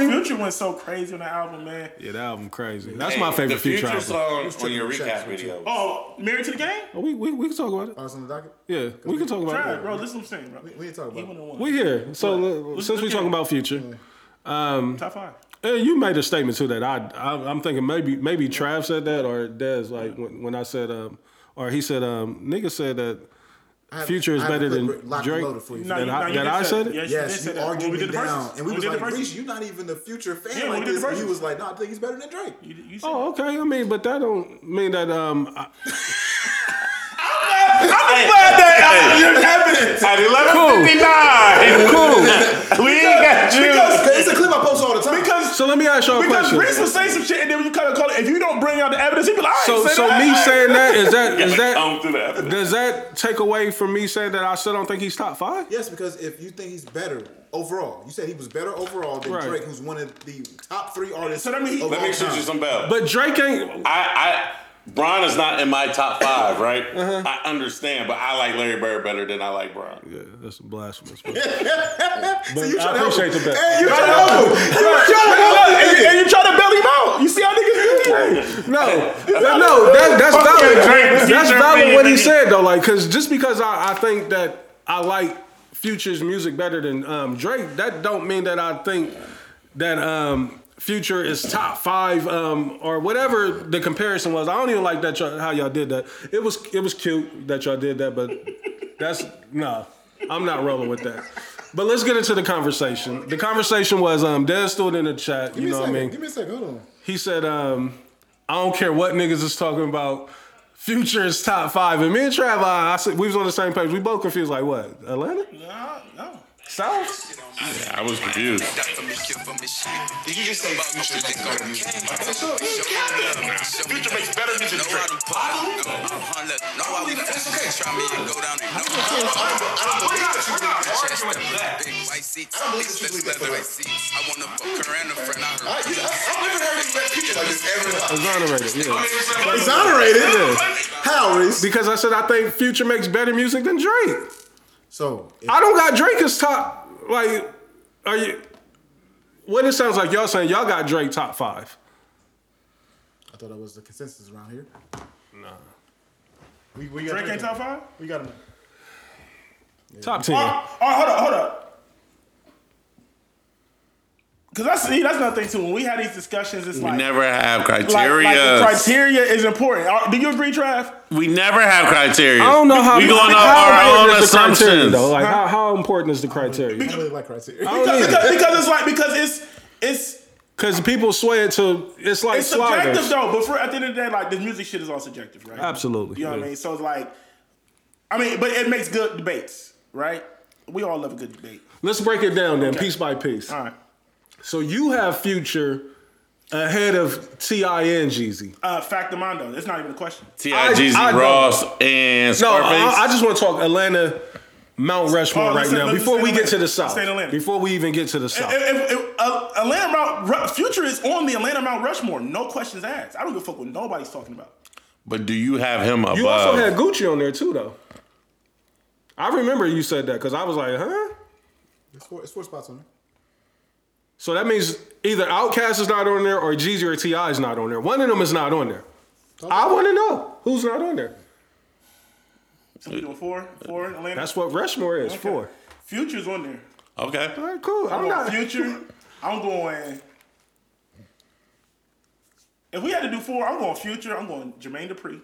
S2: name.
S3: Future went so crazy on that album, man.
S2: Yeah, that album crazy. That's my
S1: Hey,
S2: favorite
S1: the future
S2: future album.
S1: song on your
S4: Travis
S1: recap
S4: Scott?
S1: video.
S3: Oh, Married to the Game?
S2: Oh, We, we we can talk about it.
S4: Oh, it's on the docket?
S2: Yeah, we can talk
S3: Try it,
S2: about
S3: bro.
S2: it.
S3: Listen to what I'm saying, bro.
S4: We didn't talk
S3: He
S4: about
S3: wouldn't
S4: it.
S3: have won.
S2: We here. So uh,
S3: Let's
S2: since we
S3: look
S2: talking
S3: at it.
S2: about future,
S3: Top five.
S2: and you made a statement too that I, I I'm thinking maybe maybe Trav said that or Dez like when, when I said um or he said um nigga said that
S4: I have-
S2: Future is
S4: I have a
S2: better
S4: clip
S2: than
S4: writ- locked and
S2: Drake.
S4: loaded for you.
S3: No,
S2: That
S3: you-
S2: I-
S3: no, you
S2: that
S3: did
S2: I
S3: say
S2: said
S3: that.
S2: it?
S3: Yes,
S4: Yes,
S3: you did
S4: you
S3: say that. When
S4: argued
S3: we
S4: me
S3: did the
S4: down,
S3: verses.
S4: and we
S3: When
S4: was
S3: did the
S4: like,
S3: verses.
S4: Reese, you not even the Future fan
S3: Yeah, when
S4: like
S3: we did the
S4: this. And he
S3: verses.
S4: was like, no, I think he's better than Drake.
S3: You, you said
S2: Oh, okay. I mean, but that don't mean that um I,
S1: Hey, [laughs] at eleven fifty nine. Cool. We ain't got you.
S4: It's a clip I post all the time.
S3: Because
S2: So let me ask y'all a
S3: Because
S2: question.
S3: Reese would say some shit and then when you kind of call it, if you don't bring out the evidence, he'd be like, I ain't
S2: So
S3: say
S2: so
S3: that.
S2: me saying that is that
S1: Gotta
S2: is that
S1: come through that.
S2: does that take away from me saying that I still don't think he's top five?
S4: Yes, because if you think he's better overall, you said he was better overall than
S2: Right.
S4: Drake, who's one of the top three artists.
S3: So that mean he-
S4: of
S3: Let
S1: Let
S4: [laughs] all
S1: me shoot
S4: time.
S2: Oh,
S1: you some bell.
S2: But Drake ain't
S1: I, I Braun is not in my top five, right? I understand, but I like Larry Bird better than I like Braun.
S2: Yeah, that's blasphemous.
S1: So
S2: But, but
S1: [laughs] you
S2: I
S1: tryna help
S2: appreciate the
S1: him.
S2: bet.
S1: Hey, you
S2: No,
S1: tryna
S2: no,
S1: help him. You tryna help him.
S3: And, you-
S2: no.
S3: and you try to bail him out. You see how niggas do?
S2: No, no, no, that, that's
S3: Fuck your
S2: valid.
S3: dreams.
S2: That's
S3: Future
S2: valid what he
S3: baby.
S2: said though. Like, cause just because I, I think that I like Future's music better than um, Drake, that don't mean that I think that um, Future is top five um, or whatever the comparison was. I don't even like that y'all, how y'all did that. It was it was cute that y'all did that, but that's no, I'm not rolling with that. But let's get into the conversation. The conversation was um, Dez stood in the chat. you
S4: Give me
S2: know
S4: a
S2: what I
S4: second.
S2: mean?
S4: Give me a second. Hold on.
S2: He said, um, I don't care what niggas is talking about. Future is top five. And me and Trav, I, I said, we was on the same page. We both confused, like what? Atlanta?
S3: No, no.
S2: South?
S1: I was confused.
S13: Future makes better music than Drake.
S2: Exonerated, yeah.
S4: Exonerated?
S2: Yeah.
S4: How is?
S2: Because I said I think Future makes better music than Drake.
S4: So
S2: I don't got Drake as top. Like, are you? What it sounds like y'all saying y'all got Drake top five.
S4: I thought that was the consensus around here.
S2: Nah.
S4: We, we got
S3: Drake ain't top five? [laughs]
S4: We got him.
S2: Top ten.
S3: Oh, oh, hold up, hold up. Cause that's see, that's another thing too. When we had these discussions, it's
S1: We
S3: like
S1: never have
S3: like- like the
S1: criteria.
S3: criteria is important. Uh, Do you agree, Trav?
S1: we never have criteria.
S2: I don't know how
S1: we going on
S2: how
S1: our
S2: important
S1: own
S2: is the criteria,
S1: assumptions.
S2: Though. Like how, how important is the criteria?
S4: I really like criteria.
S3: Because, because, because it's like because it's it's
S2: Because people swear it to it's like
S3: it's subjective
S2: sliders.
S3: though. But for at the end of the day, like this music shit is all subjective, right?
S2: Absolutely,
S3: You know what
S2: yeah.
S3: I mean? So it's like, I mean, but it makes good debates, right? We all love a good debate.
S2: Let's break it down then, piece by piece.
S3: All right.
S2: So you have Future ahead of Ti and Jeezy.
S3: Uh, fact of Mondo. It's not even a question.
S1: T.I.
S2: I
S1: Jeezy
S2: don't-
S1: Ross and
S2: No, uh,
S1: Scarface.
S2: I, I just want to talk Atlanta, Mount Rushmore
S3: Oh, let's
S2: right
S3: stay-
S2: now.
S3: let's
S2: Before
S3: stay
S2: we
S3: in
S2: get to
S3: Atlanta.
S2: the
S3: Let's
S2: South,
S3: stay in Atlanta.
S2: before we even get to the South,
S3: If- if- if- uh, Atlanta Mount Ru- Future is on the Atlanta Mount Rushmore. No questions asked. I don't give a fuck what nobody's talking about.
S1: but do you have him above?
S2: you also had Gucci on there too, though. I remember you said that because I was like, huh?
S4: It's four, it's four spots on there.
S2: So that means either Outkast is not on there or Jeezy or Ti is not on there. One of them is not on there. I want to know who's not on there.
S3: So we doing four, four Atlanta.
S2: That's what Rushmore is for.
S3: Future's on there.
S1: okay.
S2: All right, cool.
S3: I'm going
S2: I'm not.
S3: Future. I'm going. If we had to do four, I'm going Future. I'm going Jermaine Dupri.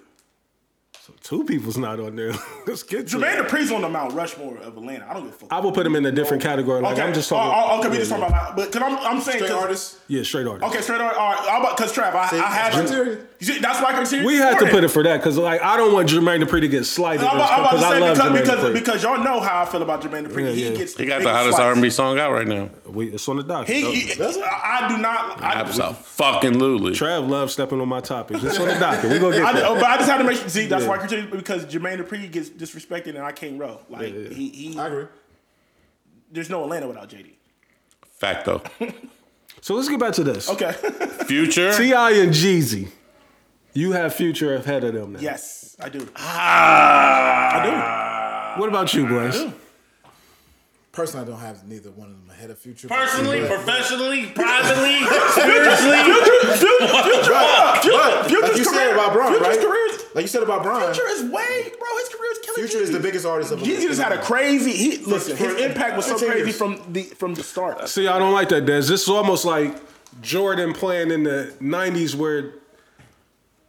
S2: Two people's not on there. [laughs] Let's get to
S3: Jermaine
S2: it.
S3: Dupri's on the Mount Rushmore of Atlanta. I don't give a fuck.
S2: I will put him in a different category. Like
S3: okay,
S2: I'm just
S3: Oh,
S2: talking.
S3: oh, okay, we just
S2: yeah,
S3: talking about, but because I'm, I'm saying
S4: Straight
S3: 'cause-
S4: artists.
S2: yeah. Yeah, straight artist.
S3: Okay, straight on. All right, I'm about because Trav, I, I had
S4: criteria.
S3: to. You see, That's why I consider.
S2: We have to put it for that because like I don't want Jermaine Dupri to get slighted
S3: I'm about, I'm about
S2: because
S3: to
S2: I
S3: say
S2: love
S3: because,
S2: Jermaine
S3: because,
S2: Dupri.
S3: because y'all know how I feel about Jermaine Dupri.
S2: Yeah,
S3: he
S2: yeah.
S3: gets
S1: He got
S3: big
S1: the hottest
S3: slights.
S1: R&B song out right now.
S2: we, it's on the dock.
S3: He, he- I, I do not. I,
S1: Absolutely.
S2: Trav loves stepping on my topic. It's
S3: [laughs]
S2: on the dock. We gonna
S3: I,
S2: get
S3: did- oh,
S2: there.
S3: but I just had to make sure. See, that's why I continue because Jermaine Dupri gets disrespected and I can't roll. Like he, he
S4: I agree.
S3: there's no Atlanta without JD.
S1: Facto.
S2: So let's get back to this.
S3: Okay. [laughs]
S1: Future.
S2: Ti and Jeezy, you have future ahead of them now.
S3: yes, I do.
S1: Ah.
S2: What about you, Blaze?
S4: Personally, I don't have neither one of them ahead of future.
S1: Personally,
S4: But-
S1: professionally, privately, spiritually.
S3: Future, future, future, uh,
S4: But-
S3: future,
S4: like you
S3: future's
S4: said
S3: career,
S4: about Bron,
S3: future's
S4: right?
S3: career,
S4: Like you said about Bron,
S3: future is way, bro. His career is killing.
S4: future is the biggest artist of.
S3: Jeezy just had a crazy. He listen, his
S4: for-
S3: impact was so
S4: 15
S3: crazy
S4: years.
S3: from the from the start.
S2: See, I don't like that, Des. This is almost like Jordan playing in the '90s, where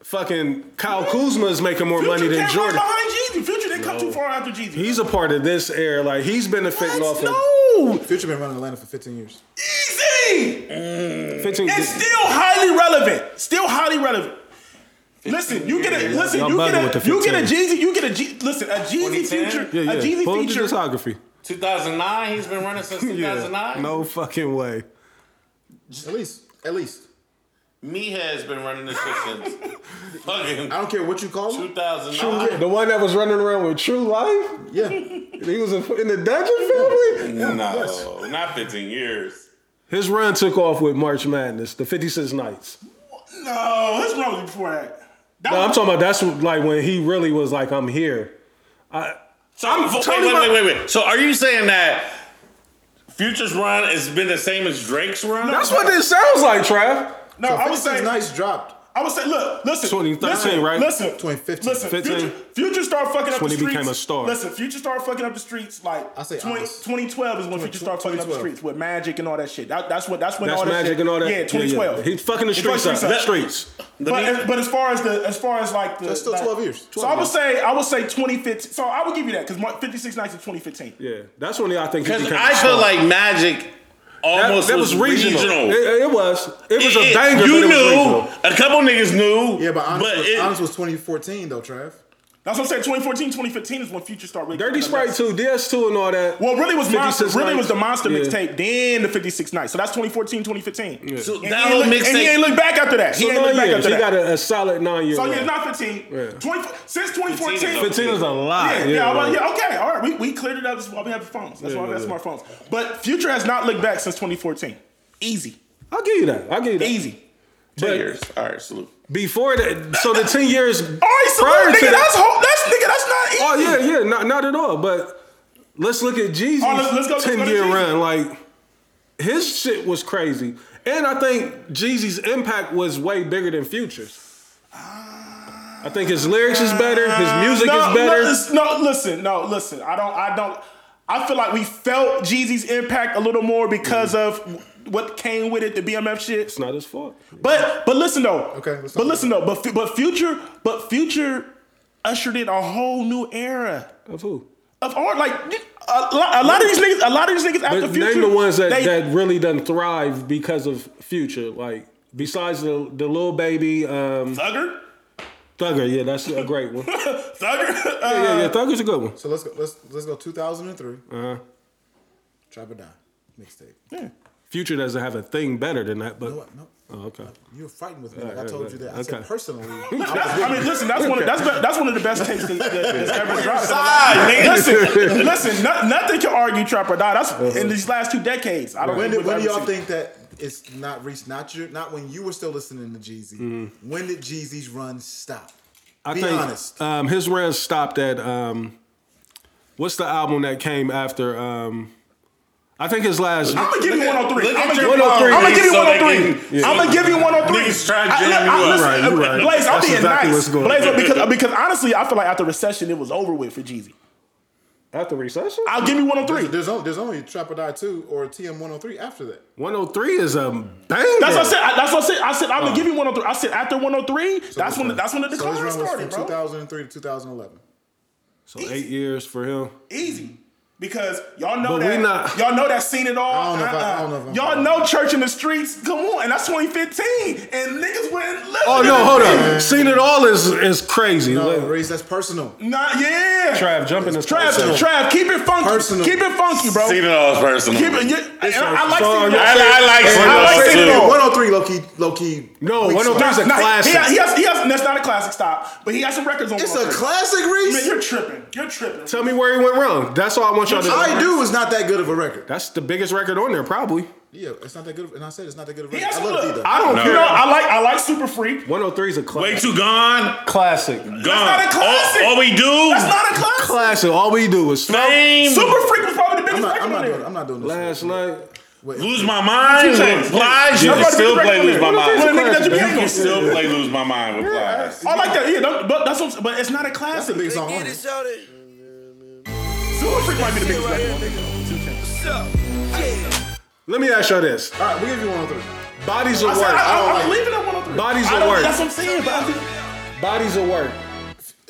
S2: fucking Kyle Kuzma is making more money
S3: Future
S2: than
S3: can't run
S2: Jordan.
S3: behind Jeezy. Future didn't come too far after Jeezy.
S2: He's a part of this era. Like he's benefiting
S3: What?
S2: off
S3: no
S4: Future been running Atlanta for 15 years.
S3: Jeezy.
S2: of 15.
S3: It's still highly relevant. Still highly relevant. Listen, you get a listen,
S2: Y'all
S3: you
S2: bugging
S3: get
S2: with
S3: a
S2: the
S3: you get a
S2: 15.
S3: Jeezy, you get a G, listen, a Jeezy
S1: 2010?
S3: feature,
S2: yeah, yeah.
S3: a
S2: Pull
S3: Jeezy
S2: up the
S3: feature.
S2: discography.
S1: 2009. He's been running since
S2: [laughs]
S1: 2009.
S2: No fucking way.
S4: At least, at least.
S1: Me has been running this shit
S2: [laughs]
S1: since fucking
S4: I don't care what you call him.
S1: 2009.
S2: The one that was running around with True Life,
S3: [laughs]
S4: Yeah,
S2: he was in in the Dungeon family.
S1: No, not 15 years.
S2: His run took off with March Madness, the 56 Nights.
S3: No, his run was before that.
S2: No, I'm talking about that's like when he really was like, I'm here. I,
S1: So I'm, wait,
S2: Tony
S1: wait,
S2: Mon-
S1: wait, wait, wait. So are you saying that Future's run has been the same as Drake's run?
S2: that's what this sounds like, Trav.
S3: No, I would say
S4: nice dropped.
S3: I would say, look, listen,
S2: 2013,
S3: listen,
S2: right?
S3: Listen,
S4: 2015.
S3: listen,
S2: 15.
S3: Future, Future started fucking
S2: That's
S3: up
S2: when
S3: the
S2: he
S3: streets.
S2: became a star.
S3: Listen, Future started fucking up the streets. Like
S4: I say
S3: 20
S4: honest.
S3: 2012 is when Future started fucking up the
S4: 2012.
S3: streets with Magic and all that shit. That, that's what. That's when
S2: That's
S3: all that
S2: magic
S3: shit-
S2: and all that.
S3: Yeah, 2012.
S2: He's fucking the
S3: He
S2: streets
S3: fucked
S2: up.
S3: the streets up.
S2: Streets.
S3: But, as, but as far as the as far as like the
S4: That's still
S3: like-
S4: 12 years.
S3: so I
S4: 12
S3: would say I would say 2015. So I would give you that because 56 nights is 2015.
S2: Yeah, that's when I think he
S1: Because
S2: became
S1: I
S2: a
S1: feel
S2: star.
S1: like Magic
S2: that,
S1: almost
S2: that
S1: was,
S2: was regional.
S1: regional.
S2: It, it was. It was a
S1: It-
S2: danger.
S1: you
S2: but it was
S1: knew,
S2: regional.
S1: a couple niggas knew.
S4: Yeah, but honest, was,
S1: it-
S4: honest was 2014 though, Trav.
S3: That's what I'm saying. 2014, 2015 is when Future started. really
S2: Dirty
S3: fucking up.
S2: Sprite too, DS2 and all that.
S3: Well, really was
S2: 56
S3: monster. Really
S2: nights.
S3: was the monster
S2: Yeah.
S3: mixtape. Then the 56 nights. So that's 2014, 2015.
S1: So
S3: And,
S1: that whole
S3: he ain't look, and he
S1: mixtape-
S3: ain't look back after that.
S2: So
S3: he ain't look
S2: nine
S3: back
S2: years.
S3: after
S2: He
S3: that.
S2: got a, a solid nine year.
S3: so
S2: run.
S3: yeah, not 15.
S2: Yeah.
S3: 20, since 2014.
S2: 15 is a lot.
S3: Yeah,
S2: Yeah,
S3: yeah, I'm
S2: like-
S3: like, yeah, okay, all right. We, we cleared it up. That's why we have phones. That's why we have
S2: yeah.
S3: smartphones. But Future has not looked back since 2014. Easy.
S2: I'll give you that. I'll give you that.
S3: Easy. Two
S2: But-
S3: years. All right, salute.
S2: Before that, so the
S3: [laughs]
S2: ten years. All
S3: All right, salute. Nigga, that's, whole, that's, nigga, that's not easy.
S2: Oh yeah, yeah, not not at all. But let's look at Jesus'
S3: Oh, let's- let's go- let's go to
S2: ten year
S3: Jeezy.
S2: run. Like his shit was crazy, and I think Jeezy's impact was way bigger than Future's. I think his lyrics is better. His music
S3: Uh, no,
S2: is better.
S3: No, listen- no, listen, no, listen. I don't, I don't. I feel like we felt Jeezy's impact a little more because
S2: Mm-hmm.
S3: of what came with it, the BMF shit.
S2: it's not his fault.
S3: But but listen though.
S4: Okay, let's
S3: But
S4: talk
S3: listen though. But Fu- but future but future ushered in a whole new era
S2: Of who?
S3: of art. Like a lot, a lot of these niggas, a lot of these niggas after
S2: But
S3: future.
S2: name the ones that,
S3: they-
S2: that really done thrive because of Future. Like besides the the little baby um,
S3: Thugger, [laughs]
S2: Thugger, yeah, that's a great
S4: [laughs]
S2: one. Yeah,
S3: Thugger. Uh,
S2: yeah, yeah, Thugger's a good one.
S4: So let's go. Let's let's go 2003. Uh-huh. Tribe or Die mixtape.
S2: Future doesn't have a thing better than that, but
S4: You know what? No,
S2: oh, okay.
S4: you're fighting with me. Like I
S2: right,
S4: told
S2: right.
S4: you that. I said
S2: Okay.
S4: personally.
S2: [laughs]
S3: That's, I mean, listen. That's one. Of, that's be- that's one of the best tapes that, that, that's
S1: [laughs]
S3: ever dropped. Listen, listen. No, nothing can argue trap or die. That's in these last two decades. I don't.
S4: When
S3: think we've
S4: did when do
S3: ever
S4: y'all
S3: seen-
S4: think that it's not reached? Not your. Not when you were still listening to Jeezy. When did Jeezy's run stop?
S2: Mm-hmm. I
S4: Be
S2: think
S4: honest.
S2: Um, his run stopped at um, what's the album that came after? Um, I think his last.
S3: I'm gonna give you 103.
S1: look
S3: I'm
S1: at
S3: gonna give
S1: your
S3: you 103. I'm gonna give you
S1: so they
S3: 103.
S1: can-
S3: I'm gonna give you 103.
S1: Niggas try to
S3: I-
S1: jam
S3: look,
S1: you
S3: I-
S1: up.
S3: listen,
S1: Right, you right.
S3: Blaze, I'm
S2: That's
S3: being
S2: exactly
S3: nice.
S2: what's going
S3: Blaze,
S2: on.
S3: because because honestly, I feel like after recession, it was over with for Jeezy.
S2: After recession,
S3: I'll give you 103.
S4: There's only there's only Trap or Die two or TM 103 after that.
S2: 103 is a banger.
S3: That's what I said. I, that's what I said. I said I'm gonna give you 103. I said after 103, that's when that's when the
S4: So his
S3: decline
S4: run was
S3: started,
S4: from
S3: bro.
S4: 2003 to 2011.
S2: So eight years for him.
S3: easy because y'all know
S2: But
S3: that
S2: we not-
S3: y'all know that seen it all.
S4: I don't know if I-
S3: Uh-uh.
S4: I don't know if I'm-
S3: y'all know church in the streets. Come on, and that's 2015, and niggas went.
S2: Oh no, hold up. Seen it all is is crazy.
S4: No,
S2: Look,
S4: Reese, that's personal.
S3: Nah, yeah.
S2: Trav jumping this
S3: Trav,
S2: person.
S3: Trav, keep it funky.
S4: Personal.
S3: Keep it funky, bro.
S1: Seen it all is personal.
S3: Keep it. Yeah, and I, I like
S2: so
S3: seeing
S2: y'all
S1: I,
S3: that.
S1: I like
S4: Hey,
S1: Seen
S3: I like
S1: it
S3: Seen It
S1: all
S3: All.
S1: too.
S4: 103 low key low key.
S2: No,
S4: weak
S2: 103 is
S4: spot.
S2: a classic.
S3: He, has, he has. He has. That's not a classic stop, but he has some records on.
S4: It's a
S3: 103.
S4: classic,
S3: Man,
S4: Reese.
S3: you're tripping. You're tripping.
S2: Tell me where he went wrong. That's all I want y'all to
S4: I do is not that good of a record.
S2: That's the biggest record on there, probably.
S4: Yeah, it's not that good. Of, and I said it's not that good of a
S3: He
S4: record.
S3: has
S4: I
S3: some.
S4: love it
S3: Look,
S4: either.
S3: I don't.
S1: No.
S3: You know, I like. I like Super Freak.
S2: 103 is a classic.
S1: Way too gone.
S2: classic.
S1: Gone.
S3: not a classic.
S1: All, all we do.
S3: That's not a classic.
S2: Classic. All we do is
S1: fame.
S3: Super Freak was probably the
S4: I'm
S3: biggest
S4: not,
S3: record
S4: I'm not
S3: on
S4: doing.
S3: there.
S4: I'm not doing this.
S2: Last night.
S4: Wait,
S1: Lose my mind.
S3: Two Chainz.
S1: With Plies. You
S3: Yeah.
S1: can still play lose my
S3: Well,
S1: mind.
S3: the nigga that you
S1: You
S3: picked
S1: can
S3: on.
S1: still play lose my mind with Plies.
S3: I like that. Yeah, that, but that's what, but it's not a
S4: that's the
S3: classic.
S4: biggest song on it.
S3: Super Freak might be the biggest record.
S2: Let me ask y'all this.
S4: All right, we give you 103.
S2: Bodies of
S3: I said, I,
S2: work.
S3: I, I'm
S4: like-
S3: leaving at 103.
S2: Bodies
S3: I
S2: of
S3: don't-
S2: work.
S3: That's what I'm saying. But I think,
S2: Bodies of work.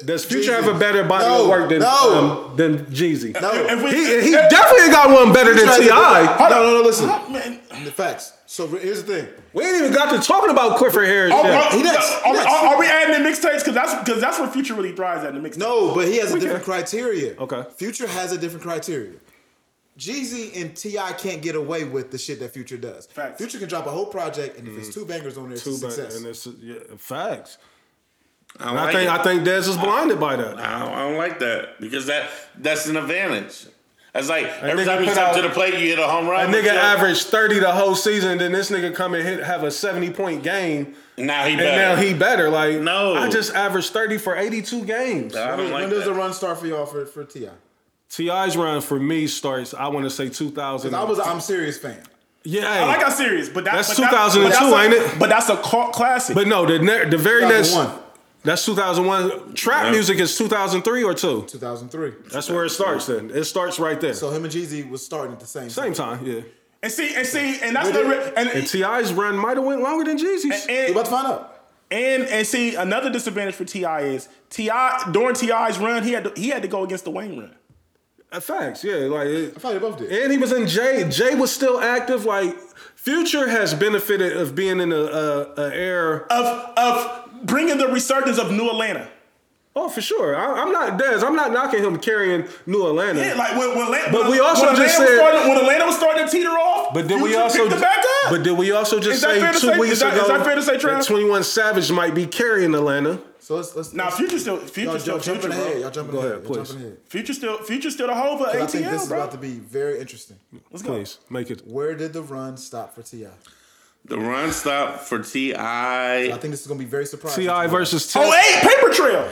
S2: Does Future
S4: Jeezy.
S2: have a better body
S4: No,
S2: of work than
S4: no.
S2: um, than Jeezy?
S4: No.
S3: if we,
S2: He, he definitely got one better than Ti.
S4: No, no, no. Listen,
S3: man,
S4: the facts. So re- here's the thing.
S2: We ain't even got to talking about Clifford Harris.
S3: are,
S2: yet.
S3: are,
S4: He next, he
S3: are,
S4: next.
S3: are- are we adding in mixtapes? Because that's because that's where Future really thrives at the mixtape.
S4: No, but he has a different criteria.
S2: Okay.
S4: Future has a different criteria. Jeezy and Ti can't get away with the shit that Future does.
S3: Facts.
S4: Future can drop a whole project, and if it's two bangers on there, it's
S2: Two
S4: a
S2: ba-
S4: success.
S2: and it's, yeah, facts.
S1: I don't
S2: And I
S1: like
S2: think
S1: it.
S2: I think Dez is blinded by that.
S1: I don't, I don't like that because that that's an advantage. That's like every
S2: nigga
S1: time you
S2: put
S1: step
S2: out-
S1: to the plate, you hit a home
S2: A
S1: run.
S2: nigga
S1: What's up?
S2: averaged thirty the whole season, then this nigga come and hit have a seventy point game.
S1: Now he
S2: and
S1: better.
S2: now he better. Like
S1: No.
S2: I just averaged thirty for eighty two games.
S1: I don't
S4: when
S1: like
S4: does
S1: that.
S4: the run start for y'all for, for Ti?
S2: Ti's run for me starts. I want to say two thousand.
S4: Because I was an I'm serious fan.
S2: yeah.
S3: I like how serious, but that-
S2: that's
S3: but
S2: two
S3: that-
S2: thousand and
S3: but
S2: two,
S3: that's
S2: ain't
S3: a-
S2: it?
S3: But that's a cult classic.
S2: But no, the ne- the very next
S4: 2001.
S2: that's two thousand one. Trap
S1: Yeah.
S2: music is two thousand three or two.
S4: 2003.
S2: That's where it starts. Then it starts right there.
S4: So him and Jeezy was starting at the same,
S2: Same time, yeah.
S3: and see, and see, and that's
S4: With
S3: the
S4: it-
S3: re- and
S2: And Ti's run might have went longer than Jeezy's.
S4: We
S3: and,
S4: about to find out.
S3: and and see another disadvantage for Ti is Ti during Ti's run he had to, he had to go against the Wayne run.
S2: Uh, Facts, yeah. Like it,
S4: I thought they both did.
S2: And he was in Jay. Jay was still active. Like Future has benefited of being in a, a, a air.
S3: of of bringing the resurgence of New Atlanta.
S2: Oh, for sure. I, I'm not Dez. I'm not knocking him carrying New Atlanta.
S3: Yeah, like when when, La-
S2: But
S3: when-
S2: we also
S3: when Atlanta
S2: just
S3: was
S2: said-
S3: starting, when Atlanta was starting to teeter off.
S2: but did we
S3: Future
S2: also?
S3: picked it back up?
S2: But did we also just
S3: Is that
S2: say
S3: fair to
S2: two
S3: say-
S2: weeks
S3: is that-
S2: ago?
S3: is that fair to say, Trav?
S2: Twenty One Savage might be carrying Atlanta.
S4: So let's let's
S3: Nah,
S4: let's-
S3: Future still
S4: y'all,
S3: Future
S4: y'all
S3: still Future,
S4: jumping ahead. Y'all
S3: bro.
S4: jumping
S2: Go
S4: ahead.
S2: ahead,
S4: y'all
S2: please.
S4: jumping ahead.
S3: Future still Future still the hove for
S4: 'Cause I think this
S3: ATL,
S4: is
S3: bro.
S4: about to be very interesting.
S3: Let's go.
S2: Please make it.
S4: Where did the run stop for Ti?
S1: The run stop for Ti.
S4: I think this is gonna be very surprising.
S2: Ti versus Ti.
S3: Oh eight paper trail.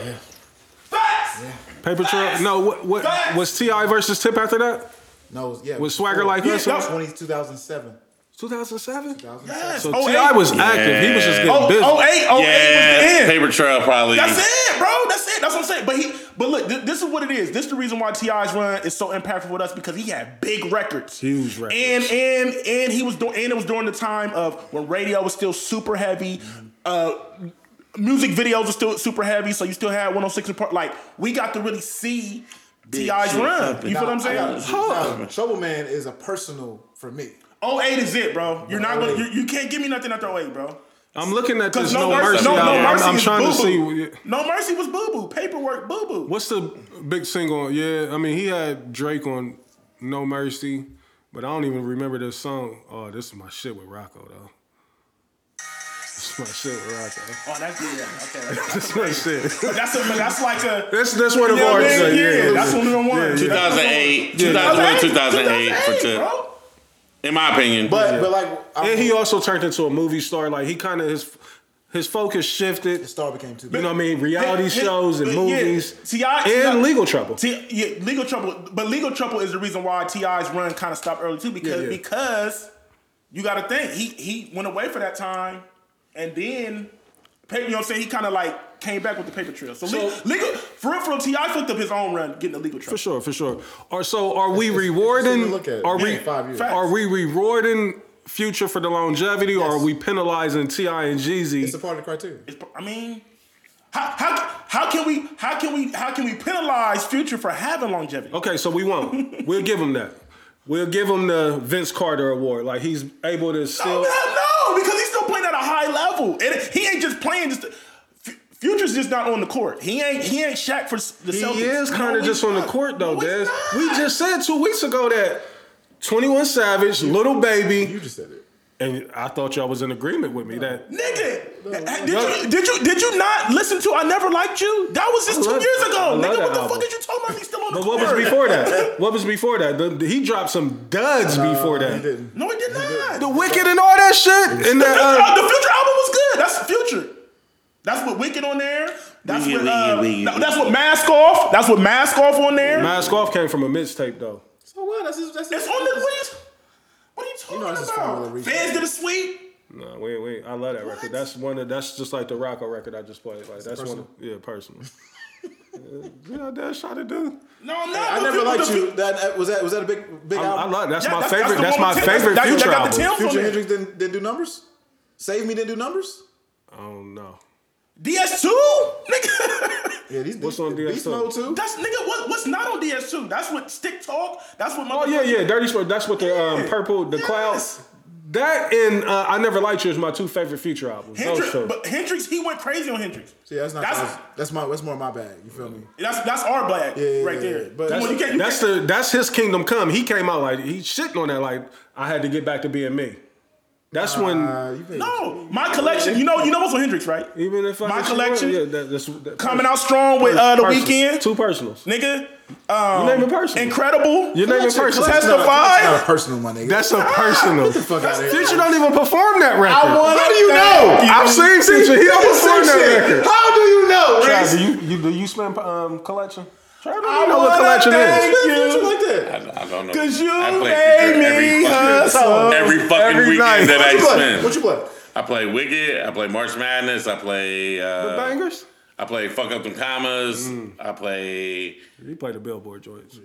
S3: Facts.
S2: Paper Trail. No, what, what
S3: Facts.
S2: was Ti versus Tip after that?
S4: No, yeah.
S2: With Swagger like
S3: Yeah,
S2: us.
S3: that-
S4: 20, 2007.
S2: 2007.
S4: 2007.
S2: So
S3: Oh,
S2: Ti
S3: eight.
S2: was active. He was just getting
S3: Oh,
S2: busy.
S3: oh eight, oh eight was the
S1: Yeah,
S3: end.
S1: paper trail probably.
S3: That's it, bro. That's it. That's what I'm saying. But he, but look, th- this is what it is. This is the reason why Ti's run is so impactful with us because he had big records,
S2: Huge records.
S3: and and and he was doing, and it was during the time of when radio was still super heavy.
S2: Mm-hmm.
S3: Uh, music videos were still super heavy, so you still had 106 and part. Like we got to really see Ti's
S1: shit
S3: run.
S1: happened.
S3: You feel what I'm
S4: Now, I got-
S3: saying?
S4: now, Trouble Man is a personal for me.
S3: 08 is it, bro. You're not gonna. You, you can't give me nothing after 08, bro.
S2: I'm looking at
S3: Because
S2: this
S3: no,
S2: No,
S3: mercy,
S2: Mercy
S3: no, no
S2: album. I'm,
S3: mercy
S2: I'm
S3: is
S2: trying to
S3: boo-boo.
S2: see.
S3: No mercy was boo boo. Paperwork boo boo.
S2: What's the big single? Yeah, I mean, he had Drake on No Mercy, but I don't even remember this song. Oh, this is my shit with Rocco, though. This is my shit with Rocco. [laughs]
S3: Oh, that's good. Okay, that's,
S2: This is my
S4: [laughs]
S2: shit.
S3: [laughs] that's, a, that's like a.
S2: That's, that's one of
S3: You know what
S2: ours.
S3: I mean?
S2: like,
S3: yeah,
S2: yeah,
S3: that's
S2: yeah.
S3: one of the ones.
S1: 2008,
S2: Yeah.
S1: 2001, 2008 for
S3: 2008,
S1: Tip.
S3: bro.
S1: In my opinion,
S4: But but like I-
S2: And he also turned into a movie star. Like, he kind of, his, his focus shifted.
S4: the star became too
S2: You
S4: big.
S2: know what I mean? Reality
S3: Hit- hit-
S2: shows and
S3: yeah.
S2: movies.
S3: T.I.
S2: And Legal Trouble.
S3: T- yeah, legal trouble. But legal trouble is the reason why Ti's run kind of stopped early too, because
S2: yeah.
S3: because you got to think he he went away for that time, and then paper. You know what I'm saying? He kind of like came back with the paper trail. So, le- legal for real, for real, Ti fucked up his own run getting the legal trouble.
S2: For sure, for sure. Or so are we
S4: it's- it's
S2: rewarding?
S4: something to look at.
S2: Are we
S4: Yeah, five years.
S2: are we rewarding Future for the longevity, or are we penalizing Ti and
S4: It's a
S2: Jeezy?
S4: part of the criteria.
S3: It's- I mean, how, how how can we how can we how can we penalize Future for having longevity?
S2: Okay, so we won't. we'll give him that. We'll give him the Vince Carter Award. Like he's able to
S3: No,
S2: still.
S3: Oh, no, because he's still playing at a high level, and he ain't just playing. Just F- Future's just not on the court. He ain't he ain't Shaq for s- the
S2: He
S3: Celtics.
S2: is
S3: No,
S2: kind of
S3: he's
S2: just on the
S3: not.
S2: court though,
S3: No, he's
S2: Des.
S3: not.
S2: We just said two weeks ago that Twenty One Savage, Little Baby,
S4: You just said it.
S2: and I thought y'all was in agreement with me that
S3: Nigga, did
S2: no.
S3: you did you did you not listen to I Never Liked You? That was just
S2: I
S3: two
S2: love-
S3: years
S2: I
S3: ago.
S2: love
S3: Nigga,
S2: that
S3: what the
S2: album.
S3: fuck is you talking about? He's still on the
S2: But
S3: court.
S2: what was before
S3: [laughs]
S2: that? What was before that? The- he dropped some duds before that.
S4: He didn't.
S3: No, he did not.
S2: The Wicked and all that shit. And
S3: Future- uh,
S2: that, uh,
S3: the Future album was good. That's the Future. That's what Wicked on there. That's
S1: Wicked,
S3: what. Uh,
S1: Wicked, Wicked,
S3: no, that's what Mask Off. That's what Mask Off on there.
S2: uh, Mask Off came from a mixtape though.
S4: So what? That's his, that's his,
S3: it's on the list. What are you talking
S4: know this is formula
S3: about?
S4: reason.
S3: Fans did a sweep.
S2: No, wait, wait. I love that record. That's one of that's just like the Rocco record I just played. Like that's one of, yeah,
S3: [laughs]
S2: personal. yeah, that's trying to do.
S3: No, I'm not.
S4: I
S3: The
S4: never
S3: Fu-
S4: liked
S3: the
S4: you.
S3: Fu-
S4: That, that was that was that a big big
S2: I, I
S4: album.
S2: love that's
S3: Yeah,
S2: my
S3: that's-
S2: favorite.
S3: the
S2: That's,
S3: one
S2: my
S3: with Tim-
S2: favorite
S3: that- that
S2: future
S3: got the
S2: album.
S3: Tim from
S4: Future
S3: there.
S4: Hendrix didn't, didn't do numbers. Save me didn't do numbers.
S2: I don't know.
S3: DS2, nigga. [laughs]
S4: Yeah, these
S2: What's on
S4: Beast
S2: DSO?
S4: Mode too.
S3: That's nigga. What, what's not on DS2? That's what Stick Talk. That's what.
S2: Oh yeah, yeah. Dirty Sport. That's what the um, purple, the clouds. That and uh, I Never Liked You is my two favorite future albums. No
S3: Hendrix,
S2: show.
S3: but Hendrix, he went crazy on Hendrix.
S4: See, that's not
S3: That's-
S4: that's, that's my that's more my bag. You feel me?
S3: That's that's our black
S4: yeah,
S3: right there.
S4: yeah. But-
S3: Come on, you can't- you
S2: That's
S3: can't-
S2: the that's his kingdom come. He came out like he shitting on that like I had to get back to being me. That's when
S4: Uh,
S3: Uh, no, my collection. You know, you know what's on Hendrix, right?
S2: Even if I
S3: My
S2: get you
S3: collection?
S2: right, yeah, that- that's- that-
S3: Coming out strong with uh, the
S2: Personals.
S3: weekend,
S2: Two personals.
S3: nigga. Um,
S2: You name a person.
S3: Incredible.
S2: You name a person.
S3: Testify.
S4: That's not a personal, my nigga.
S2: That's a personal.
S4: Get the fuck out of here.
S2: Future don't even perform that record.
S4: I wanna thank you.
S2: I've seen Future. He don't
S4: Nigga sing
S2: perform that
S4: shit.
S2: record.
S4: How do you know,
S2: Trav,
S4: Reese?
S2: do you, you do you spend um, collection? Trav, do
S4: I
S2: you know what
S4: wanna
S2: collection
S4: thank
S2: is?
S4: you. Future like that.
S1: I, I don't know.
S3: Cause you
S1: I play
S3: made
S1: Future every
S3: me
S1: fucking-
S3: hustle.
S1: Every fucking
S2: Every
S1: weekend
S2: night.
S1: that
S4: What you
S1: I
S4: play?
S1: spend.
S4: What
S3: [laughs]
S4: you play?
S1: I play Wicked. I play March Madness. I play. Uh,
S2: The bangers.
S1: I play Fuck Up Them Commas. I play. [laughs]
S2: You play the Billboard joints.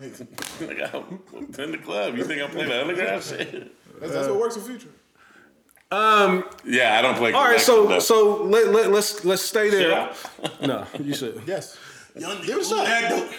S1: Like, I'm in the club. You think I'm playing the underground shit?
S4: That's, that's what works in future.
S2: Um.
S1: Yeah, I don't play.
S2: All right.
S1: collection,
S2: So
S1: though.
S2: so let, let let's let's stay there.
S1: Should I?
S2: No, you should.
S4: Yes.
S3: Young nigga,
S4: Give it a
S3: move
S4: shot.
S3: that dope.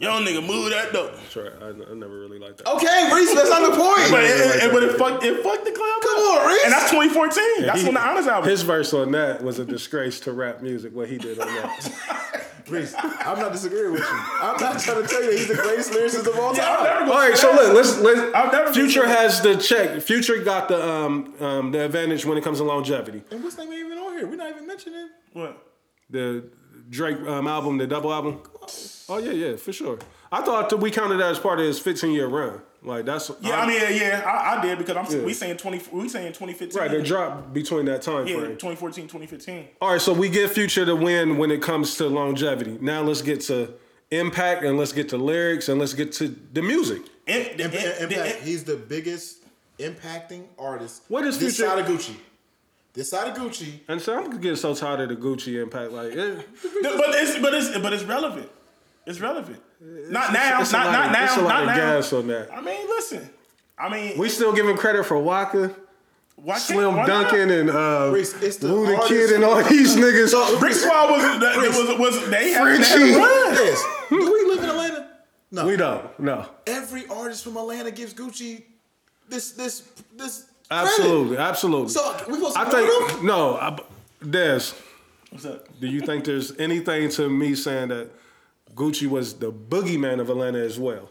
S3: Young nigga, move that dope.
S2: Trav, I, I never really liked that.
S4: Okay, Reese, that's not the point.
S3: But it, it, it, but it fucked it fucked the club.
S4: Come
S3: up.
S4: on, Reese.
S3: And that's 2014. that's
S2: He-
S3: when the honors album.
S2: His verse on that was a disgrace to rap music. What he did on that.
S4: Reese, I'm not disagreeing with you. I'm not trying to tell you that he's the greatest lyricist of all
S3: I'm never
S4: time.
S3: gonna
S2: All right,
S3: say
S2: so
S3: that.
S2: look, let's let
S3: I've never
S2: us
S3: been
S2: Future
S3: to-
S2: has the check. Future got the um um the advantage when it comes to longevity.
S4: And what's name ain't even on here? We're not even mentioning.
S3: What?
S2: The Drake um, album, the double album. Oh yeah, yeah, for sure. I thought that we counted that as part of his 15 year run. Like that's
S3: Yeah, I mean, yeah, yeah, I, I did because I'm
S2: Yeah.
S3: we saying 20 we saying 2015.
S2: right. They dropped between that time
S3: Yeah,
S2: frame.
S3: 2014, 2015.
S2: All right, so we give Future the win when it comes to longevity. Now let's get to impact and let's get to lyrics and let's get to the music.
S3: Im- the-
S4: Imp-
S3: the-
S4: Impact.
S3: the-
S4: he's the biggest impacting artist.
S2: What is
S4: this
S2: Future-
S4: side of Gucci? This side of Gucci.
S2: And so I'm getting so tired of the Gucci impact. Like, eh.
S3: But it's but it's but it's relevant. It's relevant. not now.
S2: it's a
S3: not
S2: lot
S3: not
S2: of-
S3: now.
S2: it's a lot
S3: not
S2: of
S3: now.
S2: gas on that.
S3: I mean, listen. I mean,
S2: we still giving credit for Waka.
S3: why can't-
S2: Slim
S3: why not?
S2: Duncan and uh,
S4: Reese, it's the
S2: Lou the
S4: artist-
S2: Kid and all these niggas.
S3: Brick Squad was that, that was was they had, they had
S2: Frenchie.
S3: a run.
S4: Yes. Do we live in Atlanta? No.
S2: we don't. No,
S4: Every artist from Atlanta gives Gucci this this this. credit.
S2: absolutely, absolutely.
S4: So we supposed to
S2: I
S4: support
S2: think no. I, Des,
S3: What's up?
S2: do you think there's anything to me saying that Gucci was the boogeyman of Atlanta as well?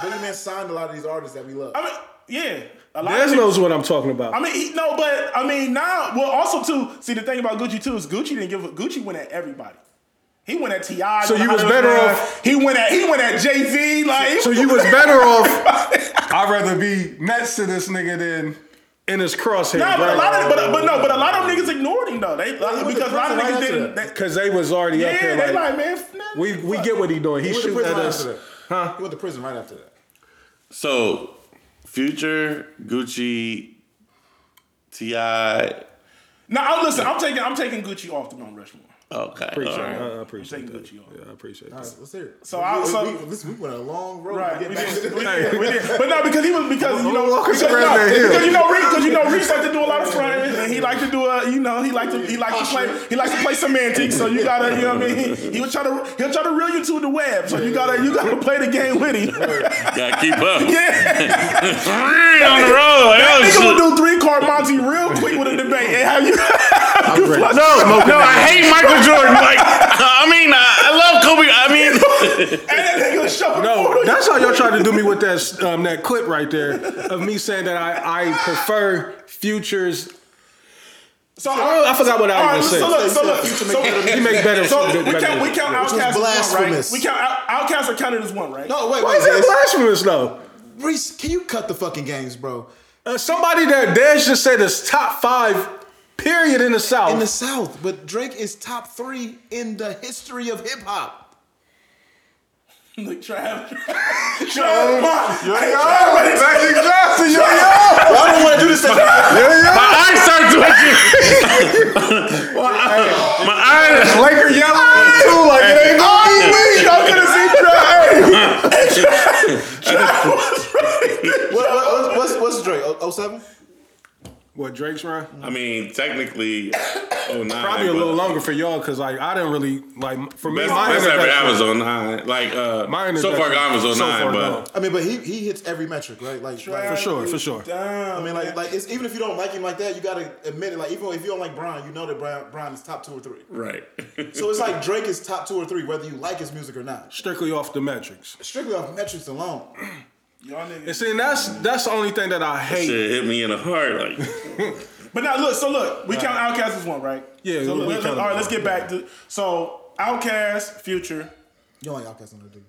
S4: Biggie Man signed a lot of these artists that we love.
S3: I mean, Uh, yeah. A lot
S2: Des
S3: of people-
S2: knows what I'm talking about.
S3: I mean, he, no, but I mean now. Well, also too. See, the thing about Gucci too is Gucci didn't give. a Gucci went at everybody. He went at Ti.
S2: So
S3: went
S2: you
S3: at
S2: was
S3: Hottie
S2: better
S3: Brown.
S2: off-
S3: He went at. He went at Jay Z. Like
S2: so you was better off. I'd rather be next to this nigga than in his crosshair.
S3: Nah, but a lot of. But, but no, but a lot of them niggas ignored him though. They
S4: went
S3: because
S4: to
S3: a lot of niggas
S4: prison right after
S3: didn't.
S4: that.
S3: they-
S2: because they was already up
S3: yeah,
S2: there.
S3: they
S2: Like,
S3: like man. f- nah,
S2: we we get what he doing. He
S4: He went to
S2: shooting
S4: prison
S2: at
S4: right
S2: us.
S4: after that. He went to prison right after that.
S1: So, Future, Gucci, Ti.
S3: Nah, I- listen. I'm taking. I'm taking Gucci off the Mount Rushmore.
S1: Okay,
S2: Appreciate
S1: all
S2: it.
S1: right.
S2: I- I
S3: I'm
S2: appreciate
S3: taking
S2: that.
S3: Gucci off.
S2: Yeah, I appreciate
S4: All
S2: that.
S4: right, let's hear it.
S3: So
S4: we,
S3: I-
S4: we,
S3: so-
S4: we, listen, we went a long road
S3: Right,
S4: to get
S3: we
S4: back to
S3: did, [laughs]
S4: the
S3: we
S4: [laughs]
S3: did, we did. But no, because he was because you know
S2: Walk us
S3: because,
S2: around
S3: no,
S2: that hill.
S3: because you know because you know Reese like to do a lot of fronting and he like to do a you know he like to he like to play he likes to play semantics so you gotta you know what I mean he, he will try to he'll try to reel you to the web so you gotta you gotta play the game with him.
S1: Gotta keep up.
S3: [laughs] yeah,
S1: Three on the road. Like, oh,
S3: nigga
S1: shit.
S3: will do three card Monty real quick with a debate and have you. [laughs]
S2: uh,
S1: No, no, I hate Michael Jordan. Like, I mean, I, I love Kobe. I mean,
S3: and that nigga will show
S2: No, that's how y'all tried to do me with that um, that clip right there of me saying that I, I prefer futures.
S3: So uh,
S2: I forgot what
S3: All
S2: I
S3: right,
S2: was
S3: so
S2: gonna
S3: look,
S2: say.
S3: so look,
S4: Future
S3: so
S4: make better
S2: He make better.
S3: So
S2: better-
S3: we count we
S2: better-
S3: count
S4: Which was
S3: Outkast as one, right?
S4: blasphemous.
S3: We count Out- Outkast are counted as one, right?
S4: No, wait,
S2: Why
S4: wait.
S2: is that
S4: Des.
S2: blasphemous though?
S4: Reese, can you cut the fucking games, bro?
S2: Uh, somebody that Dez just said is top five. Period in the South.
S4: In the South, but Drake is top three in the history of hip hop.
S3: Look,
S2: [laughs]
S3: Trav. Trav, Martin. Hey, Trav,
S2: Magic Johnson, yo
S4: I don't want to do this. Thing.
S2: yo yo. [laughs]
S1: my eyes start twitching. [laughs] my eyes.
S2: [laughs] Laker yellow too, like it ain't gonna be me. Y'all gonna see Trey.
S4: What, what, what's, what's Drake? oh, O- 07?
S2: What Drake's run?
S1: I mean, technically, oh nine.
S2: Probably a
S1: but
S2: little longer for y'all because like I didn't really like for me.
S1: Best,
S2: my
S1: best ever
S2: introduction-
S1: Amazon nine. Like, uh,
S2: My
S1: so far
S2: introduction-
S1: gone was on
S2: so
S1: nine,
S2: far
S1: but
S4: I mean, but he, he hits every metric, right? Like, like
S2: For sure, for sure.
S3: Damn.
S4: I mean, like, like it's, even if you don't like him like that, you gotta admit it. Like, even if you don't like Brian, you know that Brian, Brian is top two or three.
S1: right.
S4: So it's like Drake is top two or three, whether you like his music or not.
S2: strictly off the metrics.
S4: [clears throat] Strictly off metrics alone.
S2: And see, and that's that's the only thing that I
S1: [laughs]
S2: hate.
S1: Shit hit me in the heart,
S2: [laughs]
S1: like
S3: But now look, so look, we count Outcast as one, right?
S2: Yeah,
S3: So
S2: we-
S3: look,
S2: we
S3: let-
S2: count
S3: all right,
S2: it.
S3: let's get back to so Outcast, Future.
S4: You don't like Outkast on the dude.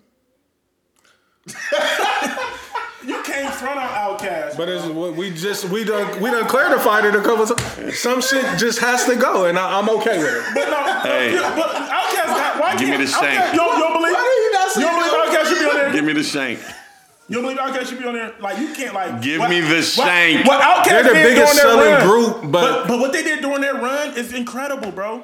S3: You can't front on Outcast.
S2: But it's what we just we done we done clarified it a couple times. Some shit just has to go, and I, I'm okay with it.
S3: But no,
S1: Hey.
S3: but Outcast got why
S1: Give me the
S3: can't
S1: shank.
S3: Outkast- You don't, you don't believe?
S4: you not
S3: you don't believe Outcast should be on there?
S1: give me the shank.
S3: You don't believe Outkast should be on there? Like you can't like
S1: Give me the shank.
S3: What, what Outkast
S2: They're the
S3: did
S2: biggest
S3: during
S2: selling
S3: their run,
S2: group, but-
S3: but what they did during their run is incredible, bro.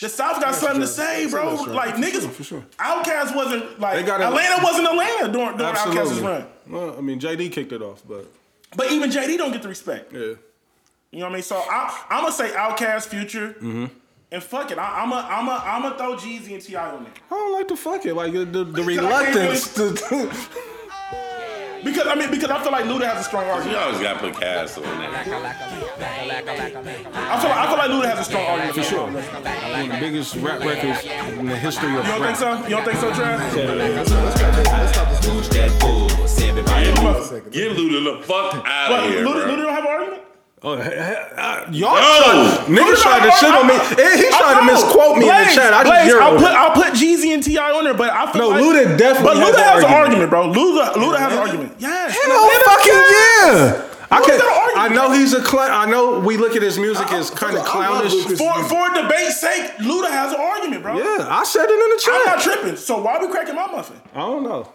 S3: The South got something to say, bro. Like niggas,
S2: for sure.
S3: Outcast wasn't like
S2: They got it.
S3: Atlanta wasn't Atlanta during, during Outkast's run.
S2: Well, I mean, JD kicked it off, but
S3: But even JD don't get the respect.
S2: yeah,
S3: You know what I mean? So I, I'm gonna say Outcast, Future,
S2: Mm-hmm.
S3: and fuck it. I, I'm gonna I'm gonna I'm gonna throw Jeezy and Ti on there.
S2: I don't like the fuck it, like the, the, the
S3: I can't
S2: reluctance to. [laughs]
S3: Because I mean, because I feel like Luda has a strong
S1: You
S3: argument.
S1: always gotta put Cass on there.
S3: I feel like, I feel like Luda has a strong argument for sure. You
S2: one of the biggest rap records in the history of
S3: don't
S2: rap.
S3: think so? You don't think so, Trav?
S1: Get Luda the fuck out
S3: But
S1: of here,
S3: Luda,
S1: bro.
S3: Luda don't have an argument.
S2: Oh, he- he- uh, y'all,
S1: No!
S2: tried, niggas tried to shit on me. And he
S3: I
S2: tried to
S3: know.
S2: misquote me in
S3: Blaze,
S2: the chat. I just
S3: Blaze,
S2: hear
S3: I'll put
S2: it.
S3: I'll put Jeezy and Ti on there, but I feel
S2: No,
S3: like
S2: Luda definitely
S3: But
S2: has
S3: Luda
S2: an
S3: has an argument,
S2: argument.
S3: bro. Luda Luda has an argument. Yes.
S2: Hell fucking yeah! I
S3: Who's
S2: can.
S3: gonna argue
S2: I
S3: with
S2: know
S3: that?
S2: he's a clown. I know we look at his music as kind of
S4: I love
S2: clownish.
S4: Lucas.
S3: For for debate's sake, Luda has an argument, bro.
S2: Yeah, I said it in the
S3: I'm not
S2: chat.
S3: tripping. So why we cracking my muffin?
S2: I don't know.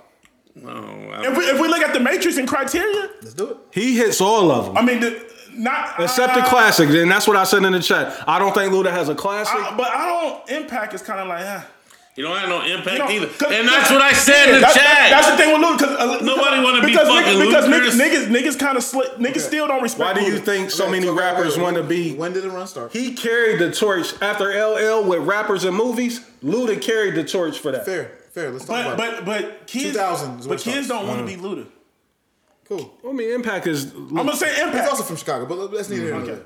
S1: No, I-
S3: If we if we look at the Matrix and Criteria,
S4: Let's do it.
S2: He hits all of them
S3: I mean, the, not
S2: except the
S3: uh,
S2: classics, and that's what I said in the chat. I don't think Luda has a classic.
S3: I- but I don't. Impact is kind of like, ah.
S1: You don't have no
S3: You know,
S1: impact either.
S3: cause-
S1: And that's what I said in the
S3: That's-
S1: chat.
S3: That's the thing with Luda. 'cause, uh,
S1: Nobody wanna be
S3: because
S1: fucking
S3: niggas, because
S1: Ludacris.
S3: niggas, niggas, niggas kind of slick. Niggas still don't respect.
S2: Why do you
S3: Luda.
S2: think so
S4: Okay,
S2: many
S4: so wait,
S2: rappers
S4: wait,
S2: want to be?
S4: When did the run start?
S2: He carried the torch after LL with rappers and movies. Luda carried the torch for that.
S4: Fair, fair. Let's talk
S3: But
S4: about
S3: but
S4: it.
S3: but kids,
S4: 2000 is what
S3: but
S4: it
S3: kids
S4: starts.
S3: don't want to be Luda.
S4: Cool.
S2: I mean, Impact is.
S3: I'm gonna say
S4: He's
S3: Impact.
S4: also from Chicago, but let's need it.
S3: Okay.
S4: Okay.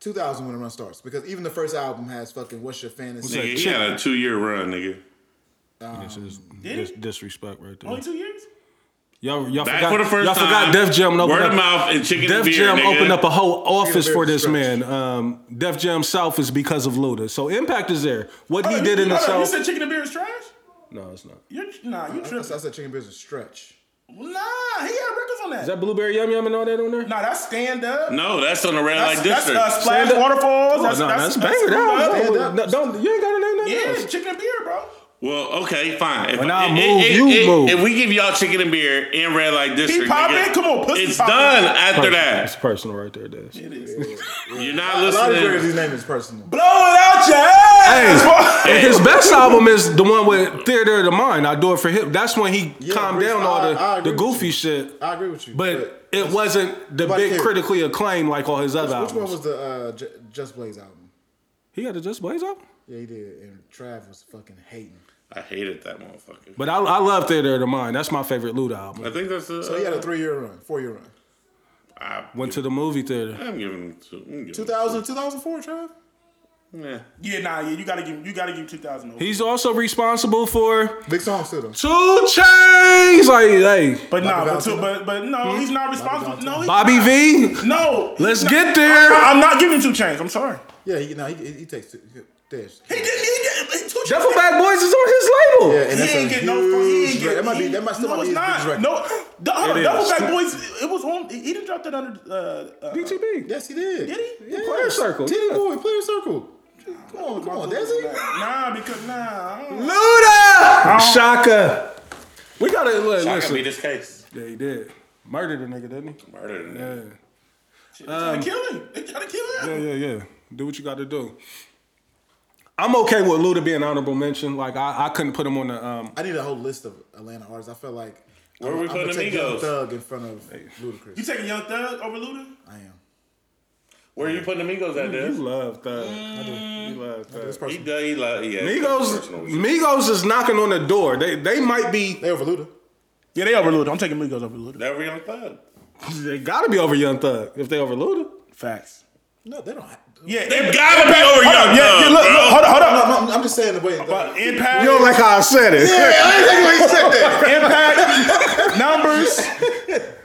S4: 2000 when the run starts because even the first album has fucking what's your fantasy?
S1: Nigga, he had a two year run, nigga.
S2: This is
S3: dis-
S2: disrespect right there.
S3: Only two years.
S2: Y'all, y'all
S1: Back
S2: forgot.
S1: for the first
S2: y'all
S1: time.
S2: forgot Def Jam opened
S1: Word
S2: up.
S1: of mouth and chicken
S2: Def
S1: and beer,
S2: Jam
S1: nigga.
S2: opened up a whole office
S4: Beer
S2: for this
S4: stretch.
S2: man. Um, Def Jam South is because of Luda. So Impact is there. What he
S3: Hold
S2: did
S3: on,
S2: in the
S3: hold on, You
S2: South.
S3: said chicken and beer is trash.
S2: no, it's not.
S3: You're nah, you
S4: I
S3: tripping.
S4: said chicken beers a stretch.
S3: Nah, he had records on that.
S2: Is that Blueberry Yum Yum and all that on there?
S3: nah, that's stand up.
S1: No, that's on the red
S3: that's,
S1: light
S3: that's
S1: district.
S3: uh, splash
S2: Stand Up-
S3: waterfalls.
S2: Oh,
S3: That's,
S2: no,
S3: that's,
S2: that's, banger.
S3: Stand Up.
S2: That
S4: Stand
S2: one-
S4: up.
S2: no, don't you ain't got to name
S3: Yeah,
S2: nothing else.
S3: chicken and beer, bro.
S1: well, okay, fine. If,
S2: When I
S1: if-
S2: move,
S1: if-
S2: you
S1: if-
S2: move.
S1: If we give y'all chicken and beer and red light district,
S3: popping?
S1: nigga,
S3: Come on, pussy
S1: it's
S3: popping.
S1: done after
S2: It's
S1: that.
S2: personal right there, Des.
S1: You're not
S4: A lot of records
S1: listening.
S4: these names is personal.
S3: Blow it out your ass.
S2: Hey,
S4: [laughs]
S2: his best album is the one with Theater of the Mind. I do it for him. That's when he
S4: Yeah,
S2: calmed
S4: I agree-
S2: down all
S4: I- I
S2: the,
S4: agree
S2: the
S4: with
S2: goofy
S4: you.
S2: shit.
S4: I agree with you,
S2: But it wasn't the
S4: Nobody
S2: big
S4: cares.
S2: critically acclaimed like all his other
S4: which one
S2: albums.
S4: was the uh, J- Just Blaze album?
S2: He got a Just Blaze album?
S4: Yeah, he did, and Trav was fucking hating.
S1: I hated that motherfucker.
S2: But I, I love Theater of the Mind. That's my favorite Luda album.
S1: I think that's the.
S4: So he had a three year run, four year run.
S1: I,
S2: Went to the movie theater.
S1: I'm giving him two. I'm giving him
S4: 2000, 2004, Trav.
S1: two. Yeah.
S3: Yeah, nah, yeah, you gotta give you gotta give two thousand.
S2: He's also responsible for
S4: Big songs too though.
S2: Two Chains. Like, hey,
S3: But nah, but,
S4: Valentine?
S3: two, but but no, he's not responsible. No, he's
S2: Bobby
S3: not.
S2: V.
S3: No, he's
S2: Let's
S3: not.
S2: get there.
S3: I, am not giving him two chains. I'm sorry.
S4: Yeah, he, no, he, he takes two. he- Dash.
S3: He didn't. He didn't. Two Chainz-
S2: Duffelback Boys is on his
S4: Yeah,
S2: label.
S4: and
S3: He
S4: that's
S3: ain't
S4: a
S3: get
S4: huge.
S3: no. He ain't
S4: record.
S3: get.
S4: That might be.
S3: he-
S4: That might still
S3: no,
S4: might be
S3: it's
S4: his biggest
S3: not.
S4: record.
S3: No, the, hold on,
S2: It is.
S3: Doubleback Boys. It, was on. He didn't drop that under. Uh, uh,
S2: DTB.
S4: Yes, he did.
S3: Did he?
S4: Yeah.
S2: Player Circle,
S4: Titty
S2: yeah.
S4: boy, player circle. Come on, come on, does he?
S3: Nah, because nah. I don't know.
S2: Luda. Shaka. We gotta look,
S1: I can
S2: listen.
S1: beat this case.
S2: Yeah, he did. Murdered a nigga, didn't he?
S1: Murder. nigga.
S3: They
S2: Yeah.
S3: trying to kill him. They trying to kill
S2: Yeah,
S3: him.
S2: yeah, yeah. Do what you got to do. I'm okay with Luda being honorable mention. Like I, I couldn't put him on the. Um,
S4: I need a whole list of Atlanta artists. I feel like
S1: Where we
S4: I'm,
S1: putting
S4: I'm take Young
S1: Amigos?
S4: Thug in front of
S3: You
S4: Ludacris.
S3: taking Young Thug over Luda?
S4: I am.
S1: Where are you putting amigos at,
S2: you
S1: dude?
S2: love Thug. I do. You love Thug.
S4: This
S1: He
S4: person,
S1: does. He love. Yeah.
S2: Mm. Migos,
S1: Personal.
S2: Migos is knocking on the door. They they might be.
S4: they over Luda.
S3: Yeah, they over Luda. I'm taking Migos over Luda.
S1: That real thug.
S2: They gotta be over Young Thug if they over Luda.
S3: Facts.
S4: No, they don't. Have,
S3: Yeah,
S4: they
S3: it gotta be over
S4: Hold
S3: young
S4: up, yeah,
S3: Thug,
S4: yeah, look,
S3: bro.
S4: look, hold up, hold up. I'm, I'm- I'm just saying the way.
S3: But impact.
S4: You don't like how I said it.
S3: Yeah, I didn't like you said
S4: that.
S3: Impact numbers.
S2: [laughs]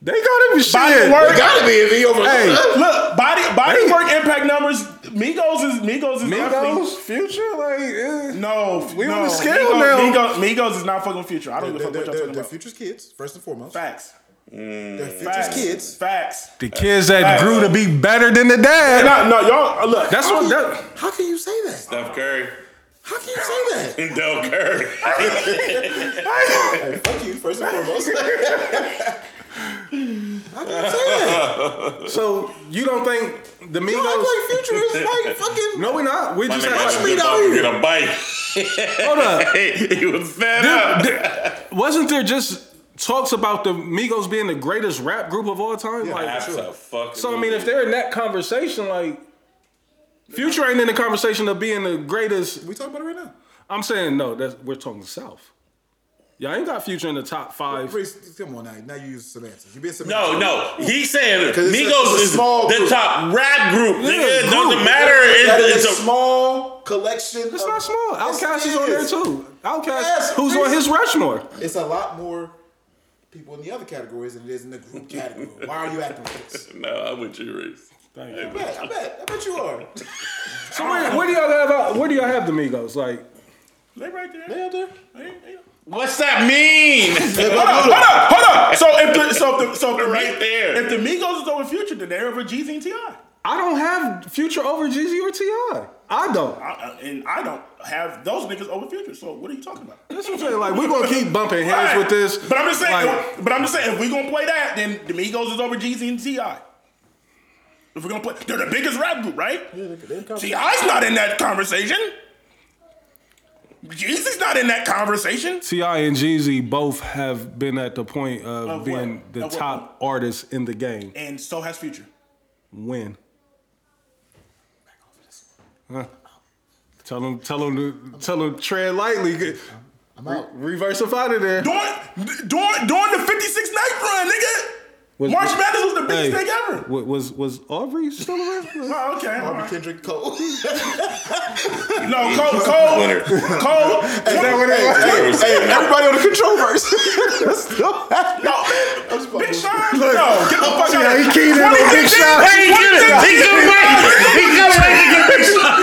S2: They gotta be shit.
S3: Body work.
S2: They gotta be if he over-
S3: Hey, look, body body
S2: Hey.
S3: work impact numbers. Migos is Migos is definitely-
S2: Migos, Future, like eh.
S3: No, f-
S2: we
S3: no.
S2: on the scale
S3: Migos,
S2: now.
S3: Migos, Migos is not fucking future. I don't give a fuck what y'all talking
S4: They're
S3: about.
S4: future's kids, first and foremost.
S3: Facts.
S4: They're future's
S3: Facts.
S4: kids.
S3: Facts.
S2: The kids that grew to be better than the dad.
S3: No, no, y'all uh, look.
S2: That's what. That,
S4: How can you say that?
S1: Steph Curry.
S4: How can you say that?
S1: Del Curry.
S4: hey, fuck you, first and foremost. How can you say that?
S2: so you don't think the
S4: You act
S2: Migos?
S4: like future is like fucking.
S2: No, we not. We
S1: My
S2: just
S1: nigga
S2: act
S1: was
S2: like-
S4: me
S1: about
S4: down
S1: to
S4: here.
S1: get a bike. [laughs]
S2: Hold up.
S1: he was fed
S2: There-
S1: up.
S2: there- wasn't there just talks about the Migos being the greatest rap group of all time? like,
S1: Absolutely.
S2: so I mean, if they're in that conversation, like, Future ain't in the conversation of being the greatest.
S4: We talking about it right now.
S2: I'm saying no. That's we're talking South. Y'all ain't got Future in the top five.
S4: Chris, come on now. Now you use semantics. You being semantics.
S1: No, no. He's saying
S4: 'Cause it's a-
S1: Migos
S4: it's a
S1: is
S4: small
S1: the
S4: group.
S1: top rap group.
S2: Yeah,
S1: nigga. It doesn't
S2: group.
S1: matter.
S4: That
S1: It's,
S4: is a
S1: it's a
S4: small collection.
S2: It's
S4: of-
S2: not small.
S4: Yes,
S2: Outkast
S4: it
S2: is on there
S4: is.
S2: too. Outkast,
S4: Yes,
S2: who's
S4: it
S2: on
S4: is.
S2: his Rushmore?
S4: It's a lot more people in the other categories than it is in the group category.
S3: [laughs]
S4: Why are you acting like this?
S1: no, I'm with you, Reese.
S4: I bet. I bet. I bet you are.
S2: So where, where do y'all have? out- Where do y'all have the Migos? Like,
S3: They right there.
S4: They out there.
S3: They- they-
S1: What's that mean?
S3: Hold up, hold up. So if the so if the so if the,
S1: Right there.
S3: if the Migos is over future, then they're over Jeezy and Ti.
S2: I don't have Future over Jeezy or Ti. I don't.
S3: I- I- And I don't have those niggas over future. So what are you talking about?
S2: That's what I'm saying. Like we're gonna keep bumping heads
S3: Right.
S2: with this.
S3: But I'm just saying.
S2: Like,
S3: but I'm just saying, if we gonna play that, then the Migos is over Jeezy and Ti. If we're gonna play, they're the biggest rap group, right? Ti's not in that conversation. Jeezy's not in that conversation.
S2: Ti and Jeezy both have been at the point
S3: Of
S2: of,
S3: what?
S2: being the
S3: Of what?
S2: top artists in the game.
S3: And so has Future.
S2: When? Huh? Tell him, tell him, to, tell him, tread lightly.
S4: I'm out.
S2: Reverse up out of there.
S3: During during during the 56 night run, nigga.
S2: Was-
S3: March Madness was the
S2: Hey,
S3: biggest thing ever.
S2: wa- was was Aubrey still around?
S3: Oh, okay. all right.
S4: Kendrick Cole.
S3: No, Cole, Cole, Cole.
S4: hey, hey, everybody on the control verse.
S3: [laughs] No, man. Big Sean. No, get the fuck out of here.
S4: keyed in on Big Sean.
S1: He get it. He couldn't wait. He couldn't wait to get Big Sean.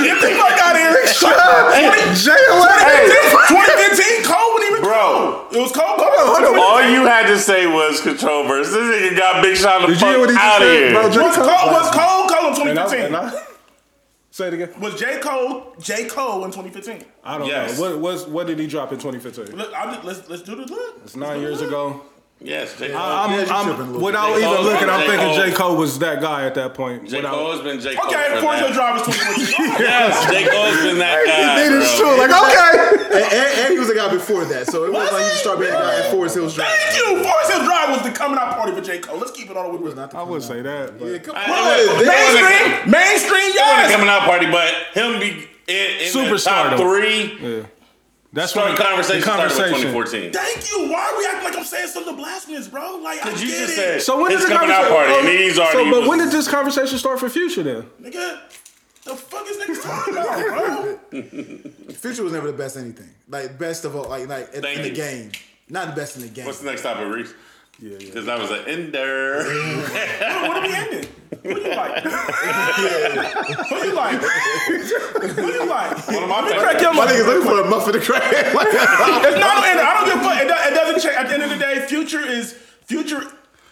S3: Get the fuck out of here. Shut up. 2015, Cole wouldn't even
S1: Bro.
S3: It was Cole. Hold on,
S1: All you had to say was control verse. This nigga got Big Sean the
S2: Did you hear what
S1: fuck out
S2: he just
S1: of
S2: said,
S1: here.
S2: bro? J.
S3: Was
S2: Cole?
S3: Cole, was Cole, Cole in
S2: And I-
S3: 2015?
S2: and I- [laughs] Say it again.
S3: was J. Cole, J. Cole in 2015?
S2: I don't
S1: Yes.
S2: know. What was what did he drop in 2015?
S3: Look, I'll just, let's, let's do the look.
S2: It's nine years ago.
S1: Yes, J. Cole.
S2: I'm,
S4: Yeah, you
S2: I'm-
S4: tripping a little
S1: bit.
S2: without
S1: J.
S2: even
S1: Cole's
S2: looking,
S1: been
S2: I'm
S1: J.
S2: thinking
S1: Cole.
S2: J. Cole was that guy at that point.
S1: J.
S2: Without-
S1: Cole's been J. Cole.
S3: Okay,
S1: for
S3: Force Your
S1: that.
S3: Drive is
S1: [laughs]
S3: 2015.
S1: Yes, J. Cole's been that guy.
S7: It
S1: bro.
S7: is true. Like, okay.
S4: and, and, and he was a guy before that, so it was
S3: Was
S4: like you
S3: he?
S4: just start being a guy at Forest Hills Drive.
S3: Thank you. Forest Hill Drive was the coming out party for J. Cole. Let's keep it all the way
S4: It was
S3: real.
S4: not the
S2: I would say
S4: coming out.
S2: that. but-
S4: Yeah, come
S1: I-
S4: on.
S1: I wasn't-
S4: What
S1: I
S4: is this?
S1: wasn't-
S3: Mainstream, mainstream,
S1: wasn't
S3: yes.
S1: coming out party, but him be in, in the
S2: Superstardom.
S1: top three.
S2: Yeah. That's
S1: Start
S2: when the
S1: conversation, started with 2014.
S2: conversation.
S3: Thank you. Why are we acting like I'm saying something blasphemous, bro? Like I
S1: Because you
S3: get
S1: just
S3: it,
S1: said
S2: So when did
S1: it's
S2: the
S1: coming out party,
S2: conversation? oh,
S1: and he's already.
S2: so, but
S1: was-
S2: when did this conversation start for Future then?
S3: nigga. The fuck is niggas talking about, bro?
S4: Future was never the best anything. Like best of all, like like in,
S1: Thank
S4: in the
S1: you.
S4: game, not the best in the game.
S1: What's the next topic, Reese? Yeah, yeah. Because that was an ender. [laughs]
S3: What are we ending? What do you like? What do you like? What do you like?
S1: One of my
S3: Crack
S1: favorites.
S3: your
S4: My
S3: mother.
S4: niggas looking for a muffin to crack. [laughs]
S3: It's not no end. I don't give a fuck. It, do- it doesn't change. At the end of the day, future is future.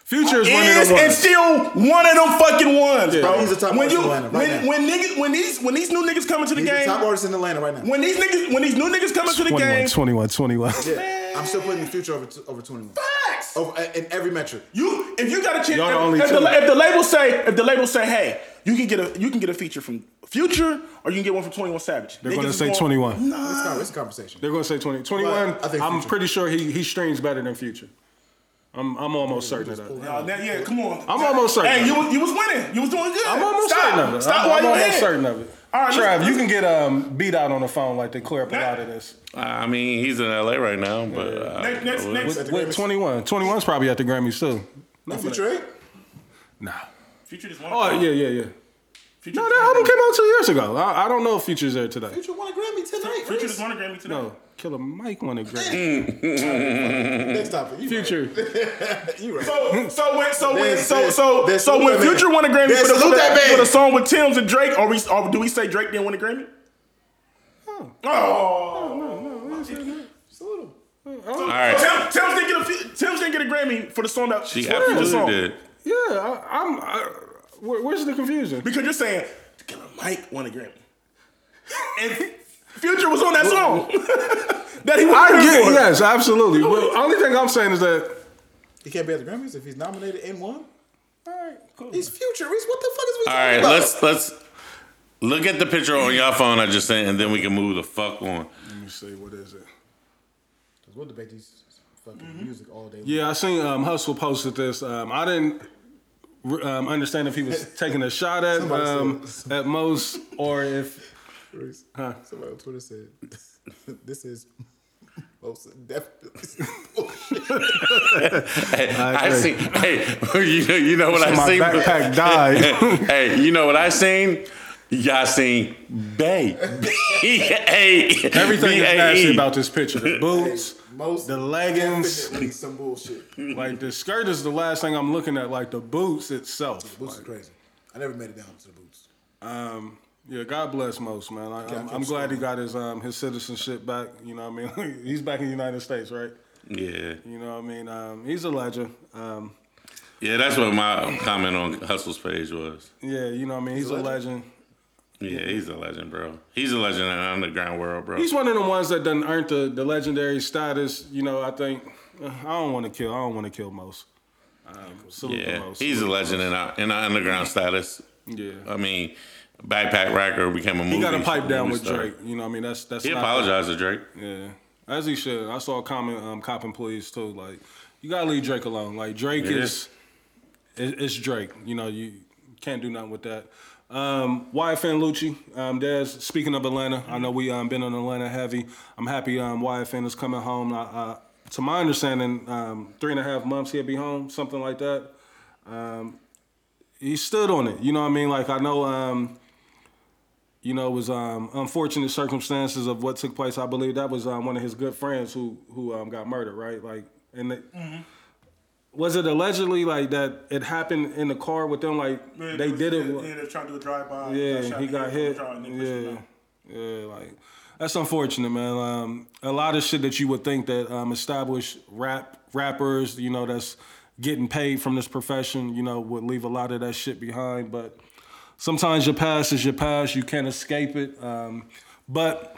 S2: Future is, one of
S3: Is
S2: the
S3: and
S2: ones.
S3: still one of them fucking ones, bro.
S4: He's the top
S3: when
S4: artist
S3: you
S4: in Atlanta right
S3: when, when
S4: now.
S3: niggas when these when these new niggas come into the
S4: He's the
S3: game,
S4: top artist in Atlanta right now.
S3: when these niggas when these new niggas come into the game,
S2: 21, 21.
S4: Yeah, I'm still putting Future over t- over 21.
S3: facts.
S4: Over, uh, in every metric.
S3: Oh, You, if you got a chance,
S2: Y'all the only
S3: if, if,
S2: two.
S3: the, if the label say, if the label say, hey, you can get a, you can get a feature from Future, or you can get one from Twenty One Savage.
S2: They're
S3: Niggas
S2: gonna
S3: is
S2: say 21.
S4: It's, not, it's a conversation.
S2: They're going to say 20. 21,
S4: I think
S2: I'm
S4: Future.
S2: pretty sure he, he streams better than Future. I'm, I'm almost certain of that.
S3: Nah, that- Uh, yeah, come on.
S2: I'm almost certain.
S3: Hey, you was, you was winning. You was doing good.
S2: I'm almost
S3: Stop.
S2: certain of it.
S3: Stop
S2: I'm,
S3: while
S2: I'm
S3: you
S2: almost
S3: ahead.
S2: certain of it.
S3: All right,
S2: Trav,
S3: let's-
S2: you can get um, beat out on the phone like they clear up a lot of this.
S1: I mean, he's in LA right now, but uh,
S3: Next, next, next.
S4: eh?
S2: What, 21? 21's probably at the Grammys too.
S4: Future eight.
S2: Nah.
S3: Future just won.
S2: Oh yeah, yeah, yeah. no, that album came out two years ago. I, I don't know if Future's there today.
S4: Future won a Grammy tonight.
S3: Future just won a Grammy tonight.
S2: No, Killer Mike won a
S4: Mm.
S2: Grammy.
S4: Next topic.
S2: Future.
S4: you right.
S3: So so when so when
S4: There's-
S3: so
S4: there's-
S3: so
S4: there's
S3: so
S4: salute
S3: when
S4: that man.
S3: Future won a Grammy
S4: There's
S3: for the,
S4: salute
S3: for,
S4: that
S3: the,
S4: man.
S3: for the song with Tim's and Drake, are we or do we say Drake didn't win a Grammy? Oh.
S4: Salute him.
S3: All
S1: right.
S3: Tim, Tim's didn't get a Fu- Tim's didn't get a Grammy for the song that
S1: She
S3: for the
S1: absolutely
S3: song.
S1: did.
S2: Yeah, I, I'm. I, where, where's the confusion?
S3: Because you're saying Killer Mike won a Grammy, and Future was on that song [laughs] that he won.
S2: I
S3: a Grammy
S2: get
S3: for.
S2: yes, absolutely. Well, only thing I'm saying is that
S4: He can't be at the Grammys if he's nominated and won. He's future. He's what the fuck is we
S1: All
S4: talking
S1: right,
S4: about?
S1: let's let's look at the picture on your phone I just sent, and then we can move the fuck
S2: [laughs]
S1: on.
S2: Let me see what is it.
S4: 'Cause we'll debate these fucking music all day.
S2: Yeah, I seen um, Hustle posted this. Um, I didn't r- um, understand if he was [laughs] taking a shot at
S4: Somebody said-
S2: um, at most
S1: [laughs]
S2: or if.
S4: Reese,
S2: Huh?
S4: Somebody on Twitter said, [laughs] "This is [laughs] most definitely."
S1: Hey,
S4: I
S1: I,
S4: agree.
S1: seen. Hey, [laughs] you know, you know what I
S2: My
S1: seen. [laughs]
S2: backpack died. [laughs]
S1: hey, you know what I seen? Y'all seen Bay. [laughs] B-A-
S2: Everything is nasty
S1: B-A-E.
S2: about this picture. The
S1: [laughs]
S2: boots,
S4: most
S2: the leggings,
S4: [laughs] definitely some bullshit.
S2: like the skirt is the last thing I'm looking at. Like the boots itself.
S4: Boots is crazy. I never made it down to the boots.
S2: Um, yeah, God bless most man. I,
S4: Yeah,
S2: I'm,
S4: I
S2: I'm
S4: think
S2: glad
S4: so.
S2: he got his um, his citizenship back. You know what I mean? [laughs] He's back in the United States, right?
S1: Yeah,
S2: You know what I mean? Um, he's a legend. Um,
S1: yeah, that's what my comment on Hustle's page was.
S2: yeah, you know what I mean? He's, a legend.
S1: Yeah, he's a legend, bro. He's a legend in the underground world, bro.
S2: He's one of the ones that done earned the, the legendary status. You know, I think uh, I don't want to kill. I don't want to kill most. Um, salute to
S1: Uh, yeah,
S2: most.
S1: he's a legend in our in our underground status.
S2: Yeah.
S1: I mean, Backpack Racker became a movie.
S2: He got a pipe down
S1: movie
S2: with
S1: star.
S2: Drake. You know, what I mean, that's that's.
S1: He
S2: not-
S1: apologized to Drake.
S2: Yeah, as he should. I saw a comment, um, cop employees too. Like, you gotta leave Drake alone. Like Drake
S1: Yeah.
S2: is, it, it's Drake. You know, you can't do nothing with that. Um, YFN Lucci, um, Dez. Speaking of Atlanta, I know we um been on Atlanta heavy. I'm happy um YFN is coming home. I, I, to my understanding, um, three and a half months he'll be home, something like that. Um, he stood on it. You know what I mean? Like I know. Um, you know, it was um, unfortunate circumstances of what took place. I believe that was um, one of his good friends who who um, got murdered, right? Like, and it, was it allegedly like that? It happened in the car with them, like
S3: Yeah,
S2: they
S3: was-
S2: did it.
S3: Yeah, they're trying to do a drive by.
S2: Yeah, he got hit. Yeah, yeah, like that's unfortunate, man. Um, a lot of shit that you would think that um, established rap rappers, you know, that's getting paid from this profession, you know, would leave a lot of that shit behind. But sometimes your past is your past; you can't escape it. Um, but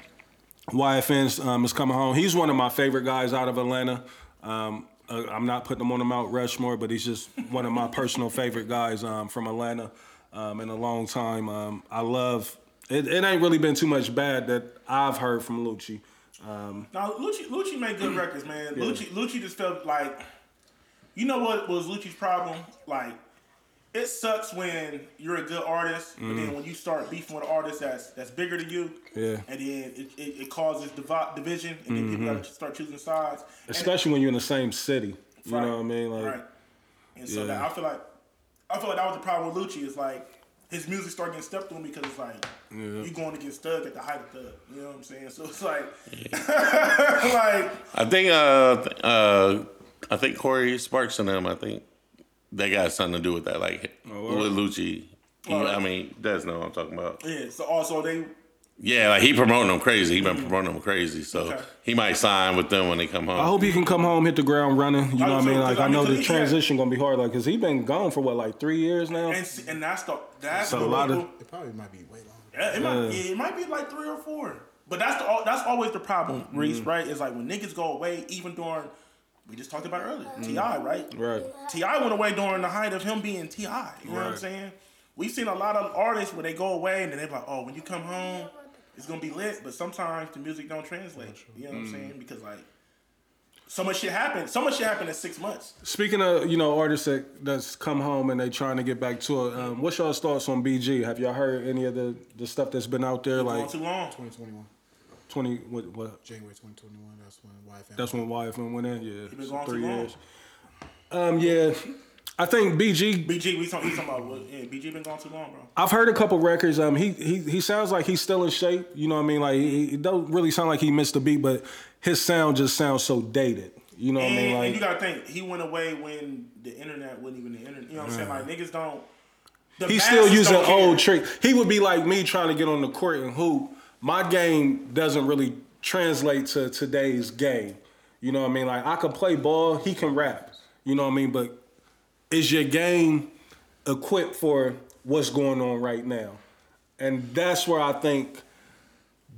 S2: YFN um, is coming home. He's one of my favorite guys out of Atlanta. Um, uh, I'm not putting him on the Mount Rushmore, but he's just one of my personal favorite guys um, from Atlanta um, in a long time. Um, I love it. It ain't really been too much bad that I've heard from Lucci. Um,
S3: Now Uh, Lucci Lucci made
S2: [clears throat]
S3: good records, man.
S2: Yeah.
S3: Lucci Lucci just felt like you know what was Lucci's problem? Like it sucks when you're a good artist, but then
S2: Mhm.
S3: when you start beefing with an artist that's that's bigger than you,
S2: Yeah.
S3: and then it, it, it causes divi- division, and then people
S2: Mhm.
S3: gotta start choosing sides. And-
S2: especially when you're in the same city. You know what I mean? Like,
S3: right. And so
S2: yeah.
S3: that, I feel like I feel like that was the problem with Lucci is like his music started getting stepped on because it's like
S2: Yeah.
S3: you going against Thug at the height of Thug. You know what I'm saying? So it's like [laughs] like
S1: I think uh th- uh I think Corey Sparks and them, I think they got something to do with that. Like
S2: Oh,
S3: wow.
S1: with Lucci. You-
S3: Wow.
S1: I mean, that's know what I'm talking about.
S3: yeah. So also they
S1: Yeah, like he promoting them crazy. He been promoting them crazy. So
S3: Okay.
S1: he might sign with them when they come home.
S2: Mm-hmm. I hope he can come home, hit the ground running. You know what I mean? Like, I know the transition gonna be hard, like, cause he been gone for what, like three years now.
S3: and see- and that's the that's
S2: So a
S3: the
S2: lot of-
S3: people-
S4: It probably might be way longer.
S3: yeah, it might
S2: Yeah.
S3: yeah, it might be like three or four. But that's the al- that's always the problem,
S2: Mm-hmm.
S3: Reese. Right? It's like when niggas go away, even during we just talked about earlier Ti right
S2: Mm-hmm. Right.
S3: Ti went away during the height of him being Ti. You know what I'm
S2: Right.
S3: saying? We've seen a lot of artists where they go away and then they're like, oh, when you come home, it's gonna be lit. But sometimes the music don't translate. You know what I'm
S2: Mm.
S3: saying? Because like. So much shit happened. So much shit happened in six months.
S2: Speaking of you know artists that, that's come home and they trying to get back to it, um, what's y'all's thoughts on BG? Have y'all heard any of the, the stuff that's been out there? Like
S3: Going too long.
S4: 2021,
S2: twenty what what?
S4: January 2021. That's when YFN.
S2: That's when YFN went in. Yeah,
S4: been
S2: so
S4: gone too
S2: three
S4: long.
S2: years. Um, yeah, I think BG.
S3: BG, we talking, we talking about what- yeah, BG been gone too long, bro.
S2: I've heard a couple records. Um, he he he sounds like he's still in shape. You know what I mean? Like he, he don't really sound like he missed a beat, but his sound just sounds so dated. You know what
S3: and,
S2: I mean?
S3: and
S2: Like
S3: you gotta think, he went away when the internet wasn't even the internet. You know what I'm saying?
S2: Right.
S3: Like niggas don't. the
S2: He's still
S3: masses
S2: using
S3: don't care.
S2: old tricks. He would be like me trying to get on the court and hoop. My game doesn't really translate to today's game. You know what I mean? Like I can play ball, he can rap. You know what I mean? But is your game equipped for what's going on right now? And that's where I think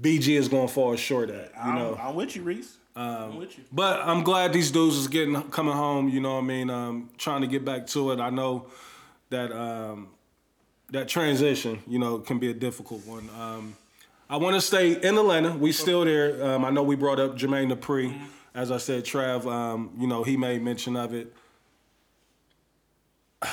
S2: BG is going to fall short at. You
S3: I'm,
S2: know, Um,
S3: I'm with you, Reese. I'm with you.
S2: but I'm glad these dudes is getting coming home. You know what I mean? Um, trying to get back to it. I know that um, that transition, you know, can be a difficult one. Um, I want to stay in Atlanta. We still there. Um, I know we brought up Jermaine Dupri. As I said, Trav, um, you know, he made mention of it. [sighs]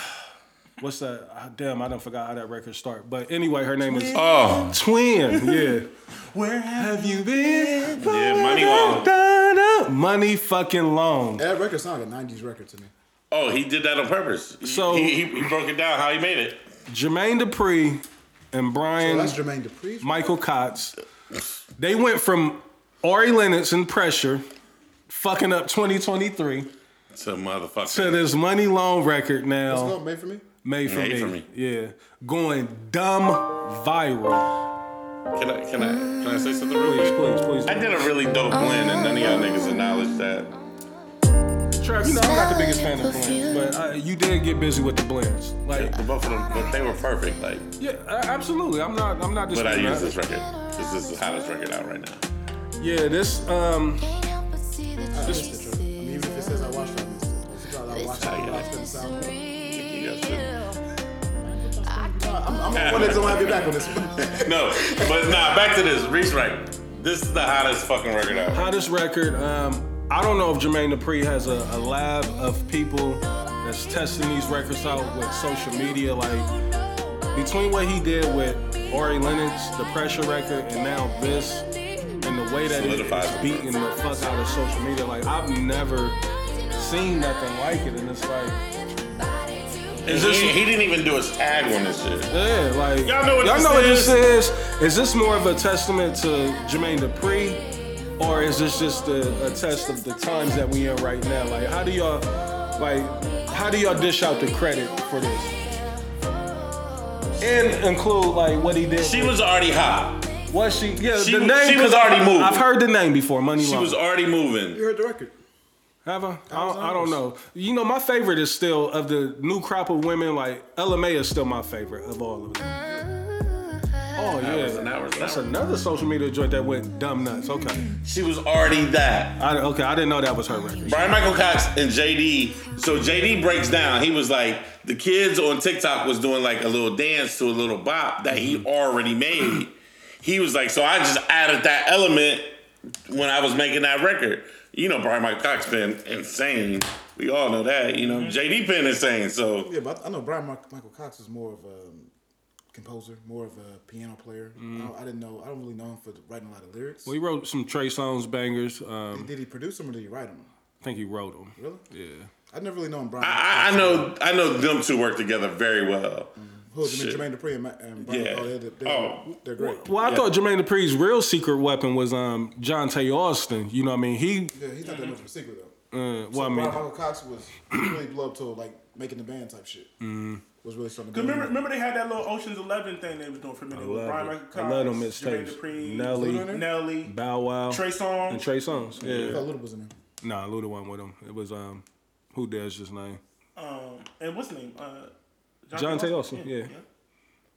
S2: What's that? Ah, Damn, I don't forgot how that record start. But anyway, her name is
S1: Oh.
S2: Twin. Yeah. [laughs]
S3: Where have
S2: you been?
S1: Yeah, money long.
S2: Money fucking long.
S4: That record sounded like a 90s record to me.
S1: Oh, he did that on purpose. He-
S2: So-
S1: he, he, he broke it down how he made it.
S2: Jermaine Dupri and Brian
S4: So Oh, that's Jermaine Dupri.
S2: Michael Cox. They went from Ari Lennox and Pressure, fucking up 2023,
S1: To motherfucker.
S2: to this Money Loan record
S4: What's it
S2: now,
S4: called? Made for me?
S2: made for,
S1: Made
S2: me.
S1: for Me.
S2: Yeah, going dumb viral.
S1: Can I can I can I say something real
S2: Please,
S1: quick?
S2: please, please.
S1: I did a really dope blend, and none of y'all niggas acknowledge that.
S2: Trav, you know I'm not the biggest fan of blends, but uh, you did get busy with the blends. Like,
S1: The both of them, but they were perfect. Like,
S2: yeah, uh, absolutely. I'm not. I'm not
S1: but I
S2: disputing
S1: use
S2: that.
S1: this record. This is the hottest record out right now.
S2: Yeah, this. Um,
S4: I missed it, Trevor. I mean, even if it says I watched it, I missed it. It's probably I watched it. I watched it. So,
S1: You guys should-
S4: I'm I'm one that's gonna have your back on this
S1: [laughs]
S4: one.
S1: No, but nah. Back to this. Reese, right? This is the hottest fucking record out.
S2: hottest record. Um, I don't know if Jermaine Dupri has a, a lab of people that's testing these records out with social media. Like between what he did with Ori Lennox, the Pressure record, and now this, and the way that it
S1: Solidified.
S2: is beating the fuck out of social media. Like I've never seen nothing like it, and it's like,
S1: Is this, he, he didn't even do his tag on this shit.
S2: yeah, like
S1: Y'all know what this
S2: this is. Is this more of a testament to Jermaine Dupri, or is this just a, a test of the times that we in right now? Like, how do y'all, like, how do y'all dish out the credit for this? And include like what he did.
S1: She was already hot.
S2: was she? Yeah,
S1: she
S2: the
S1: was-
S2: name.
S1: she was
S2: 'cause
S1: already moving.
S2: I've heard the name before. Money.
S1: She
S2: Long.
S1: was already moving.
S4: You heard the record.
S2: Have I? I don't, I don't know. You know, my favorite is still of the new crop of women. Like Ella May is still my favorite of all of them. Oh
S1: Hours and
S2: yeah,
S1: hours and hours.
S2: that's another social media joint that went dumb nuts. Okay,
S1: She was already that.
S2: I, okay, I didn't know that was her record.
S1: Brian Michael Cox and JD. So JD breaks down. He was like, the kids on TikTok was doing like a little dance to a little bop that
S2: Mm-hmm.
S1: he already made. He was like, so I just added that element when I was making that record. You know, Brian Michael Cox been insane. We all know that. You know,
S2: Mm-hmm.
S1: JD been insane. So
S4: Yeah, but I know Brian Mar- Michael Cox is more of a um, composer, more of a piano player. I, don't, I didn't know. I don't really know him for writing a lot of lyrics.
S2: We wrote some Trey Songz bangers. Um,
S4: did he produce them or did he write them?
S2: I think he wrote them.
S4: Really?
S2: Yeah.
S4: I never really known Brian.
S1: I, I- I know, I know them two work together very well.
S2: Mm-hmm.
S4: Who is
S1: Shit.
S4: it? Jermaine Dupri and, Ma- and Brian.
S1: Yeah.
S4: Oh, they're, they're,
S1: Oh.
S4: they're great.
S2: Well, I thought Jermaine Dupri's real secret weapon was um, John Tay Austin. You know what I mean? He,
S4: Yeah, he's not that much of a secret though.
S2: uh, well,
S4: So
S2: I mean,
S4: Brian Michael Cox was really blow up to like making the band type shit. Mm. Was really starting to.
S3: Cause
S4: build
S3: remember,
S4: him up.
S3: remember they had that little Ocean's Eleven thing they was doing for a minute.
S2: I
S3: with
S2: love
S3: Brian
S2: it.
S3: Michael
S2: I
S3: Cox,
S2: love them
S3: Jermaine
S2: mixtapes.
S3: Dupri,
S2: Nelly.
S3: Nelly,
S2: Bow Wow,
S3: Trey Songz.
S2: and Trey Songz.
S4: I
S2: Yeah.
S4: thought Little was in there.
S2: Nah, Luda wasn't with him. It was um, who dares his name?
S3: um, and what's his name? Uh,
S2: John Tay Austin, yeah.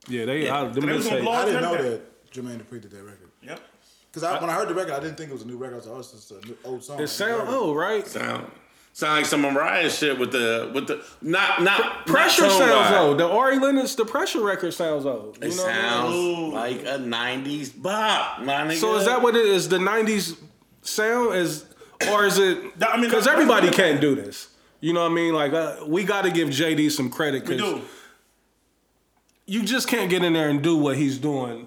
S2: Yeah, they. I, them
S3: They was gonna
S2: mixtape-
S3: blow up
S4: I didn't know
S3: Jermaine.
S4: that Jermaine Dupri did that record.
S3: Yep.
S4: Because I, when I heard the record, I didn't think it was a new record. I was like, oh, it's just a new, old song.
S2: It sound old, right?
S1: Sound, sound like some Mariah shit with the with the not not
S2: Pressure
S1: not
S2: sounds
S1: tone-wise.
S2: old. The Ori Lennox, the pressure record sounds old.
S1: It
S2: You know what I mean?
S1: sounds like a '90s bop, my nigga.
S2: So is that what it is? The '90s sound is, or is it?
S3: That- I mean,
S2: because
S3: that-
S2: everybody can't do this. You know what I mean? Like uh, we got to give JD some credit
S3: We do.
S2: because you just can't get in there and do what he's doing,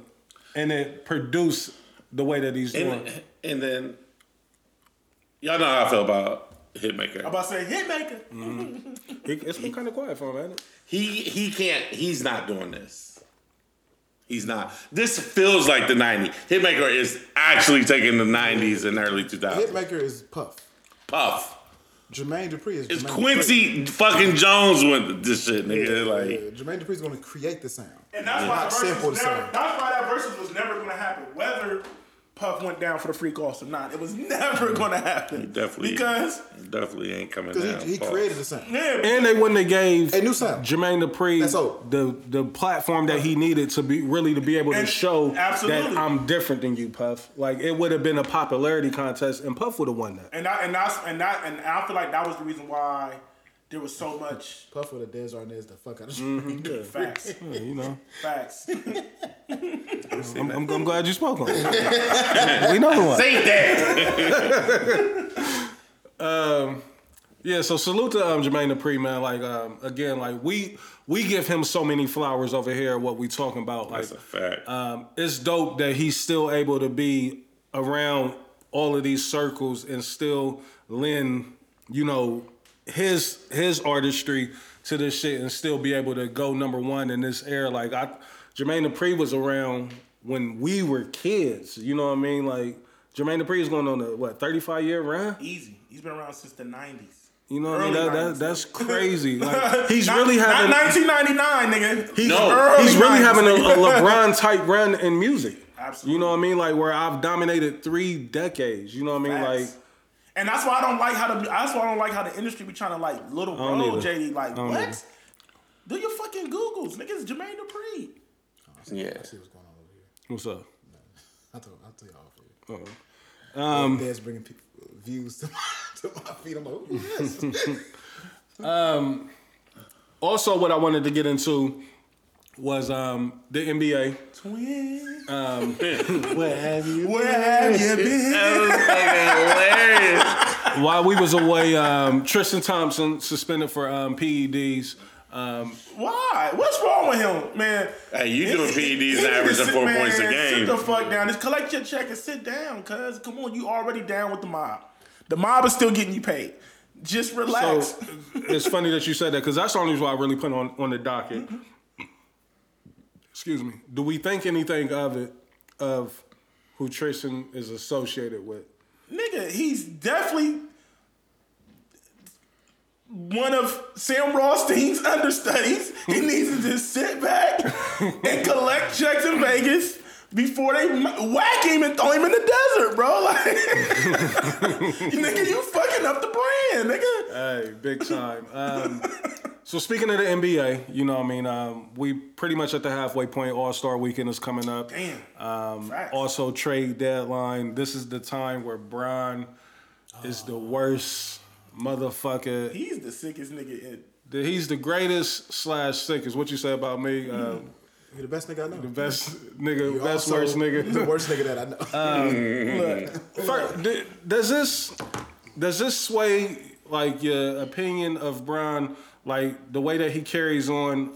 S2: and it produce the way that he's doing.
S1: And, and then y'all know how I feel about Hitmaker.
S3: I'm about to say hitmaker.
S2: It, it's been kind of quiet for him, ain't it?
S1: He he can't. He's not doing this. He's not. This feels like the '90s. Hitmaker is actually taking the '90s and early 2000s.
S4: Hitmaker is Puff.
S1: Puff.
S4: Jermaine Dupri is
S1: It's
S4: Jermaine
S1: Quincy fucking Jones with this shit, nigga.
S4: Dupri.
S1: Like,
S4: Yeah, Jermaine Dupri is going to create the sound.
S3: And that's why
S4: Not
S3: the versus
S4: sample the
S3: was never,
S4: sound.
S3: that's why that versus was never gonna happen. Whether Puff went down for the free calls or not, it was
S2: Mm-hmm.
S3: never gonna happen.
S1: definitely,
S3: Because
S1: definitely ain't coming down.
S4: Because he, he
S1: Pause.
S4: created the sound.
S3: yeah,
S2: And they wouldn't have gave
S4: A new sound.
S2: Jermaine Dupri
S4: That's all.
S2: the the platform that he needed to be really to be able to
S3: And-
S2: show
S3: absolutely.
S2: that I'm different than you, Puff. Like it would have been a popularity contest, and Puff would have won that.
S3: and I and that's and that and I feel like that was the reason why there was so much
S4: Puff with a Des Arnaz the fuck out of
S2: Mm-hmm.
S3: facts.
S2: Yeah, you know,
S3: Facts.
S2: I'm, I'm, I'm glad you spoke on. it. we know the one.
S1: Say that.
S2: [laughs] Um, Yeah, so salute to um, Jermaine Dupri, man. Like um, again, like we we give him so many flowers over here. What we talking about? Like
S1: That's a fact.
S2: um, it's dope that he's still able to be around all of these circles and still lend, you know, his his artistry to this shit and still be able to go number one in this era. Like I, Jermaine Dupri was around when we were kids. You know what I mean? Like Jermaine Dupri is going on a what thirty five year run.
S3: Easy. He's been around since the nineties.
S2: You know what I mean?
S3: Early
S2: That, that,
S3: 90s.
S2: that's
S3: [laughs]
S2: crazy. Like, he's
S3: Not-
S2: really having
S3: not 1999, nigga.
S2: he's,
S1: No.
S3: early
S2: he's really
S3: 90s.
S2: having a, a
S3: [laughs]
S2: LeBron type run in music.
S3: Absolutely.
S2: You know what I mean? Like where I've dominated three decades. You know what I mean?
S3: Facts.
S2: Like
S3: and that's why I don't like how the that's why I don't like how the industry be trying to like little
S2: don't
S3: bro
S2: either.
S3: JD like
S2: I don't
S3: what?
S2: either.
S3: Do your fucking Googles, nigga. It's Jermaine Dupri.
S1: yeah.
S4: [laughs] See what's going on over here.
S2: what's up?
S4: I told, I tell y'all off here.
S2: Uh-oh. Um,
S4: Des bringing pe- views to [laughs] my, to my feet. I'm like, ooh, yes.
S2: [laughs]
S4: [laughs]
S2: Also, what I wanted to get into was um, the NBA.
S3: Where have you been?
S1: That was fucking hilarious.
S2: While we was away, um, Tristan Thompson suspended for um, PEDs. Um,
S3: Why? What's wrong with him, man?
S1: Hey, you doing PEDs
S3: He
S1: and
S3: need to
S1: averaging
S3: sit-
S1: four
S3: man,
S1: points a game.
S3: Sit the fuck down. Just collect your check and sit down, cuz. Come on, you already down with the mob. The mob is still getting you paid. Just
S2: so
S3: relax.
S2: it's funny that you said that because that's the only reason why I really put on on the docket. Excuse me. Do we think anything of it of who Tristan is associated with?
S3: Nigga, he's definitely one of Sam Rothstein's [laughs] understudies. He needs to just sit back and collect checks in Vegas before they m- whack him and throw him in the desert, bro. [laughs] Like, [laughs] nigga, you fucking up the brand, nigga.
S2: Hey, big time. Um, so speaking of the NBA, you know, what I mean, um, we pretty much at the halfway point. All Star Weekend is coming up. Um,
S3: Damn. Facts.
S2: Also, trade deadline. This is the time where Bron is the worst motherfucker
S3: He's the sickest nigga in.
S2: The- He's the greatest slash sickest. What you say about me? Uh,
S4: You're the best nigga I know. The
S2: best nigga,
S4: You're
S2: best
S4: also
S2: worst
S4: The
S2: nigga. Um,
S4: worst nigga that I know.
S2: [laughs] Fir- d- does this does this sway like your opinion of Bron? Like the way that he carries on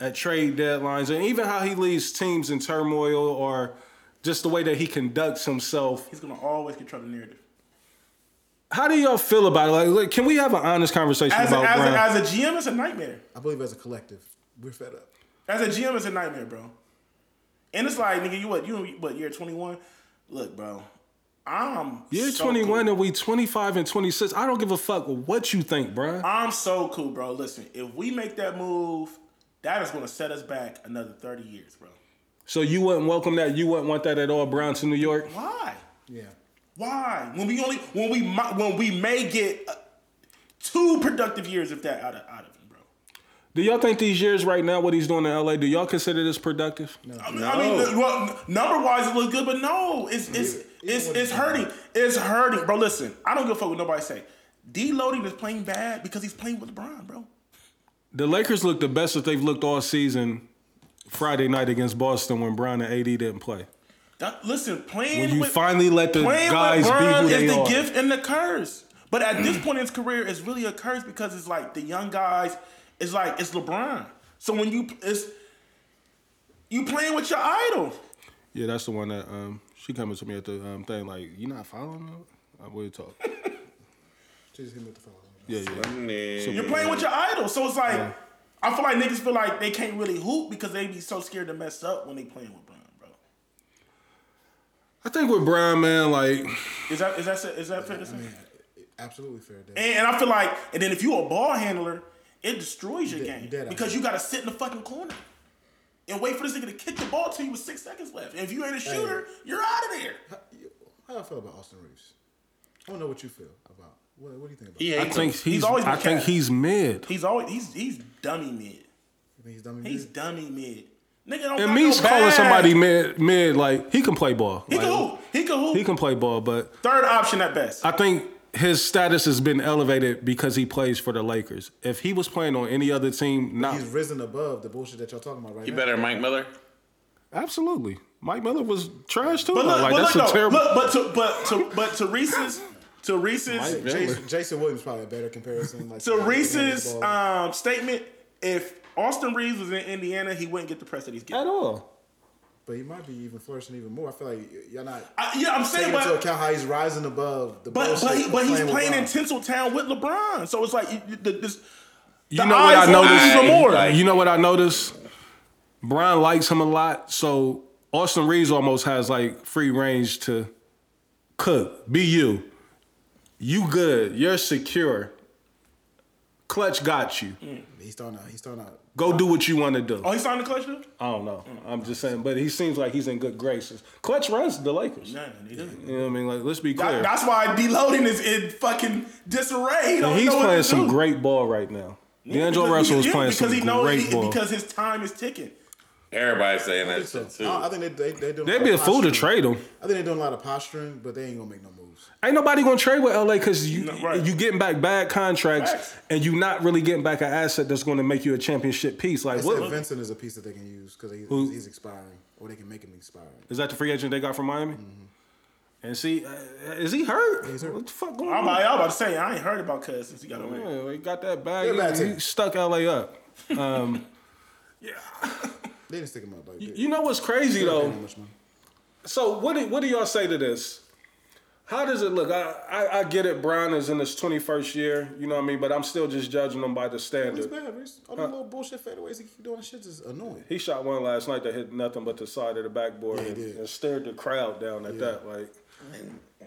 S2: at trade deadlines, and even how he leads teams in turmoil, or just the way that he conducts himself.
S3: He's gonna always control the narrative.
S2: How do y'all feel about it? Like, like, can we have an honest conversation
S3: As a,
S2: about
S3: as,
S2: Bron?
S3: a, as a GM, it's a nightmare.
S4: I believe as a collective, we're fed up.
S3: As a GM, it's a nightmare, bro. And it's like, nigga, you what? You what? You're 21. Look, bro. I'm
S2: You're
S3: so
S2: 21
S3: Cool.
S2: and we 25 and 26. I don't give a fuck what you think, Bron.
S3: I'm so cool, bro. Listen, if we make that move, that is gonna set us back another 30 years, bro.
S2: So you wouldn't welcome that? You wouldn't want that at all, Brown to New York?
S3: Why?
S4: Yeah.
S3: Why? When we only when we mi- when we may get uh, two productive years if that out of out of him, bro.
S2: Do y'all think these years right now, what he's doing in LA, do y'all consider this productive?
S3: I mean, I mean the- well, number wise, it looks good, but no, it's it's it's it's hurting. It's hurting, bro. Listen, I don't give a fuck what nobody say. D Loading is playing bad because he's playing with LeBron, bro.
S2: The Lakers look the best that they've looked all season. Friday night against Boston when Brown and AD didn't play.
S3: That- listen, playing
S2: When you
S3: with
S2: finally let the
S3: playing
S2: guys
S3: with
S2: be
S3: LeBron
S2: who
S3: is
S2: they
S3: the
S2: are. Mm.
S3: gift and the curse. But at this point in his career, it's really a curse because it's like the young guys. It's like it's LeBron. So when you it's you playing with your idol.
S2: Yeah, that's the one that
S3: [laughs]
S2: um, she coming to me at the um, thing like, you not following him? I will talk.
S4: Just hit me with the phone.
S2: Uh, Yeah, yeah.
S3: You're playing with your idols, so it's like I feel like niggas feel like they can't really hoop because they be so scared to mess up when they playing with Brian.
S2: I think with Brian, man, like
S3: Is that is that is that fair to say?
S4: Absolutely fair. Dad.
S3: And, and I feel like, and then if you a ball handler, it destroys your game
S4: dead eye.
S3: because you got to sit in the fucking corner and wait for this nigga to kick the ball to you with six seconds left. And if you ain't a shooter, you're out of there.
S4: How I feel about Austin Reeves? I don't know what you feel about. What, what do you think about?
S3: He
S4: him?
S2: I
S3: hates
S2: think
S3: him.
S2: he's. I
S3: been
S2: think
S3: cat.
S2: he's mid.
S3: He's always he's he's dummy mid.
S4: You think he's dumb.
S3: He's dummy mid. Nigga don't
S2: It
S3: got
S2: means
S3: no bag.
S2: calling somebody mid, mid like he can play ball.
S3: He can
S2: Like,
S3: hoop. He can hoop.
S2: he can play ball, but
S3: Third option at best.
S2: I think his status has been elevated because he plays for the Lakers. If he was playing on any other team, not
S4: He's risen above the bullshit that y'all talking about right
S1: He
S4: now.
S1: better than Mike Miller.
S2: absolutely. Mike Miller was trash too.
S3: But
S2: though.
S3: look,
S2: like
S3: but
S2: that's
S3: look,
S2: a
S3: though.
S2: terrible.
S3: look, but to but to but to Reese's to Reese's
S4: Jason, Jason Williams probably a better comparison. Like
S3: to Reese's
S4: Ball.
S3: um, statement, if Austin Reeves was in Indiana, he wouldn't get the press that he's getting.
S2: at all.
S4: but he might be even flourishing even more. I feel like y- y'all not
S3: I, yeah, I'm saying,
S4: taking into
S3: but
S4: account how he's rising above the
S3: but but,
S4: bullshit
S3: he,
S4: of
S3: but he's
S4: with
S3: playing in
S4: LeBron.
S3: Tinseltown with LeBron, so it's like you, you- the, this.
S2: You know what I noticed?
S3: Even more.
S2: Like, you know what I noticed? Brian likes him a lot, so Austin Reeves almost has like free range to cook. Be you. You good. You're secure. Clutch got you.
S4: He's starting out. He's starting out.
S2: Go do what you want to do.
S3: oh, he signed the clutch now?
S2: I don't know. I'm just saying, but he seems like he's in good graces. Clutch runs the Lakers.
S3: Nah, he didn't.
S2: You know what I mean? Like, let's be
S3: That-
S2: clear.
S3: That's why D-Loading is in fucking disarray. He don't
S2: he's
S3: know what
S2: playing
S3: to
S2: some
S3: do.
S2: great ball right now. D'Angelo
S3: Because-
S2: Russell is
S3: yeah,
S2: playing
S3: because
S2: some
S3: he knows
S2: great
S3: he-
S2: ball.
S3: because his time is ticking.
S1: Everybody's saying that shit too.
S4: I, I think they they they doing.
S2: They'd be
S4: lot
S2: a
S4: of
S2: fool to
S4: posturing.
S2: trade him.
S4: I think they doing a lot of posturing, but they ain't gonna make no moves.
S2: Ain't nobody gonna trade with LA because you
S3: right.
S2: you getting back bad contracts
S3: Facts.
S2: and you not really getting back an asset that's gonna make you a championship piece. Like
S4: I
S2: what
S4: said Vincent is a piece that they can use because he's,
S2: Who?
S4: he's expiring, or they can make him expiring.
S2: is that the free agent they got from Miami?
S3: Mm-hmm.
S2: And see, uh, is he hurt?
S4: He's hurt.
S2: What the fuck going
S3: I'm
S2: on?
S3: about, I'm about to say, I ain't heard about Cuz since he got away.
S2: Yeah, he got that bag.
S4: They're
S2: He-
S4: bad
S2: He,
S4: team.
S2: stuck LA up.
S4: They didn't stick him up like that.
S2: You know what's crazy though?
S4: How much money?
S2: So what do, what do y'all say to this? How does it look? I, I, I get it. Brown is in his twenty first year. You know what I mean. But I'm still just judging him by the
S4: It's
S2: standard.
S4: bad, Reese. All the
S2: Uh,
S4: little bullshit fadeaways he keep doing, that shit is annoying.
S2: He shot one last night that hit nothing but the side of the backboard and,
S4: did.
S2: and stared the crowd down at that. Like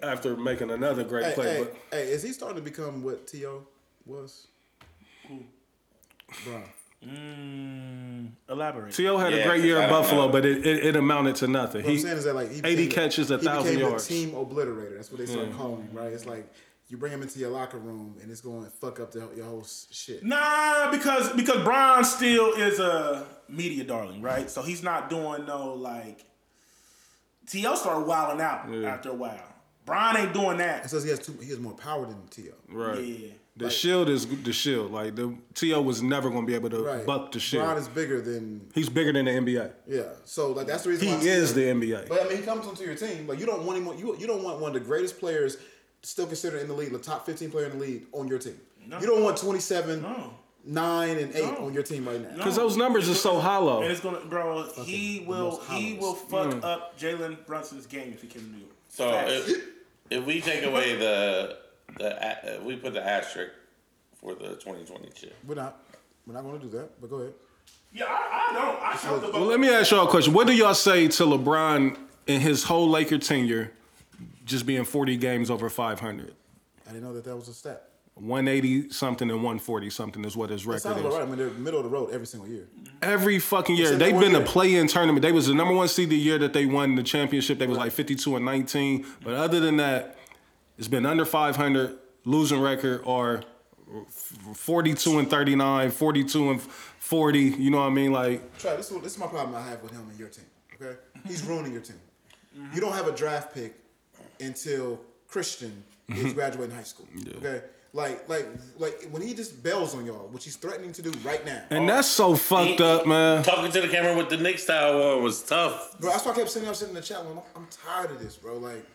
S2: after making another great
S4: Hey,
S2: play,
S4: hey,
S2: but
S4: hey, is he starting to become what T.O. was? Bro,
S3: Elaborate.
S2: T.O. had a
S1: Yeah,
S2: great year
S1: I
S2: in
S1: don't
S2: Buffalo,
S1: know.
S2: but it, it, it amounted to nothing.
S4: what I'm
S2: He,
S4: saying is that like he
S2: 80 catches,
S4: he
S2: 1,000
S4: became
S2: yards.
S4: team obliterator. That's what they start calling him, right? It's like you bring him into your locker room and it's going to fuck up the, your whole s- shit.
S3: Nah, because because Brian still is a media darling, right? So he's not doing no like. T.O. started wilding out after a while. Brian ain't doing
S4: It
S3: that.
S4: says he has two, he has more power than T.O.
S2: right.
S3: Yeah.
S2: The shield is the shield. Like the T.O. was never going to be able to
S4: Right,
S2: buck the
S4: Bron
S2: shield.
S4: is bigger than
S2: He's bigger than the NBA.
S4: yeah. So like that's the reason
S2: He
S4: why
S2: is
S4: T.O.
S2: the NBA.
S4: But I mean, he comes onto your team. Like you don't want him. on- You you don't want one of the greatest players still considered in the league, the top fifteen player in the league, on your team. You don't want twenty seven,
S3: No.
S4: nine, and eight
S3: No.
S4: on your team right now.
S2: Because those numbers are so hollow. Mm.
S3: And it's gonna, bro. He will,
S4: most
S3: he
S4: hollows.
S3: will fuck up Jalen Brunson's game if he can do it.
S1: So if, if we take away the the a- we put the asterisk for the 2020 chip.
S4: We're not. We're not going to do that. But go ahead.
S3: Yeah, I, I don't. I talked about.
S2: Well, let me ask y'all a question. What do y'all say to LeBron in his whole Laker tenure, just being 40 games over 500?
S4: I didn't know that that was a stat.
S2: 180 something and 140 something is what his
S4: That
S2: record
S4: sounds
S2: is.
S4: about right. I mean, they're middle of the road every single year.
S3: Mm-hmm.
S2: Every fucking year.
S4: Except
S2: They've
S4: that
S2: been
S4: one
S2: a
S4: year.
S2: play in tournament. They was the number one seed the year that they won the championship. They was like 52 and 19. But other than that, it's been under 500, losing record, or 42 and 39, 42 and 40. You know what I mean? Like,
S4: Try this. Is, what- this is my problem I have with him and your team. Okay,
S3: Mm-hmm.
S4: he's ruining your team. You don't have a draft pick until Christian is graduating high school. Okay, like like like when he just bails on y'all, which he's threatening to do right now.
S2: and that's so fucked up, man.
S1: Talking to the camera with the Knicks style one was tough.
S4: Bro, that's why I kept sitting up sitting in the chat room. I'm, I'm tired of this, bro. Like,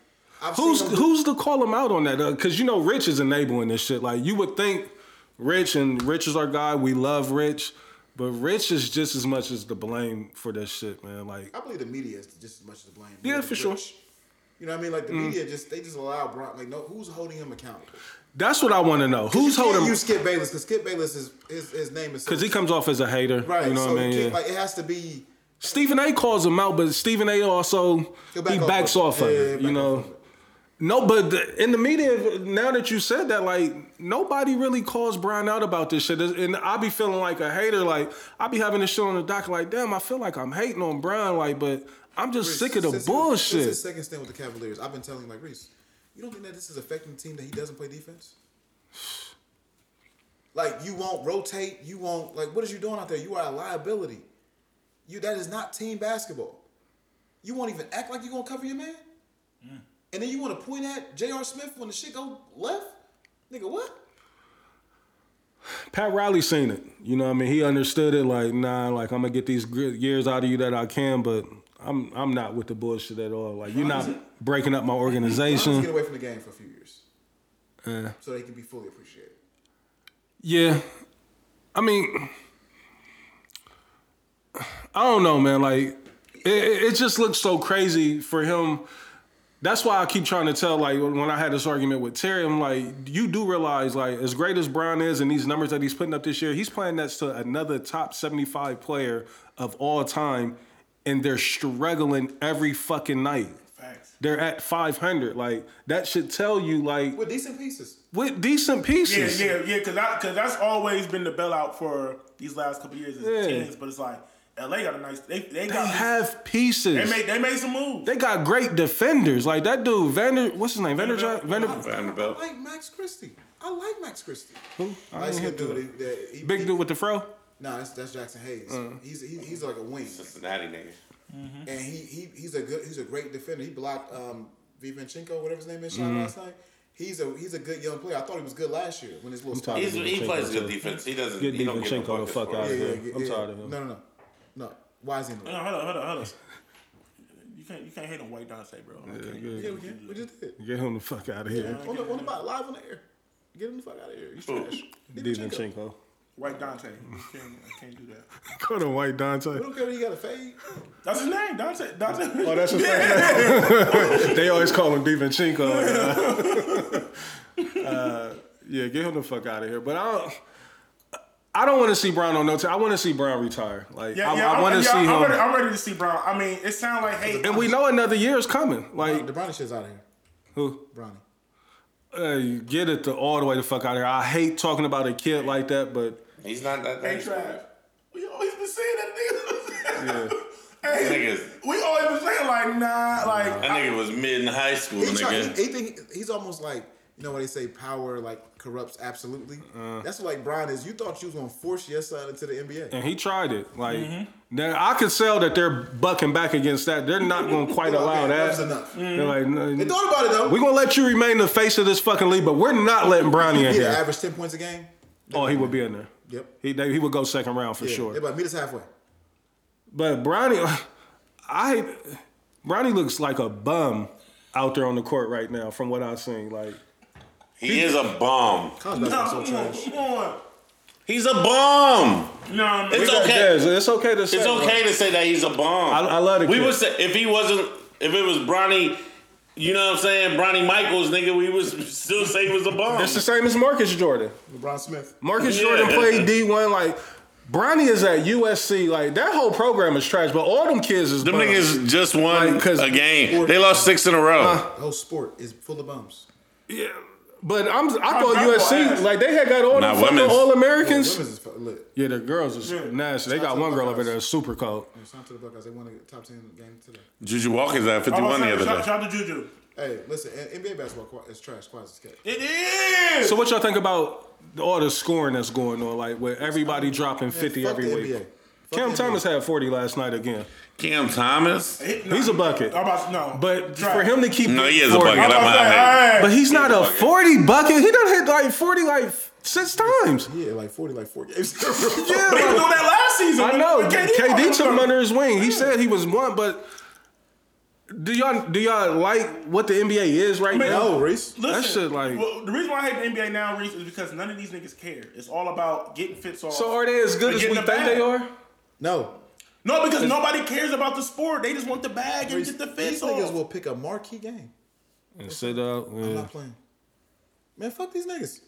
S4: I've
S2: Who's
S4: seen him-
S2: who's to call him out on that? Because you know, Rich is enabling this shit. Like you would think, Rich and Rich is our guy. We love Rich, but Rich is just as much as the blame for this shit, man. Like
S4: I believe the media is just as much to blame.
S2: Yeah,
S4: More
S2: for
S4: than
S2: sure. Mm.
S4: Rich. You know what I mean? Like the media just they just allow Brock. Like no, who's holding him accountable?
S2: That's what I want to know. Who's
S4: you can't
S2: holding?
S4: use Skip Bayless? Because Skip Bayless is his, his name is
S2: Because he comes off as a hater.
S4: right.
S2: You know
S4: so
S2: what I
S4: you
S2: mean?
S4: can't-
S2: Yeah.
S4: like it has to be.
S2: Stephen A. calls him out, but Stephen A. also
S4: He'll back
S2: he
S4: off
S2: backs
S4: of it.
S2: off of
S4: Yeah,
S2: it. You know. No, but the, in the media, now that you said that, like nobody really calls Brian out about this shit, and I be feeling like a hater. Like I be having this shit on the dock, like damn, I feel like I'm hating on Brian, like, but I'm just sick of the
S4: Since he-
S2: bullshit.
S4: Since his second stint with the Cavaliers, I've been telling him like Reese, you don't think that this is affecting the team that he doesn't play defense? Like you won't rotate, you won't like what is you doing out there? You are a liability. You that is not team basketball. You won't even act like you're gonna cover your man. And then you wanna point at J.R. Smith when the shit go left? Nigga, what?
S2: Pat Riley seen it. You know, what I mean, he understood it. Like, nah, like I'm gonna get these gr- years out of you that I can, but I'm I'm not with the bullshit at all. Like, you're not breaking up my
S4: Let's get
S2: organization.
S4: away from the game for a few years.
S2: Uh,
S4: So they can be fully appreciated.
S2: yeah, I mean, I don't know, man. Like, it, it it just looks so crazy for him. That's why I keep trying to tell, like, when I had this argument with Terry, I'm like, you do realize, like, as great as Brown is and these numbers that he's putting up this year, he's playing next to another top 75 player of all time, and they're struggling every fucking night. They're at 500. Like, that should tell you, like,
S4: With decent pieces.
S2: with decent pieces.
S3: Yeah, yeah, yeah. Because because that's always been the bailout for these last couple years is
S2: Yeah.
S3: teams. But it's like LA got a nice. They they
S2: They
S3: got.
S2: have
S3: they
S2: pieces.
S3: made they made some moves.
S2: They got great defenders. Like, that dude, Vander, what's his name? Vander, Vander,
S1: Vanderbilt.
S4: I like Max Christie. I like Max Christie.
S2: Who? I
S4: Nice
S2: ain't
S4: good
S2: hit
S4: dude. That- he-
S2: Big
S4: he-
S2: dude with Uh. the fro?
S4: No, that's, that's Jackson Hayes. He's he, he's like a wing,
S2: Mm-hmm.
S1: Cincinnati nigga.
S4: and he, he he's a good he's a great defender. He blocked um, Vivenchenko, whatever his name is,
S2: Mm-hmm.
S4: shot last night. He's a he's a good young player. I thought he was good last year when his little spot.
S1: He's,
S4: Yeah,
S1: he
S2: Divonchenko,
S1: plays good
S2: too.
S1: defense. He doesn't.
S2: Get
S1: he don't get
S2: Divonchenko the fuck out of
S4: yeah,
S2: here.
S4: yeah,
S2: I'm
S4: yeah.
S2: tired of him.
S4: No, no, no, no. Why is he in the
S3: Hold on, hold on, hold on, hold on. You can't you can't hate on White Dante, bro. You can't- you
S4: Yeah, we
S3: can't do
S4: can. We just did.
S2: Get him the fuck out of here.
S4: On the, on the bot, live on the air. Get him the fuck out of here. You trash.
S2: [laughs]
S4: Divonchenko.
S2: Divonchenko.
S3: White Dante. You can't, I can't do that.
S2: Go to White Dante.
S4: We don't care that he got a fade.
S3: That's his name, Dante. Dante. [laughs]
S2: Oh, that's his name. they always call him Divonchenko. Uh,
S3: [laughs]
S2: [laughs] uh, yeah, get him the fuck out of here. But I don't. I don't want to see Brown on no team. I want to see Brown retire. Like
S3: Yeah,
S2: I,
S3: yeah,
S2: I want to
S3: I'm, yeah,
S2: see
S3: I'm
S2: him.
S3: ready, I'm ready to see Brown. I mean, it sounds like hey,
S2: and we know another year is coming. Like
S4: The Bronny shit's out of here.
S2: who?
S4: Bronny.
S2: Hey, get it the, all the way the fuck out of here. I hate talking about a kid like that, but
S1: He's not that.
S3: Hey,
S1: nice.
S3: Trav. We always been saying that nigga. [laughs] hey,
S1: Niggas-
S3: we always been saying like nah, like
S1: That nigga was mid in high school,
S4: He try- he-
S1: nigga.
S4: he think- he's almost like you know what they say power like corrupts absolutely.
S2: Uh.
S4: That's what like Brian is. You thought you was gonna force your son into the NBA.
S2: and he tried it. Like
S1: Mm-hmm.
S2: now I could sell that they're bucking back against that. They're not going to quite allow
S4: Okay,
S2: that. Mm.
S4: that's enough.
S2: They're
S1: Mm-hmm.
S2: like, no,
S4: They thought about it though.
S2: We're gonna let you remain the face of this fucking league, but we're not letting Brownie in
S4: He
S2: here.
S4: average ten points a game.
S2: oh, he would be in there.
S4: Yep.
S2: He they, he would go second round for
S4: Yeah.
S2: sure.
S4: They about meet us halfway.
S2: But Brownie, [sighs] I Brownie looks like a bum out there on the court right now, from what I've seen. Like
S1: He is a bomb.
S4: College basketball
S3: come
S4: so
S3: on,
S4: trash.
S3: come on.
S1: He's a bomb.
S3: No, nah, man.
S1: It's
S2: Yeah,
S1: okay.
S2: it's, it's okay to say.
S1: It's
S2: bro.
S1: okay to say that he's a bomb.
S2: I- I love the
S1: We
S2: kid.
S1: would say if he wasn't, if it was Bronny, you know what I'm saying, Bronny Michaels, nigga, we would still say he was a bomb.
S2: It's the same as Marcus Jordan.
S4: LeBron Smith.
S2: Marcus
S1: Yeah.
S2: Jordan played D one like. Bronny is at USC. Like that whole program is trash, but all them kids is
S1: Them
S2: bums.
S1: niggas just won
S2: Like, 'cause-
S1: a game. They lost six in a row.
S4: The whole sport is full of bums.
S2: Yeah, but I'm. I thought
S3: Probably
S2: USC
S3: ass.
S2: like they had got all
S1: Nah,
S2: them fucking
S1: women's-
S2: all Americans.
S4: Women's is fu- lit.
S2: Yeah, the girls is nasty. They got one girl over there that's super cold.
S4: Shout out to the Buckeyes. They won the top ten game today.
S1: Juju Walker's at
S3: I'm
S2: Oh,
S1: 51 the
S3: saying,
S1: other
S3: shout,
S1: day.
S3: shout out to Juju.
S4: Hey, listen, N- NBA basketball qui- is trash. Quiet as a cat.
S3: It is.
S2: So what y'all think about all the scoring that's going on? Like with everybody dropping fifty
S4: Fuck
S2: every
S4: the
S2: week.
S4: NBA. Fuck
S2: Cam
S4: the
S2: Thomas
S4: NBA.
S2: had forty last night again.
S1: Cam Thomas.
S2: He's a bucket.
S3: I'm about to- no,
S2: But
S3: Trav.
S2: for him to keep
S1: No, he is a
S2: 40
S1: bucket. I'm
S3: I'm about to
S1: out
S3: say,
S1: here.
S3: hey.
S2: but he's not a
S1: bucket.
S2: forty bucket. He done hit like forty like six times.
S4: Yeah, like forty, like four games.
S2: [laughs] Yeah,
S3: But he was
S2: like-
S3: doing that last season.
S2: I
S3: when-
S2: know.
S3: when
S2: KD,
S3: won.
S2: took him under his wing. He said he was one, but do y'all do y'all like what the NBA is right
S3: Man,
S2: now?
S4: No, Reese.
S3: Listen,
S2: shit like-
S3: well, the reason why I hate the NBA now, Reese, is because none of these niggas care. It's all about getting fits off.
S2: So are they as good
S3: and
S2: as
S3: getting
S2: we think
S3: the bag.
S2: they are?
S4: [laughs] No.
S3: No, because nobody cares about the sport. They just want the bag and get the fence
S4: These niggas
S3: off.
S4: will pick a marquee game.
S2: And sit out.
S4: I'm
S2: Yeah.
S4: not playing. Man, fuck these niggas.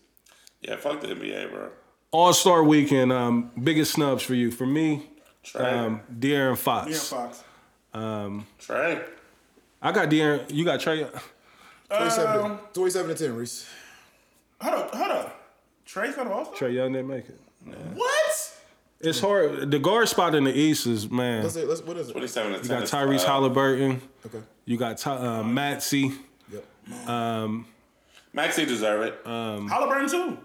S1: Yeah, fuck the NBA, bro.
S2: All Star Weekend. Um, biggest snubs for you. For me,
S1: Trey.
S2: um, De'Aaron Fox.
S3: Fox.
S2: Um,
S1: Trey.
S2: I got De'Aaron. You got Trey.
S3: Um,
S4: 27, to, 27 to 10, Reese.
S3: Hold up, hold up. Trey's not an all
S2: Trey Young didn't make it.
S3: What?
S2: It's hard. The guard spot in the East is man.
S4: Let's say, let's, what is it? Uh,
S1: 27 to 10.
S2: You got
S1: is
S2: Tyrese
S1: five.
S2: Halliburton.
S4: Okay.
S2: You got Ty, uh, Maxie. Yep. Um,
S1: Maxie deserve it.
S2: um,
S3: Halliburton too.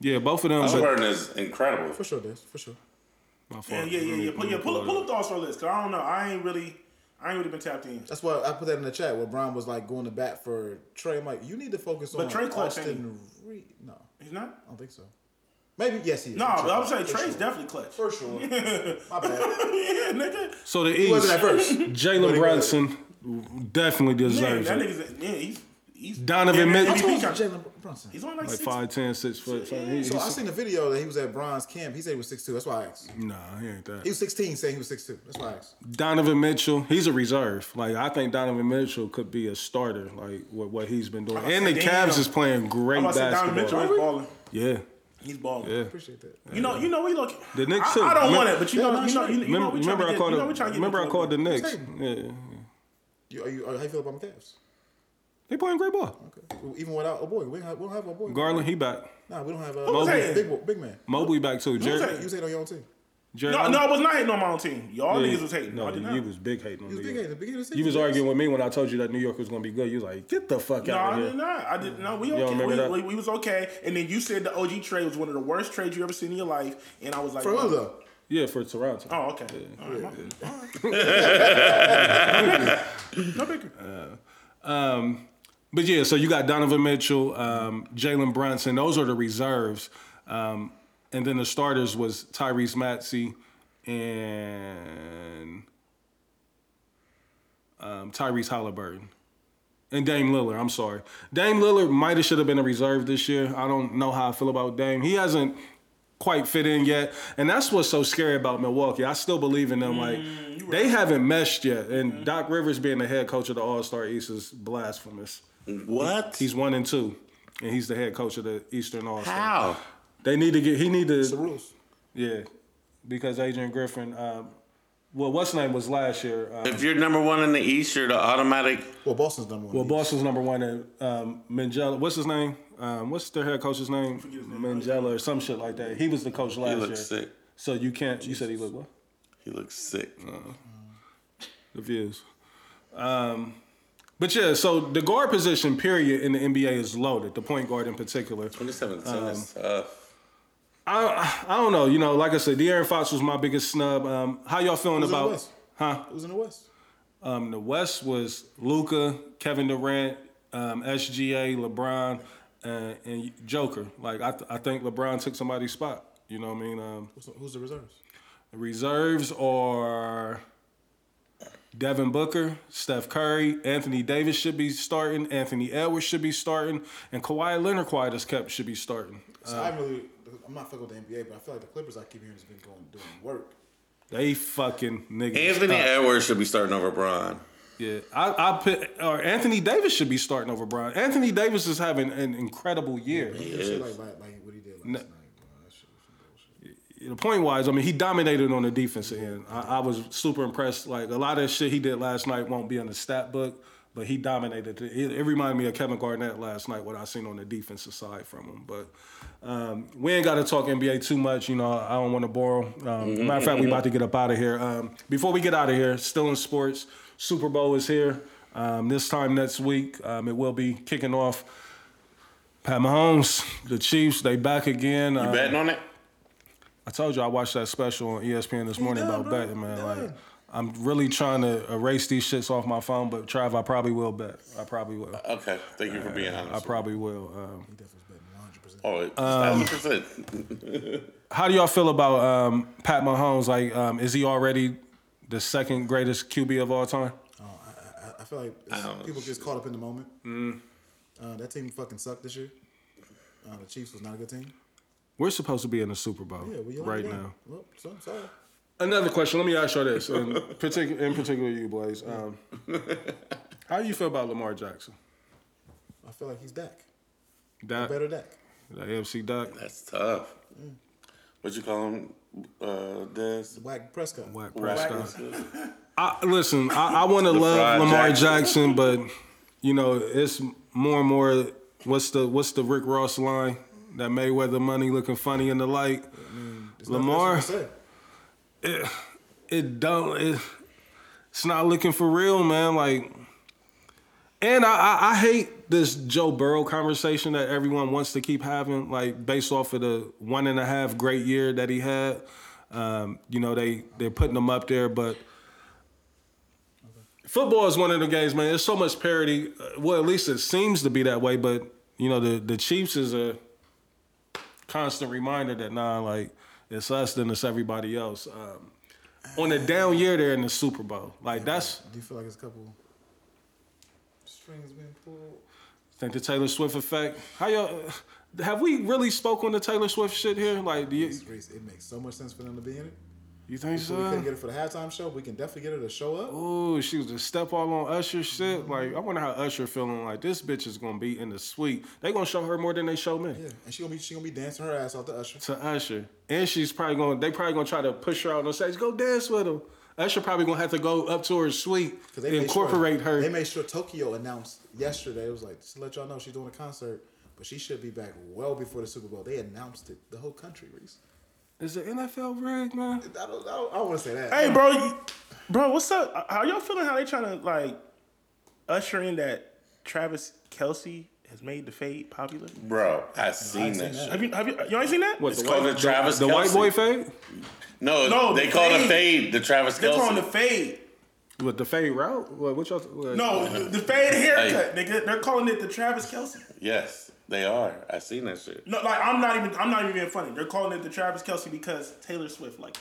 S2: yeah, both of them. but-
S1: Halliburton is incredible.
S4: For sure, Des. For sure.
S2: My fault.
S3: Yeah, yeah, yeah, yeah. Pull, yeah, pull up, pull up the All Star list. Cause I don't know. I ain't really, I ain't really been tapped in.
S4: That's why I put that in the chat where Brian was like going to bat for Trey. I'm like, you need to focus
S3: But
S4: on
S3: Trey clutch, ain't
S4: Austin Reed. No,
S3: He's not.
S4: I don't think so. Maybe yes, he is.
S3: No, but I was saying
S4: For
S3: Trey's
S4: sure.
S3: definitely clutch. For [laughs]
S4: sure.
S3: My bad. [laughs] yeah, nigga.
S2: So the
S4: He
S2: East.
S4: wasn't
S3: [laughs]
S4: at first. But
S2: Jalen
S4: he was.
S2: Brunson definitely
S3: Man,
S2: deserves
S3: that
S2: it.
S3: nigga's man. He's he's
S2: Donovan
S3: damn near
S2: Mitchell.
S4: I told
S3: MVP
S4: you
S3: kind of-
S4: Jalen Brunson.
S3: He's only like,
S2: Like
S3: six.
S2: 5'10", 6 foot. five- he-
S4: So I
S2: he's-
S4: seen a video that he was at Bron's camp. He said he was 6'2". That's why I asked.
S2: nah, he ain't
S4: He
S2: that.
S4: was 16 saying he was 6'2". That's why I asked.
S2: Donovan Mitchell, he's a reserve. Like I think Donovan Mitchell could be a starter. Like what what he's been doing,
S3: I
S2: and the
S3: said,
S2: Cavs
S3: damn.
S2: is playing great
S3: I'm about to say Donovan Mitchell
S2: basketball.
S3: is balling.
S2: Yeah,
S3: He's balling.
S2: yeah.
S4: Appreciate that.
S3: You know, you know, we look.
S2: The Knicks
S3: I,
S2: too.
S3: I don't
S2: Remember-
S3: want it, but you
S4: Yeah,
S3: know,
S4: no,
S3: you know,
S4: sure.
S3: you, you know, we trying
S2: Remember
S3: to
S2: I
S3: get-
S2: called.
S3: you know, we trying to
S2: the-
S3: get
S2: Remember
S3: into
S2: I
S3: it,
S2: called
S3: bro.
S2: the Knicks. Yeah,
S4: You, are you, are, how you feel about my Cavs?
S2: they playing great ball.
S4: Okay. Even without oh boy, we don't have, we don't have oh boy.
S2: Garland, he back.
S4: Nah, we don't have uh,
S3: Who was
S4: big,
S3: that?
S4: big, boy- big man.
S2: Mobley back too.
S3: that?
S2: Jerry,
S4: You said on your own team.
S2: Jerry
S3: No,
S2: Allen-
S3: no, I was not hating on my own team. Y'all
S2: Yeah.
S3: niggas was hating.
S2: No,
S3: I did
S2: you
S3: not.
S2: you was big hating on
S4: He was big
S2: niggas.
S4: at the beginning of the season.
S2: You was arguing with me when I told you that New York was gonna be good. You was like, "Get the fuck
S3: No,
S2: out
S3: I
S2: of
S3: did
S2: here."
S3: not. I did no. We
S2: don't
S3: okay.
S2: remember
S3: We,
S2: that?
S3: we, we was okay, and then you said the OG trade was one of the worst trades you ever seen in your life, and I was like,
S4: For
S3: no.
S4: who though?
S2: Yeah, for Toronto.
S3: Oh, okay. All right, my- [laughs] no bigger.
S2: Um, but yeah, so you got Donovan Mitchell, um, Jalen Brunson. Those are the reserves, um, and then the starters was Tyrese Maxey and um, Tyrese Halliburton and Dame Lillard. I'm sorry, Dame Lillard might have should have been a reserve this year. I don't know how I feel about Dame. He hasn't quite fit in yet, and that's what's so scary about Milwaukee. I still believe in them. like they haven't meshed yet, and Doc Rivers being the head coach of the All Star East is blasphemous.
S1: What?
S2: He's one and two, and he's the head coach of the Eastern All Star.
S1: How?
S2: They need to get. He need to.
S4: The rules.
S2: Yeah, because Adrian Griffin. Um, well, what's name was last year. Um,
S1: If you're number one in the East, you're the automatic.
S4: Well, Boston's number one.
S2: well, Boston's number one and um, Mangella. What's his name? Um, what's their head coach's name? Mangella or some shit like that. He was the coach
S1: He
S2: last year.
S1: looks sick.
S2: So you can't. You said he looked what?
S1: He looks sick.
S2: Uh, The views. Um, but yeah, so the guard position, period, in the NBA is loaded. The point guard in particular.
S1: 27 to 10 is tough.
S2: I I don't know. You know, like I said, De'Aaron Fox was my biggest snub. Um, how y'all feeling
S4: Who's in the
S2: about?
S4: West?
S2: Huh?
S4: Who's in the West?
S2: Um, the West was Luca, Kevin Durant, um, SGA, LeBron, uh, and Joker. Like I, th- I think LeBron took somebody's spot. You know what I mean? Um,
S4: Who's the, who's the reserves?
S2: reserves are Devin Booker, Steph Curry, Anthony Davis should be starting, Anthony Edwards should be starting, and Kawhi Leonard, quiet as kept, should be starting.
S4: So I really, I'm not fucking with the NBA, but I feel like the Clippers I keep hearing has been going doing work.
S2: They fucking niggas.
S1: Anthony
S2: suck.
S1: Edwards should be starting over Braun.
S2: Yeah, I, I put or Anthony Davis should be starting over Brian. Anthony Davis is having an incredible year.
S4: That shit like, like, like what he did last night. Bro. That shit was some bullshit.
S2: The point wise, I mean, he dominated on the defensive end. I, I was super impressed. Like a lot of shit he did last night won't be in the stat book, but he dominated. It, it reminded me of Kevin Garnett last night. What I seen on the defensive side from him, but. Um, we ain't got to talk NBA too much, you know. I don't want to borrow. Um, Matter of fact, we about to get up out of here. Um, before we get out of here, still in sports, Super Bowl is here. Um, this time next week, um, it will be kicking off. Pat Mahomes, the Chiefs, they back again.
S1: You
S2: Um,
S1: betting on it?
S2: I told you I watched that special on E ESPN this morning
S4: done,
S2: about
S4: bro.
S2: betting, man.
S4: You
S2: Like,
S4: done.
S2: I'm really trying to erase these shits off my phone, but Trav, I probably will bet. I probably will.
S1: Okay. Thank you for being
S2: I
S1: honest.
S2: probably will. Um,
S4: He definitely was betting 100%.
S1: Oh, it's 1,000%.
S2: how do y'all feel about um, Pat Mahomes? Like, um, is he already the second greatest QB of all time?
S4: Oh, I, I, I feel like it's-
S1: don't know,
S4: people
S1: shit.
S4: just caught up in the moment. Uh, that team fucking sucked this year. Uh, the Chiefs was not a good team.
S2: We're supposed to be in the Super Bowl
S4: Yeah, well, you
S2: right
S4: already done.
S2: now.
S4: Well, so, sorry.
S2: Another question. Let me ask y'all this,
S4: [laughs]
S2: and partic- in particular, you boys. Um, how you feel about Lamar Jackson?
S4: I feel like he's back.
S2: Dak,
S4: Better Dak.
S2: the AFC Dak.
S1: That's tough. What you call him, uh, Des?
S4: Whack Prescott.
S2: Whack
S1: Prescott.
S2: I, listen, I, I want to love
S1: LeBron
S2: Lamar
S1: Jackson.
S2: Jackson. but you know it's more and more. What's the what's the Rick Ross line? That Mayweather money looking funny in the light. Lamar, it, it don't. It, it's not looking for real, man. Like, and I, I I hate this Joe Burrow conversation that everyone wants to keep having. Like based off of the one and a half great year that he had. Um, you know they they're putting him up there, but football is one of the games, man. There's so much parity. Uh, Well, at least it seems to be that way. But you know, the the Chiefs is a constant reminder that nah, like it's us, then it's everybody else. Um, on a down year, they're in the Super Bowl. Like that's
S4: Do you feel like it's a couple strings being pulled?
S2: think the Taylor Swift effect. How y'all have we really spoke on the Taylor Swift shit here? Like, do you
S4: It's crazy. It makes so much sense for them to be in it.
S2: you think
S4: So we couldn't
S2: so?
S4: get it for the halftime show. We can definitely get her to show up.
S2: Oh, she was a step all on Usher shit. Like, I wonder how Usher feeling. Like, this bitch is gonna be in the suite. They gonna show her more than they show me.
S4: Yeah, and she gonna be she gonna be dancing her ass off to Usher.
S2: to Usher, and she's probably going. to They probably going to try to push her out on stage. Go dance with him. Usher probably going to have to go up to her suite
S4: Cause
S2: and
S4: they made
S2: incorporate
S4: sure, They
S2: her.
S4: made sure Tokyo announced yesterday. It was like just to let y'all know she's doing a concert, but she should be back well before the Super Bowl. They announced it. The whole country, Reese.
S2: Is the NFL rigged, man?
S4: I don't. I, don't, I want to say that.
S3: Hey, bro, you- bro, what's up? How y'all feeling? How they trying to like usher in that Travis Kelsey has made the fade popular?
S1: Bro, I seen that shit.
S3: Have you have you you ain't seen that?
S2: What
S1: It's called the Travis
S2: the white
S1: Kelce.
S2: boy fade?
S1: No,
S3: No,
S1: they
S3: the
S1: call it
S3: fade.
S1: a fade, the Travis
S3: They're calling the
S1: Kelsey.
S3: fade.
S2: What the fade route? What, what y'all? What,
S3: No, the- the fade haircut. Nigga, they're calling it the Travis Kelsey.
S1: yes, they are. I seen that shit.
S3: No, like I'm not even I'm not even being funny. They're calling it the Travis Kelsey because Taylor Swift like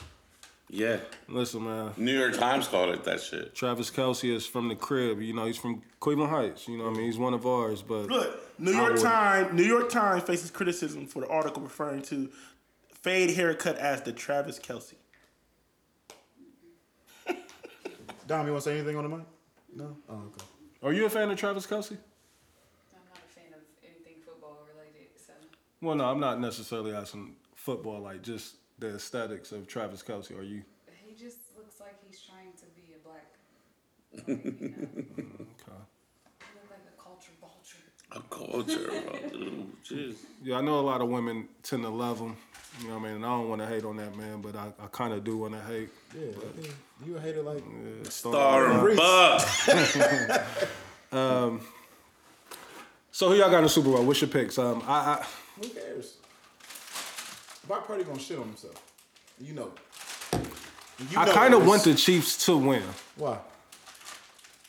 S1: Yeah.
S2: Listen, man.
S1: New York Times called it that shit.
S2: Travis Kelsey is from the crib. You know, he's from Cleveland Heights. You know, what I mean, he's one of ours. But
S3: Look, New
S2: I
S3: York
S2: would-
S3: Times. New York Times faces criticism for the article referring to fade haircut as the Travis Kelsey.
S4: Dom, you want to say anything on the mic? No. Oh, okay.
S2: are you a fan of Travis Kelsey?
S12: I'm not a fan of anything football related, so
S2: Well, no, I'm not necessarily asking football. Like just the aesthetics of Travis Kelsey. Are you?
S12: he just looks like he's trying to be a black.
S2: Okay.
S12: He look like a culture vulture.
S1: A culture, bro. [laughs] Ooh, Jeez.
S2: Yeah, I know a lot of women tend to love him. You know what I mean? And I don't want to hate on that man, but I, I kind of do want to hate.
S4: Yeah, yeah. You a hater like
S1: Star and Buck.
S2: So who y'all got in the Super Bowl? What's your picks? Um, I,
S4: who cares? Brock Purdy gonna shit on himself. You know. it. You
S2: I, I
S4: know
S2: kind
S4: it,
S2: of
S4: Reese.
S2: want the Chiefs to win
S4: Why?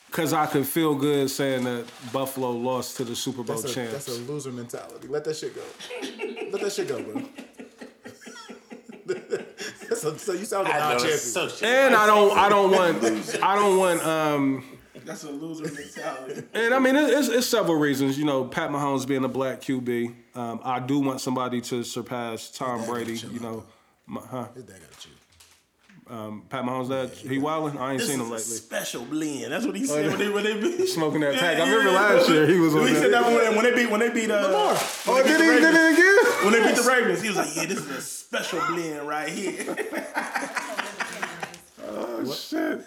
S2: because I could feel good saying that Buffalo lost to the Super Bowl
S4: That's a,
S2: champs.
S4: that's a loser mentality. Let that shit go. Let that shit go, bro. [laughs] so, so you sound like a non-champion.
S2: and I don't, I
S3: [laughs]
S2: don't want, I don't want. Um,
S3: That's a loser
S2: [laughs]
S3: mentality.
S2: And I mean, it- it's, it's several reasons. You know, Pat Mahomes being a black QB. Um, I do want somebody to surpass Tom Brady. You know, my, huh?
S4: His dad got to chew.
S2: Pat Mahomes, that he wilding. I ain't
S3: This
S2: seen
S3: is
S2: him
S3: a
S2: lately. Oh,
S3: special blend. That's what he said when they when they beat. [laughs]
S2: Smoking that pack. I
S3: Yeah,
S2: remember
S3: yeah,
S2: last
S3: yeah.
S2: year he was on
S3: He said
S2: that.
S3: that when they, when they beat when they beat uh,
S2: Oh, did he did it again?
S3: when they beat the Ravens. He was like, "Yeah, this is a special blend right here."
S2: [laughs]
S3: [laughs]
S2: Oh shit.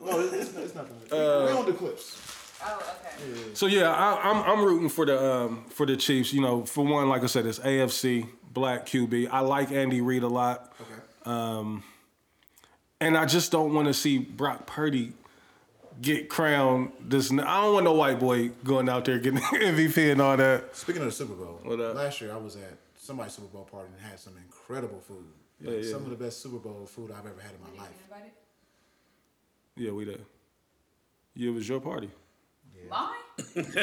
S4: No, it's, it's not, it's not gonna We on the clips.
S12: Oh, okay.
S2: So yeah, I, I'm I'm rooting for the um, for the Chiefs. You know, for one, like I said, it's AFC Black QB. I like Andy Reid a lot, Um,
S4: Okay.
S2: and I just don't want to see Brock Purdy get crowned. This n- I don't want no white boy going out there getting [laughs] MVP and all that.
S4: Speaking of the Super Bowl,
S2: What up?
S4: last year I was at somebody's Super Bowl party and had some incredible food. Like,
S2: yeah.
S4: Some of the best Super Bowl food I've ever had in my life.
S12: Anybody?
S2: Yeah, we did. Yeah, it was your party.
S12: Mine?
S4: [laughs]
S2: Yeah,
S12: [laughs]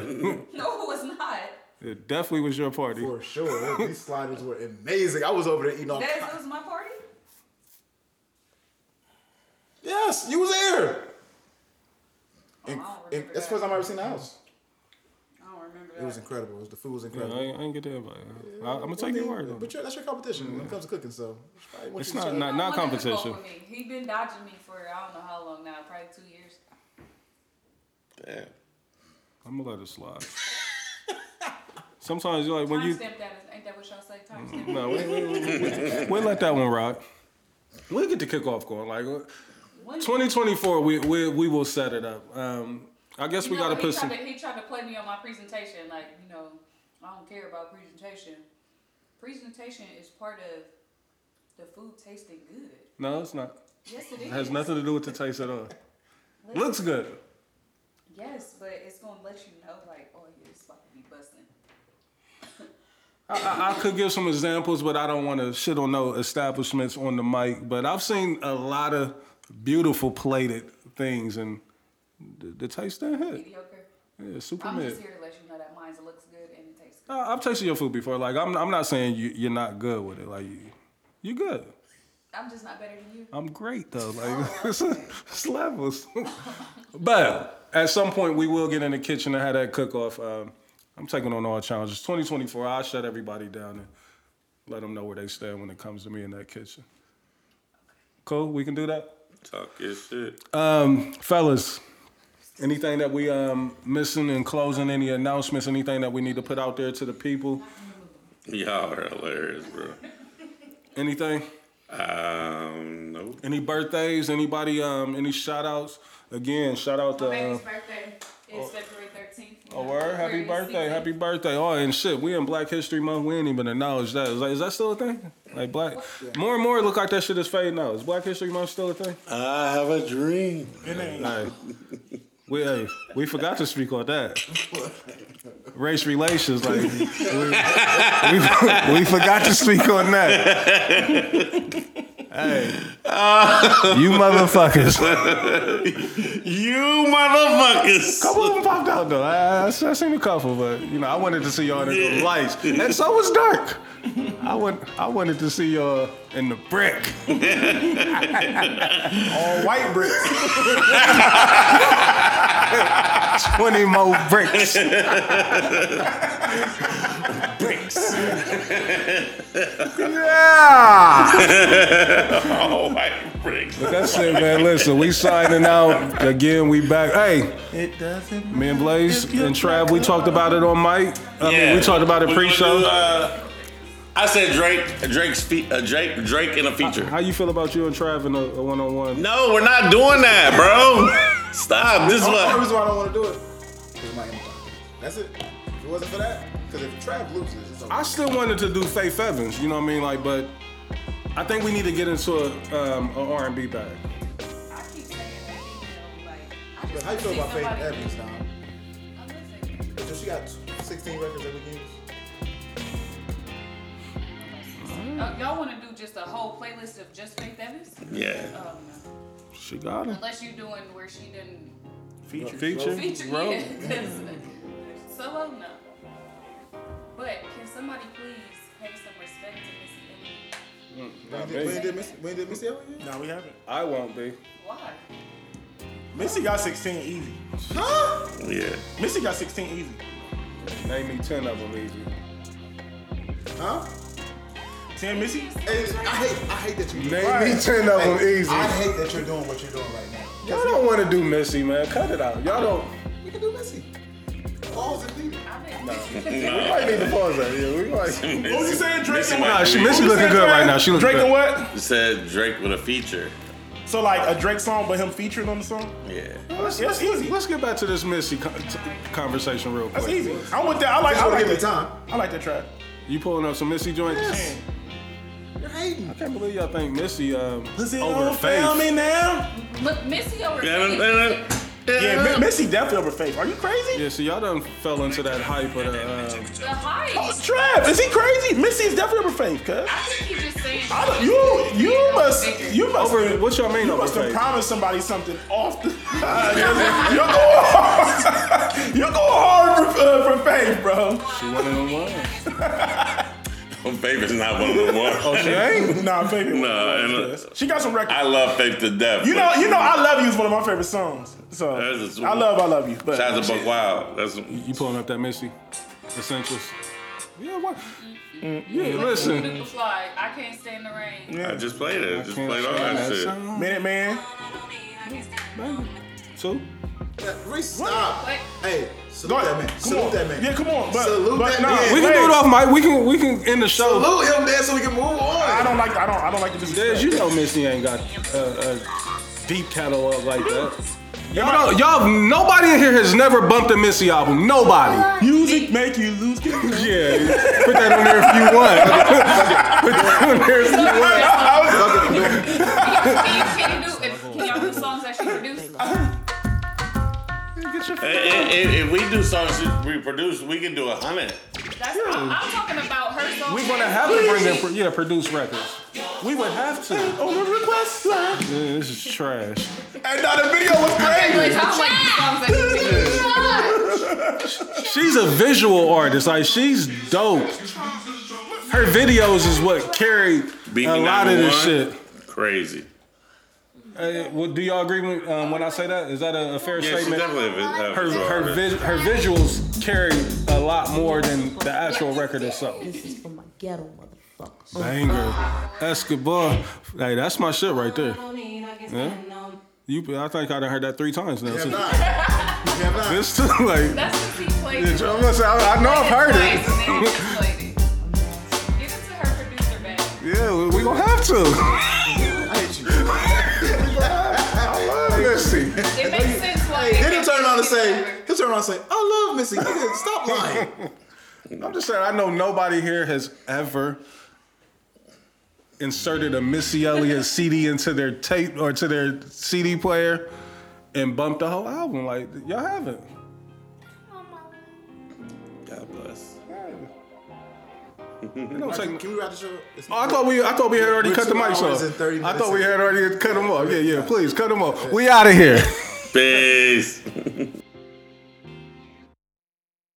S12: No, it was not.
S2: it definitely was your party.
S4: For sure. These sliders were amazing. I was over there eating all
S12: That
S4: kind-
S12: that was my party.
S4: Yes, you was there.
S12: Oh, I
S4: And-
S12: don't
S4: and that's
S12: remember
S4: the
S12: that.
S4: first time I ever seen the house.
S12: I don't remember
S4: It was incredible. It was, the food was
S2: Yeah, I,
S4: incredible.
S2: ain't- I ain't get that, but I, am gonna
S4: Well,
S2: take your
S4: then,
S2: word. on it.
S4: But you're, that's your competition when it comes to cooking, so.
S2: It's not- not- not competition.
S12: He been dodging me for I don't know how long now, probably two years.
S1: Damn.
S2: I'm gonna let it
S4: [laughs]
S2: slide. Sometimes you're like when
S12: Time
S2: you
S12: stamp that. Ain't that what y'all say? Time stamp.
S2: no, we, we, we let that one rock. We'll get the kickoff going. Like uh, [laughs] 2024, we we, we will set it up. Um, I guess
S12: You
S2: we
S12: know,
S2: gotta
S12: he
S2: put
S12: tried
S2: some.
S12: To, he tried to play me on my presentation, like you know, I don't care about presentation. Presentation is part of the food tasting good.
S2: No, it's not.
S12: Yes, it
S2: It has
S12: is.
S2: nothing to do with the taste at all.
S12: Listen,
S2: Looks good.
S12: Yes, but it's gonna let you know, like, oh, yeah, it's about to be busting.
S2: I, I could give some examples, but I don't want to shit on no establishments on the mic. But I've seen a lot of beautiful plated things, and the, the taste didn't hit.
S12: Mediocre.
S2: Yeah, super
S12: I'm
S2: mid.
S12: just here to let you know that mine looks good and it tastes
S2: I- I've tasted your food before. Like I'm, I'm not saying you, you're not good with it. Like you, you good.
S12: good. I'm just not better than you.
S2: I'm great though. Like [laughs] it's, it's levels. but at some point we will get in the kitchen and have that cook off. Um, I'm taking on all challenges. 2024. I'll shut everybody down and let them know where they stand when it comes to me in that kitchen. Cool. We can do that.
S1: Talk your shit.
S2: Um, fellas, anything that we um missing in closing? Any announcements? Anything that we need to put out there to the people?
S1: Y'all are hilarious, bro.
S2: Anything?
S1: Um, [laughs] no.
S2: Any birthdays? Anybody? Um, any shout outs? Again, shout out to.
S12: My baby's
S2: Uh,
S12: birthday is February 13th.
S2: oh, word! Happy
S12: Aquarius
S2: birthday!
S12: season.
S2: Happy birthday! Oh, and shit, we in Black History Month. We ain't even acknowledge that. Is, that- is that still a thing? Like black, more and more it look like that shit is fading out. Is Black History Month still a thing?
S7: I have a dream.
S2: Hey, we hey, we forgot to speak on that. Race relations, like we, we, we forgot to speak on that.
S7: [laughs]
S2: Hey, you motherfuckers.
S1: you motherfuckers.
S2: Couple of them popped out though. I, I, I seen a couple, but you know, I wanted to see y'all in the lights, and so was dark. I want, I wanted to see y'all in the brick.
S3: All white
S2: [laughs]
S3: bricks.
S2: Twenty more bricks.
S1: bricks.
S2: yeah.
S1: oh my bricks.
S2: But that's it, man. Listen, we signing out again. We back. Hey,
S7: It doesn't.
S2: me and Blaze and Trav, we talked about it on mic. I mean, we talked about it
S1: We're gonna
S2: pre-show.
S1: do, uh, I said Drake, Drake's fe- uh, Drake, Drake in a feature.
S2: How you feel about you and Trav in a, a one-on-one?
S1: No, we're not doing that, bro. [laughs] Stop. This is
S4: The only
S1: what.
S4: reason why I don't want to do it. 'cause of my income. That's it. If it wasn't for that, because if Trav loses, it's over.
S2: I still wanted to do Faith Evans, you know what I mean? Like, but I think we need to get into a, um, a R&B bag.
S4: But how you feel about Faith Evans now? Because she got 16 records every year.
S12: Uh, y'all want to do just a whole playlist of just Faith Evans?
S1: Yeah.
S12: Um,
S2: She got it.
S12: unless you're doing where she didn't
S2: Feature.
S12: feature,
S2: Feature. Bro.
S12: yeah, [laughs] 'cause solo oh, no. But can somebody please pay some respect to Missy Elliott?
S4: When did, when did, Miss, when did Missy ever get?
S3: No, we haven't.
S2: I won't be.
S12: Why?
S3: Missy got 16 easy.
S1: Yeah.
S3: Missy got 16 easy.
S2: Name me 10 of them easy.
S4: Huh?
S3: 10 Missy?
S4: Hey, I hate, I hate that you.
S2: Name me 10 of them
S4: Hey,
S2: easy.
S4: I hate that you're doing what you're doing right now.
S2: Y'all don't want to do Missy, man. Cut it out. Y'all don't.
S4: We can do Missy. Balls and feet.
S2: We might need to pause that. Yeah, we might.
S3: What was you saying, Drake? Oh
S1: Missy
S3: and
S1: might
S2: Nah, she,
S1: be.
S2: Missy
S3: Who
S2: looking
S3: said
S2: good
S3: Drake?
S2: right now. She looking
S3: Drake
S2: good.
S3: and what?
S1: You said Drake with a feature.
S3: So like a Drake song, but him featuring on the song?
S1: Yeah.
S2: Let's, let's, let's, let's get back to this Missy con- t- conversation real quick.
S3: That's easy. I'm with that. I like,
S4: Just
S3: I
S4: want to
S3: like,
S4: give
S3: that,
S4: it time.
S3: I like that track.
S2: You pulling up some Missy joints?
S4: Yes. You're hating.
S2: I can't believe y'all think Missy um,
S3: Pussy
S2: over
S3: don't fail
S2: Faith.
S3: me now.
S12: Look, Missy over Faith.
S3: Yeah,
S1: Yeah.
S3: Mi- Missy definitely over Faith. Are you crazy?
S2: Yeah, so y'all done fell into that hype of the. Um,
S12: The height.
S3: Oh, Trav, is he crazy? Missy is definitely over Faith, cuz.
S12: I think you just saying.
S3: I don't- You, you must, you must.
S2: Over, what y'all mean
S3: You
S2: over
S3: must have
S2: Faith?
S3: promised somebody something off
S4: [laughs]
S3: the. you're going
S4: [laughs]
S3: hard. you're going hard for, uh, for faith, bro.
S2: She wanted on one.
S1: Well, Faith is not one of the ones.
S3: Oh,
S1: [laughs]
S3: she ain't?
S1: nah, Faith. Nah, and, uh,
S3: She got some records.
S1: I love Faith to death.
S3: You know,
S1: but-
S3: you know, I love you is one of my favorite songs. So
S1: That's a-
S3: I love, I love you. But
S1: Shout out to Buck Wild. That's
S2: you pulling up that Missy essentials. Yeah, what?
S12: Look,
S2: Yeah, listen.
S12: Luke Fly, I can't stand the rain.
S1: I just played it. Just played all that shit.
S3: Minute Man.
S2: Two.
S4: Stop. Hey, salute
S3: ahead.
S4: that man.
S3: Come
S4: Salute
S3: on.
S4: that man.
S3: Yeah, come on. But-
S4: salute
S3: but
S4: that
S3: nah,
S4: man.
S2: We can do it off, Mike. We can we can end the show.
S4: Salute him, then, so we can move on.
S3: I don't like, I don't, I don't like to just.
S2: Dez, you know Missy ain't got a, a deep catalog like that. Y'all, don't, y'all, nobody in here has never bumped a Missy
S3: [laughs]
S2: album. Nobody.
S3: Music make you lose control.
S2: Yeah, put that on there if you want. [laughs] put that on there if you want.
S12: Can you, can you do? If, can y'all do songs that she produced?
S1: And- and- and If we do songs that we produce, we can do a hundred.
S12: That's I, I'm talking about her songs.
S2: We're gonna have to bring them, pro- yeah, produce records. We would have to.
S4: Oh.
S2: Yeah,
S3: On the request line.
S2: this is trash.
S3: And now the video was
S12: Like,
S3: crazy.
S12: how like the songs that she produced?
S2: She's a visual artist. Like she's dope. Her videos is what carried
S1: Beat
S2: a
S1: me
S2: lot of this shit.
S1: number one. Crazy.
S2: Uh, well, do y'all agree with, um, when I say that? Is that a, a fair
S1: Yeah, she's
S2: statement?
S1: definitely a vi- a
S2: her
S1: visual
S2: her,
S1: artist.
S2: vis- her visuals carry a lot more than the actual record itself.
S14: This is for my ghetto motherfuckers.
S2: Banger, Escobar. Hey, that's my shit right there. Yeah. You, I think I done heard that three times now. since- This too, [laughs] like,
S12: That's what she played.
S2: I'm gonna say, I, I know I've heard
S12: Twice, and then
S2: it.
S12: you just played it. Give it to her producer back.
S2: Yeah, we gonna have to.
S4: Missy.
S12: It makes sense. Like,
S4: Then he'll turn around and say, he'll turn around and say, I love Missy. Nigga, Stop lying.
S2: [laughs] I'm just saying, I know nobody here has ever inserted a Missy Elliott CD into their tape or to their CD player and bumped the whole album. Like, y'all haven't.
S1: God bless.
S2: It don't take.
S4: Can we wrap the show? It's-
S2: Oh, I thought we, I thought we had already
S4: We're
S2: cut the
S4: two
S2: mics
S4: hours
S2: off.
S4: and 30
S2: I
S4: minutes
S2: thought we
S4: in.
S2: had already cut them off. Yeah, yeah. Please cut them off. We out of here.
S1: Peace.